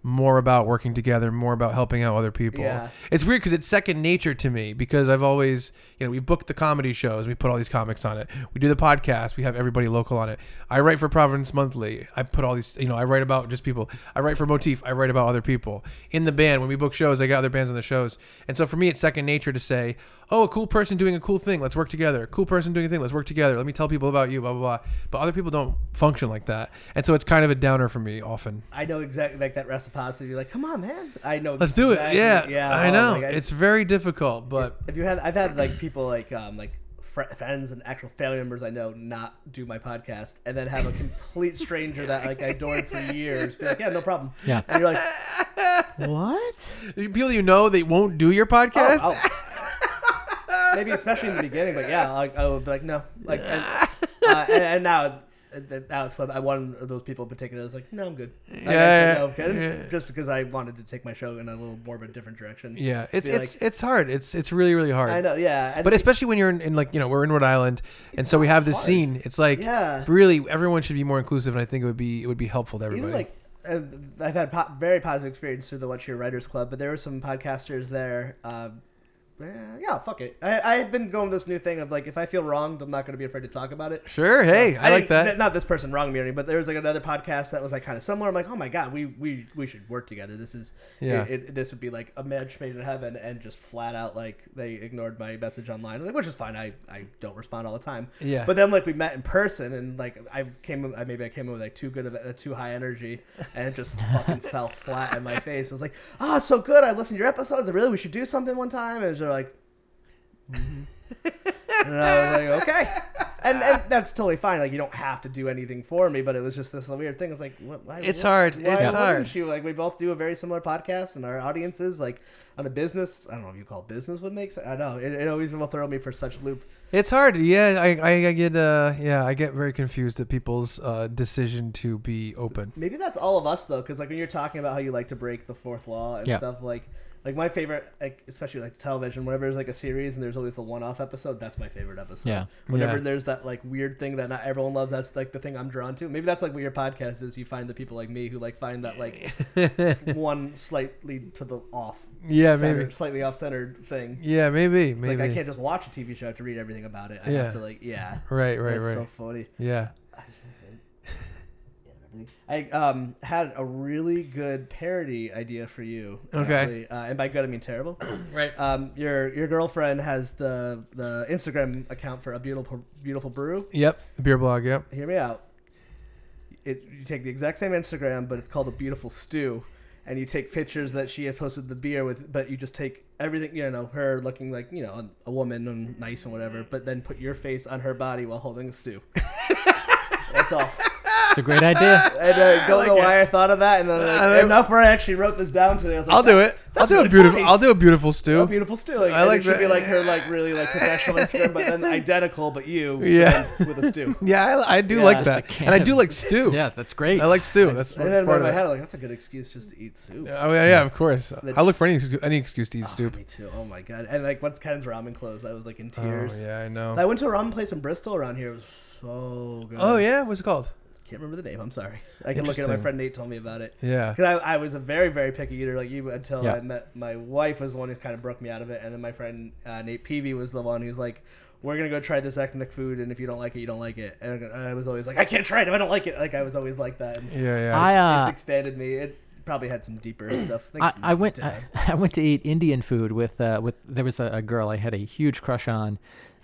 Speaker 3: more about working together, more about helping out other people.
Speaker 1: Yeah.
Speaker 3: It's weird because it's second nature to me because I've always, you know, we book the comedy shows, we put all these comics on it. We do the podcast, we have everybody local on it. I write for Providence Monthly. I put all these, you know, I write about just people. I write for Motif, I write about other people. In the band, when we book shows, I got other bands on the shows. And so for me, it's second nature to say, oh, a cool person doing a cool thing, let's work together. A cool person doing a thing, let's work together. Let me tell people about you, blah, blah, blah. But other people don't function like that. And so it's kind of a downer for me often.
Speaker 1: I know exactly like that reciprocity. You're like, come on, man. I know.
Speaker 3: Let's do it.
Speaker 1: exactly-
Speaker 3: Yeah.
Speaker 1: Yeah.
Speaker 3: I
Speaker 1: oh,
Speaker 3: know.
Speaker 1: like, I-
Speaker 3: it's very difficult, but
Speaker 1: if you had, I've had like people like um like fr- friends and actual family members I know not do my podcast, and then have a complete stranger that like I adored for years be like, yeah, no problem.
Speaker 4: Yeah.
Speaker 1: And you're like, what?
Speaker 3: people you know they won't do your podcast.
Speaker 1: Oh,
Speaker 3: [LAUGHS]
Speaker 1: oh. Maybe especially in the beginning, but yeah, I, I would be like, no, like, and,
Speaker 3: [LAUGHS]
Speaker 1: uh, and, and now. and Now it's fun. I one of those people in particular was like, no, I'm good. Like, I
Speaker 3: Yeah,
Speaker 1: said, no, I'm good.
Speaker 3: yeah.
Speaker 1: Just because I wanted to take my show in a little more of a different direction.
Speaker 3: Yeah, it's
Speaker 1: Be
Speaker 3: it's it's hard. It's it's really really hard.
Speaker 1: I know, yeah. and-
Speaker 3: But especially when you're in, in like you know we're in Rhode Island, and so we have this
Speaker 1: hard.
Speaker 3: scene. It's like
Speaker 1: Yeah.
Speaker 3: really everyone should be more inclusive, and I think it would be it would be helpful to everybody.
Speaker 1: Even like uh, I've had po- very positive experience through the What's Your Writers Club, but there were some podcasters there. Um, eh, yeah, fuck it. I, I've been going this new thing of like if I feel wronged, I'm not going to be afraid to talk about it.
Speaker 3: sure, hey, I, like
Speaker 1: didn't-
Speaker 3: that.
Speaker 1: th- Not this person wronged me or anything, but there was like another podcast that was like kind of similar. I'm like, oh my god, we we, we should work together. This is
Speaker 3: Yeah.
Speaker 1: it, it- this would be like a match made in heaven, and just flat out like they ignored my message online, like, which is fine. I, I don't respond all the time.
Speaker 3: Yeah.
Speaker 1: But then like we met in person, and like I came I, maybe I came in with like too good of uh, too high energy, and it just fucking fell flat in my face. I was like, ah, oh, so good. I listened to your episodes. I really we should do something one time. And they're like. "Mm-hmm." And I was like, okay. And, and that's totally fine. Like, you don't have to do anything for me, but it was just this weird thing. It's like, what, why?
Speaker 3: It's
Speaker 1: why-
Speaker 3: hard.
Speaker 1: Why
Speaker 3: It's
Speaker 1: wouldn't
Speaker 3: hard.
Speaker 1: You? Like, we both do a very similar podcast, and our audiences, like, on a business, I don't know if you call it business would make sense. I know. It, it always will throw me for such a loop.
Speaker 3: It's hard. Yeah, I, I, I get uh yeah I get very confused at people's uh, decision to be open. [LAUGHS]
Speaker 1: Maybe that's all of us though, because like when you're talking about how you like to break the fourth law and
Speaker 4: Yeah.
Speaker 1: stuff, like like my favorite, like especially like television, whenever there's like a series and there's always the one-off episode, that's my favorite episode.
Speaker 4: Yeah.
Speaker 1: Whenever
Speaker 3: Yeah.
Speaker 1: there's that like weird thing that not everyone loves, that's like the thing I'm drawn to. Maybe that's like what your podcast is. You find the people like me who like find that like
Speaker 3: [LAUGHS]
Speaker 1: s- one slightly to the off,
Speaker 3: yeah,
Speaker 1: center-
Speaker 3: maybe.
Speaker 1: slightly off-centered thing.
Speaker 3: Yeah, maybe,
Speaker 1: It's
Speaker 3: maybe.
Speaker 1: like I can't just watch a TV show I have to read everything about it. I
Speaker 3: Yeah.
Speaker 1: have to like yeah.
Speaker 3: Right, right,
Speaker 1: that's
Speaker 3: right.
Speaker 1: so funny.
Speaker 3: yeah.
Speaker 1: [LAUGHS] I um had a really good parody idea for you.
Speaker 3: Okay.
Speaker 1: actually. Uh, and by good I mean terrible.
Speaker 3: Right.
Speaker 1: Um, your your girlfriend has the the Instagram account for a beautiful beautiful brew.
Speaker 3: Yep. Beer blog. Yep.
Speaker 1: Hear me out. It you take the exact same Instagram, but it's called a beautiful stew, and you take pictures that she has posted the beer with, but you just take everything you know her looking like you know a woman and nice and whatever, but then put your face on her body while holding a stew. [LAUGHS] That's all.
Speaker 4: It's a
Speaker 1: [LAUGHS]
Speaker 4: great idea.
Speaker 1: And I don't
Speaker 3: Ah, like
Speaker 1: know
Speaker 3: it.
Speaker 1: why I thought of that, and then
Speaker 3: I
Speaker 1: like,
Speaker 3: like-
Speaker 1: enough where I actually wrote this down today. I was like,
Speaker 3: I'll do
Speaker 1: "That's-
Speaker 3: it. I'll
Speaker 1: that's
Speaker 3: do a
Speaker 1: really
Speaker 3: beautiful.
Speaker 1: funny.
Speaker 3: I'll do a beautiful stew.
Speaker 1: A beautiful stew. Like, I
Speaker 3: I like
Speaker 1: like it should be
Speaker 3: that.
Speaker 1: like her, like really like professional Instagram, but
Speaker 3: [LAUGHS]
Speaker 1: then identical, but you,
Speaker 3: Yeah.
Speaker 1: but then with a
Speaker 3: [LAUGHS]
Speaker 1: stew.
Speaker 3: yeah, I, I do
Speaker 1: Yeah,
Speaker 3: like
Speaker 1: just a
Speaker 3: that,
Speaker 4: can.
Speaker 3: and I do like stew.
Speaker 4: Yeah, that's great.
Speaker 3: I like stew. That's
Speaker 1: And
Speaker 3: part
Speaker 1: then in
Speaker 3: part
Speaker 1: my
Speaker 3: of
Speaker 1: head,
Speaker 3: that.
Speaker 1: I'm like that's a good excuse just to eat soup.
Speaker 3: Oh, yeah, yeah, of course. I look for any excu- any excuse to eat
Speaker 1: Ah,
Speaker 3: stew.
Speaker 1: me too. Oh my god. And like once Ken's ramen closed, I was like in Ah, tears.
Speaker 3: Oh yeah, I know.
Speaker 1: I went to a ramen place in Bristol around here. It was so good.
Speaker 3: oh yeah, what's it called?
Speaker 1: Can't remember the name. I'm sorry. I can look it up. My
Speaker 3: Interesting.
Speaker 1: friend Nate told me about it.
Speaker 4: [LAUGHS]
Speaker 3: Yeah.
Speaker 1: Because I, I was a very, very picky eater like you until
Speaker 4: Yeah.
Speaker 1: I met my wife was the one who kind of broke me out of it, and then my friend uh, Nate Peavy was the one who's like, "We're gonna go try this ethnic food, and if you don't like it, you don't like it." And I was always like, "I can't try it if I don't like it." Like I was always like that. And
Speaker 3: Yeah, yeah.
Speaker 4: I uh,
Speaker 1: it's expanded me. It probably had some
Speaker 4: [CLEARS THROAT]
Speaker 1: deeper stuff.
Speaker 4: I,
Speaker 1: Thanks,
Speaker 4: I went I,
Speaker 1: Dad.
Speaker 4: [LAUGHS] I went to eat Indian food with uh, with there was a, a girl I had a huge crush on,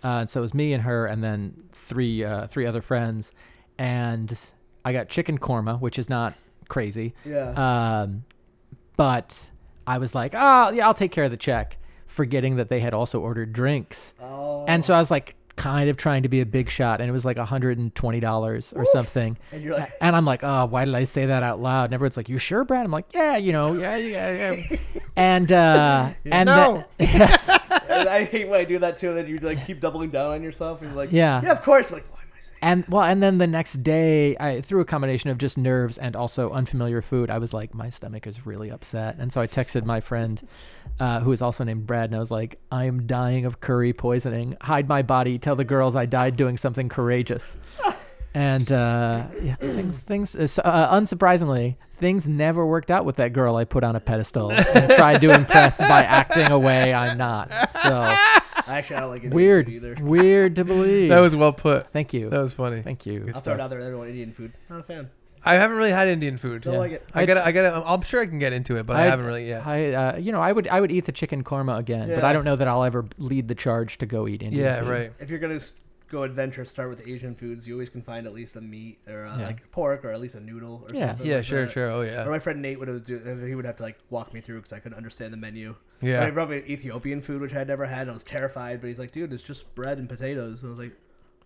Speaker 4: uh, and so it was me and her and then three uh, three other friends, and I got chicken korma, which is not crazy.
Speaker 1: Yeah.
Speaker 4: Um, but I was like, oh yeah, I'll take care of the check, forgetting that they had also ordered drinks,
Speaker 1: oh.
Speaker 4: and so I was like kind of trying to be a big shot, and it was like hundred and twenty dollars or something.
Speaker 1: and you're
Speaker 4: [LAUGHS]
Speaker 1: like,
Speaker 4: And I'm like, oh, why did I say that out loud? And everyone's like, you sure, Brad? I'm like, yeah, you know, yeah, yeah, yeah. and uh, and
Speaker 3: No.
Speaker 4: that- [LAUGHS] yes,
Speaker 1: and I hate when I do that too. And then you like keep doubling down on yourself, and you're like,
Speaker 4: Yeah.
Speaker 1: yeah, of course. Like, why am I saying?
Speaker 4: and well, and then the next day, I through a combination of just nerves and also unfamiliar food, I was like, my stomach is really upset, and so I texted my friend, uh, who is also named Brad, and I was like, I am dying of curry poisoning. Hide my body. Tell the girls I died doing something courageous. And uh, yeah, things, things, uh, so- uh, unsurprisingly, things never worked out with that girl I put on a pedestal and tried to impress by acting away I'm not.
Speaker 3: [LAUGHS]
Speaker 4: So [LAUGHS]
Speaker 1: I actually I don't like Indian
Speaker 4: weird,
Speaker 1: food either.
Speaker 4: weird to believe.
Speaker 3: [LAUGHS] that was well put.
Speaker 4: Thank you.
Speaker 3: That was funny.
Speaker 4: Thank you.
Speaker 1: I'll throw it out there. Everyone Indian food. Not a fan.
Speaker 3: I haven't really had Indian food.
Speaker 1: Don't
Speaker 4: Yeah.
Speaker 1: like it.
Speaker 3: I gotta, I gotta. I'm sure I can get into it, but I,
Speaker 4: I'd-
Speaker 3: haven't really yet.
Speaker 4: I, uh, you know, I would, I would eat the chicken korma again, but
Speaker 1: Yeah.
Speaker 4: I don't know that I'll ever lead the charge to go eat Indian.
Speaker 3: yeah,
Speaker 4: food.
Speaker 3: right.
Speaker 1: if you're gonna s- go adventure, start with Asian foods. You always can find at least a meat or uh
Speaker 4: Yeah.
Speaker 1: like pork or at least a noodle or
Speaker 4: Yeah.
Speaker 1: something.
Speaker 3: Yeah,
Speaker 1: like
Speaker 3: sure,
Speaker 1: that.
Speaker 3: sure. Oh
Speaker 1: Or
Speaker 3: yeah.
Speaker 1: my friend Nate would always do. uh, He would have to like walk me through because I couldn't understand the menu. I
Speaker 3: Yeah.
Speaker 1: brought me Ethiopian food, which I had never had, and I was terrified. But he's like, "Dude, it's just bread and potatoes." And I was like,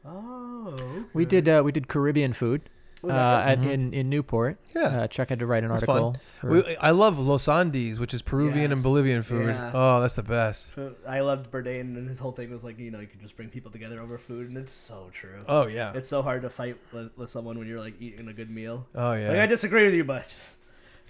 Speaker 1: "Oh." okay."
Speaker 4: We did, uh, we did Caribbean food uh,
Speaker 1: Was that
Speaker 4: at, in in Newport.
Speaker 3: Mm-hmm. Yeah.
Speaker 4: Uh, Chuck had to write an
Speaker 3: That's
Speaker 4: article. for-
Speaker 3: We, I love Los Andes, which is Peruvian and
Speaker 1: Yes.
Speaker 3: Bolivian food.
Speaker 1: Yeah.
Speaker 3: Oh, that's the best.
Speaker 1: good? I loved Bourdain, and his whole thing was like, you know, you can just bring people together over food, and it's so true.
Speaker 3: Oh yeah.
Speaker 1: It's so hard to fight with, with someone when you're like eating a good meal.
Speaker 3: oh yeah.
Speaker 1: Like I disagree with you, but just,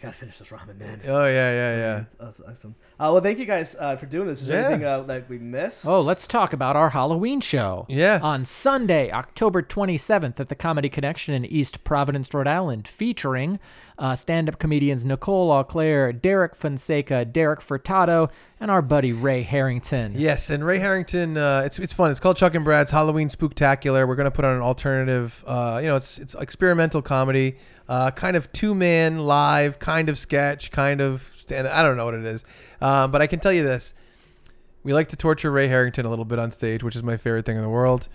Speaker 1: gotta finish this ramen, man.
Speaker 3: oh yeah, yeah, yeah.
Speaker 1: That's awesome. Uh, well, thank you guys uh, for doing this. Is there
Speaker 3: Yeah.
Speaker 1: anything uh, that we missed?
Speaker 4: Oh, let's talk about our Halloween show.
Speaker 3: Yeah.
Speaker 4: On Sunday, October 27th at the Comedy Connection in East Providence, Rhode Island, featuring uh, stand up comedians Nicole Auclair, Derek Fonseca, Derek Furtado, and our buddy Ray Harrington.
Speaker 3: Yes, and Ray Harrington, uh, it's it's fun. It's called Chuck and Brad's Halloween Spooktacular. We're gonna put on an alternative, uh, you know, it's it's experimental comedy, uh, kind of two man live, kind of sketch, kind of stand. I don't know what it is, um, but I can tell you this: we like to torture Ray Harrington a little bit on stage, which is my favorite thing in the world.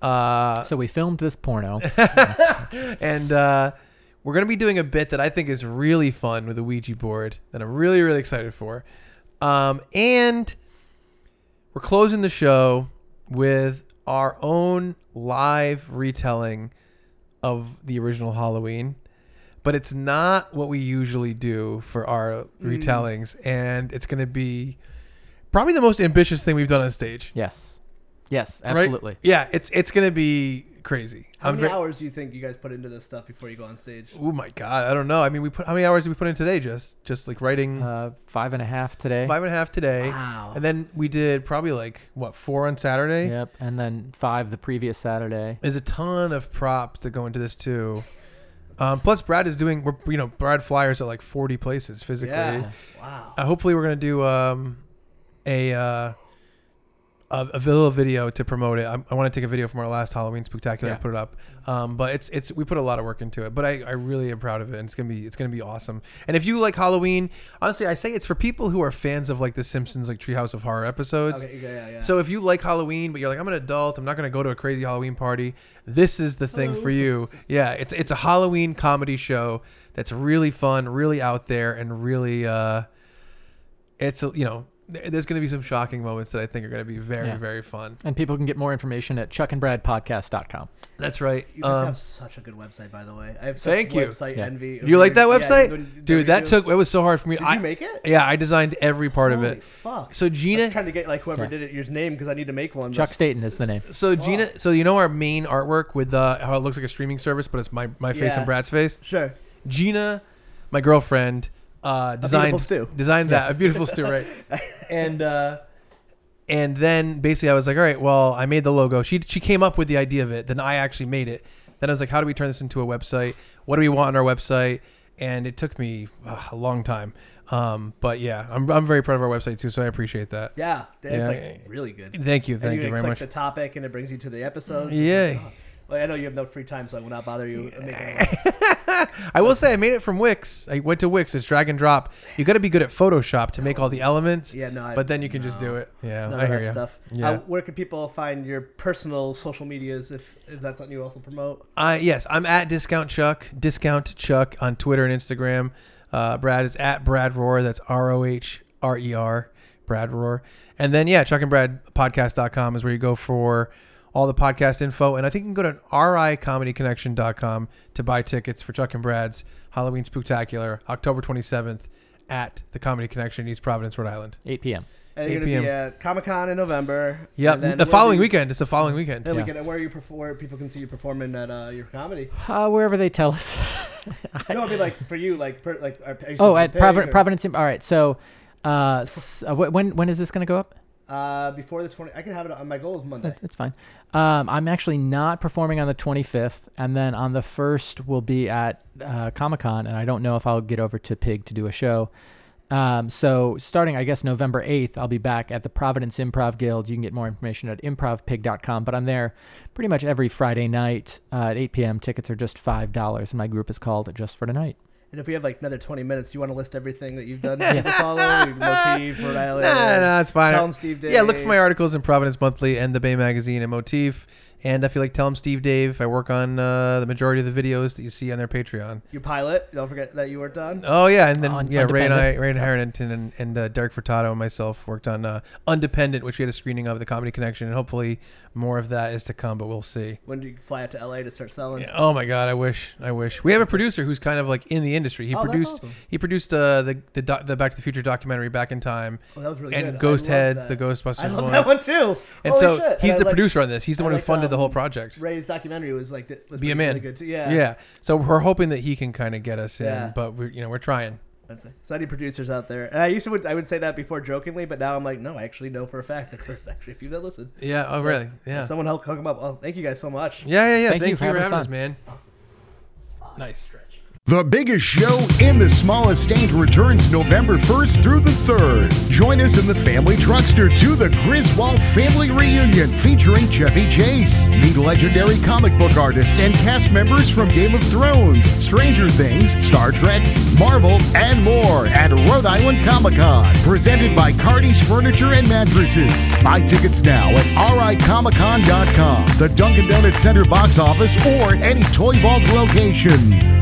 Speaker 3: Uh,
Speaker 4: So we filmed this porno.
Speaker 3: [LAUGHS] and uh, we're gonna be doing a bit that I think is really fun with the Ouija board that I'm really really excited for. Um, and we're closing the show with our own live retelling of the original Halloween, but it's not what we usually do for
Speaker 1: Mm.
Speaker 3: our retellings, and it's gonna be probably the most ambitious thing we've done on stage.
Speaker 4: yes. Yes,
Speaker 3: right?
Speaker 4: absolutely.
Speaker 3: Yeah, it's it's gonna be crazy.
Speaker 1: How
Speaker 3: I'm
Speaker 1: many
Speaker 3: ver-
Speaker 1: hours do you think you guys put into this stuff before you go on stage?
Speaker 3: Oh my god, I don't know. I mean, we put how many hours did we put in today? Just just like writing
Speaker 4: Uh, five and a half today.
Speaker 3: five and a half today,
Speaker 1: Wow.
Speaker 3: and then we did probably like what four on Saturday.
Speaker 4: Yep, and then five the previous Saturday.
Speaker 3: There's a ton of props that go into this too. Um, plus, Brad is doing we're you know Brad flyers at like 40 places physically.
Speaker 1: Yeah. Wow.
Speaker 3: Uh, hopefully, we're gonna do um, a, uh, a a little video to promote it. I, I want to take a video from our last Halloween spectacular
Speaker 4: Yeah.
Speaker 3: and put it up. Um, but it's it's we put a lot of work into it. But I, I really am proud of it. And it's gonna be it's gonna be awesome. And if you like Halloween, honestly, I say it's for people who are fans of like The Simpsons like Treehouse of Horror episodes.
Speaker 1: Okay, yeah, yeah, yeah.
Speaker 3: So if you like Halloween, but you're like, I'm an adult, I'm not gonna go to a crazy Halloween party. This is the thing
Speaker 1: Oh.
Speaker 3: for you. Yeah, it's it's a Halloween comedy show that's really fun, really out there, and really uh, it's a- you know, th- there's gonna be some shocking moments that I think are gonna be very
Speaker 4: Yeah.
Speaker 3: very fun.
Speaker 4: And people can get more information at chuckandbradpodcast.com.
Speaker 3: That's right.
Speaker 1: you guys
Speaker 3: Um,
Speaker 1: have such a good website, by the way. I have such
Speaker 3: thank you.
Speaker 1: website
Speaker 4: Yeah.
Speaker 1: envy.
Speaker 3: you like that
Speaker 1: Yeah,
Speaker 3: website,
Speaker 1: when- when you
Speaker 3: dude? That
Speaker 1: do-
Speaker 3: took it was so hard for me.
Speaker 1: Did
Speaker 3: I,
Speaker 1: you make it?
Speaker 3: Yeah, I designed every part
Speaker 1: Holy
Speaker 3: of it.
Speaker 1: Fuck.
Speaker 3: So
Speaker 1: I
Speaker 3: Gina,
Speaker 1: was trying to get like whoever
Speaker 4: Yeah.
Speaker 1: did it your name because I need to make one.
Speaker 4: Chuck Staten is the name.
Speaker 3: so Gina, so you know our main artwork with uh, how it looks like a streaming service, but it's my my face
Speaker 1: Yeah.
Speaker 3: and Brad's face.
Speaker 1: Sure. [LAUGHS]
Speaker 3: Gina, my girlfriend, uh, designed
Speaker 1: beautiful stew.
Speaker 3: designed that
Speaker 4: Yes.
Speaker 3: a beautiful
Speaker 1: [LAUGHS]
Speaker 3: stew, right? and uh, and then basically I was like, all right, well, I made the logo. She she came up with the idea of it. Then I actually made it. Then I was like, how do we turn this into a website? What do we want on our website? And it took me uh, a long time. Um, but yeah, I'm I'm very proud of our website too, so I appreciate that.
Speaker 1: Yeah, it's
Speaker 3: Yeah.
Speaker 1: like really good.
Speaker 3: Thank you,
Speaker 1: and
Speaker 3: thank
Speaker 1: you,
Speaker 3: you
Speaker 1: can
Speaker 3: very
Speaker 1: click
Speaker 3: much.
Speaker 1: the topic and it brings you to the episodes.
Speaker 3: Yay.
Speaker 1: It's like, oh. Well, I know you have no free time, so I will not bother you.
Speaker 3: [LAUGHS]
Speaker 1: making-
Speaker 3: I will say I made it from Wix. I went to Wix. It's drag and drop. You got to be good at Photoshop to make all the elements.
Speaker 1: Yeah, no. I,
Speaker 3: But then you can just
Speaker 1: no.
Speaker 3: do it. Yeah,
Speaker 1: None
Speaker 3: I
Speaker 1: of
Speaker 3: hear
Speaker 1: that
Speaker 3: you.
Speaker 1: stuff.
Speaker 3: Yeah.
Speaker 1: Uh, where can people find your personal social medias if is that something you also promote?
Speaker 3: I yes, I'm at discount Chuck, discount Chuck on Twitter and Instagram. Uh, Brad is at Brad Roar. That's R O H R E R, Brad Roar. And then yeah, Chuck and Brad podcast.com is where you go for all the podcast info. And I think you can go to ricomedyconnection.com to buy tickets for Chuck and Brad's Halloween Spooktacular, October 27th at the Comedy Connection, in East Providence, Rhode Island.
Speaker 4: 8 p.m.
Speaker 1: And Uh, you're
Speaker 3: 8
Speaker 1: gonna be
Speaker 3: PM.
Speaker 1: at Comic Con in November.
Speaker 3: Yeah,
Speaker 1: and then
Speaker 3: the
Speaker 1: where do
Speaker 3: following
Speaker 1: you-
Speaker 3: weekend. It's the following weekend.
Speaker 1: Then
Speaker 4: Yeah.
Speaker 1: we can where you perform, where people can see you performing at uh, your
Speaker 3: [LAUGHS]
Speaker 1: comedy.
Speaker 4: Uh, wherever they tell us. I-
Speaker 1: No, I mean like for you, like per, like are, are you
Speaker 4: [LAUGHS] oh,
Speaker 1: something
Speaker 4: at
Speaker 1: big,
Speaker 4: Providence.
Speaker 1: or-
Speaker 4: Providence. All right. So, uh, s- uh, wh- when when is this going to go up?
Speaker 1: Uh, before the 20, I can have it on my goals Monday.
Speaker 4: That- That's fine. Um, I'm actually not performing on the 25th, and then on the 1st we'll be at uh, Comic Con, and I don't know if I'll get over to Pig to do a show. Um, so starting, I guess November 8th, I'll be back at the Providence Improv Guild. You can get more information at improvpig.com, but I'm there pretty much every Friday night uh, at 8 p.m. Tickets are just five dollars, and my group is called Just for Tonight.
Speaker 1: And if we have like another 20 minutes, do you want to list everything that you've done to follow? Your
Speaker 3: [LAUGHS]
Speaker 1: motif, Rhode Island.
Speaker 3: Nah, nah, it's fine.
Speaker 1: Tell 'em Steve Dave.
Speaker 3: Yeah, look for my articles in Providence Monthly and the Bay Magazine and Motif. And if you like, tell them Steve Dave. I work on uh, the majority of the videos that you see on their Patreon.
Speaker 1: Your pilot. Don't forget that you were done.
Speaker 3: Oh yeah, and then
Speaker 4: On-
Speaker 3: yeah, Ray and I,
Speaker 4: Undependent.
Speaker 3: Ray and Harrington and, and uh, Derek Furtado and myself worked on uh, Undependent, which we had a screening of at the Comedy Connection, and hopefully more of that is to come, but we'll see.
Speaker 1: When do you fly out to LA to start selling?
Speaker 3: Yeah, Oh my God, I wish, I wish. We have a producer who's kind of like in the industry. He
Speaker 1: Oh, that's
Speaker 3: produced,
Speaker 1: awesome.
Speaker 3: he produced uh, the the, doc, the Back to the Future documentary Back in Time,
Speaker 1: Oh, that was really
Speaker 3: and
Speaker 1: good. I
Speaker 3: Ghost
Speaker 1: love
Speaker 3: Heads,
Speaker 1: that.
Speaker 3: the Ghostbusters
Speaker 1: I love
Speaker 3: one.
Speaker 1: that one too.
Speaker 3: And
Speaker 1: Holy
Speaker 3: so
Speaker 1: shit.
Speaker 3: he's
Speaker 1: And I
Speaker 3: the
Speaker 1: like
Speaker 3: producer on this. He's
Speaker 1: I
Speaker 3: the one
Speaker 1: like,
Speaker 3: who funded the whole
Speaker 1: um,
Speaker 3: project.
Speaker 1: Ray's documentary was like was
Speaker 3: Be a
Speaker 1: really
Speaker 3: man.
Speaker 1: good too. Yeah.
Speaker 3: yeah. So we're hoping that he can kind of get us in,
Speaker 1: Yeah.
Speaker 3: but we're you know we're trying.
Speaker 1: That's it. So any producers out there, and I used to would I would say that before jokingly, but now I'm like, no, I actually know for a fact that there's actually a few that listen.
Speaker 3: Yeah. Oh
Speaker 1: So,
Speaker 3: really? Yeah.
Speaker 1: Someone help hook them up. Oh, thank you guys so much.
Speaker 3: yeah. Yeah. Yeah. Thank,
Speaker 4: Thank you
Speaker 3: you
Speaker 4: for
Speaker 3: for
Speaker 4: having
Speaker 3: having
Speaker 4: us
Speaker 3: us,
Speaker 4: on.
Speaker 3: man.
Speaker 1: Nice.
Speaker 6: The biggest show in the smallest state returns November 1st through the 3rd. Join us in the family truckster to the Griswold Family Reunion featuring Chevy Chase. Meet legendary comic book artists and cast members from Game of Thrones, Stranger Things, Star Trek, Marvel, and more at Rhode Island Comic Con. Presented by Cardi's Furniture and Mattresses. Buy tickets now at ricomiccon.com, the Dunkin' Donuts Center box office, or any Toy Vault location.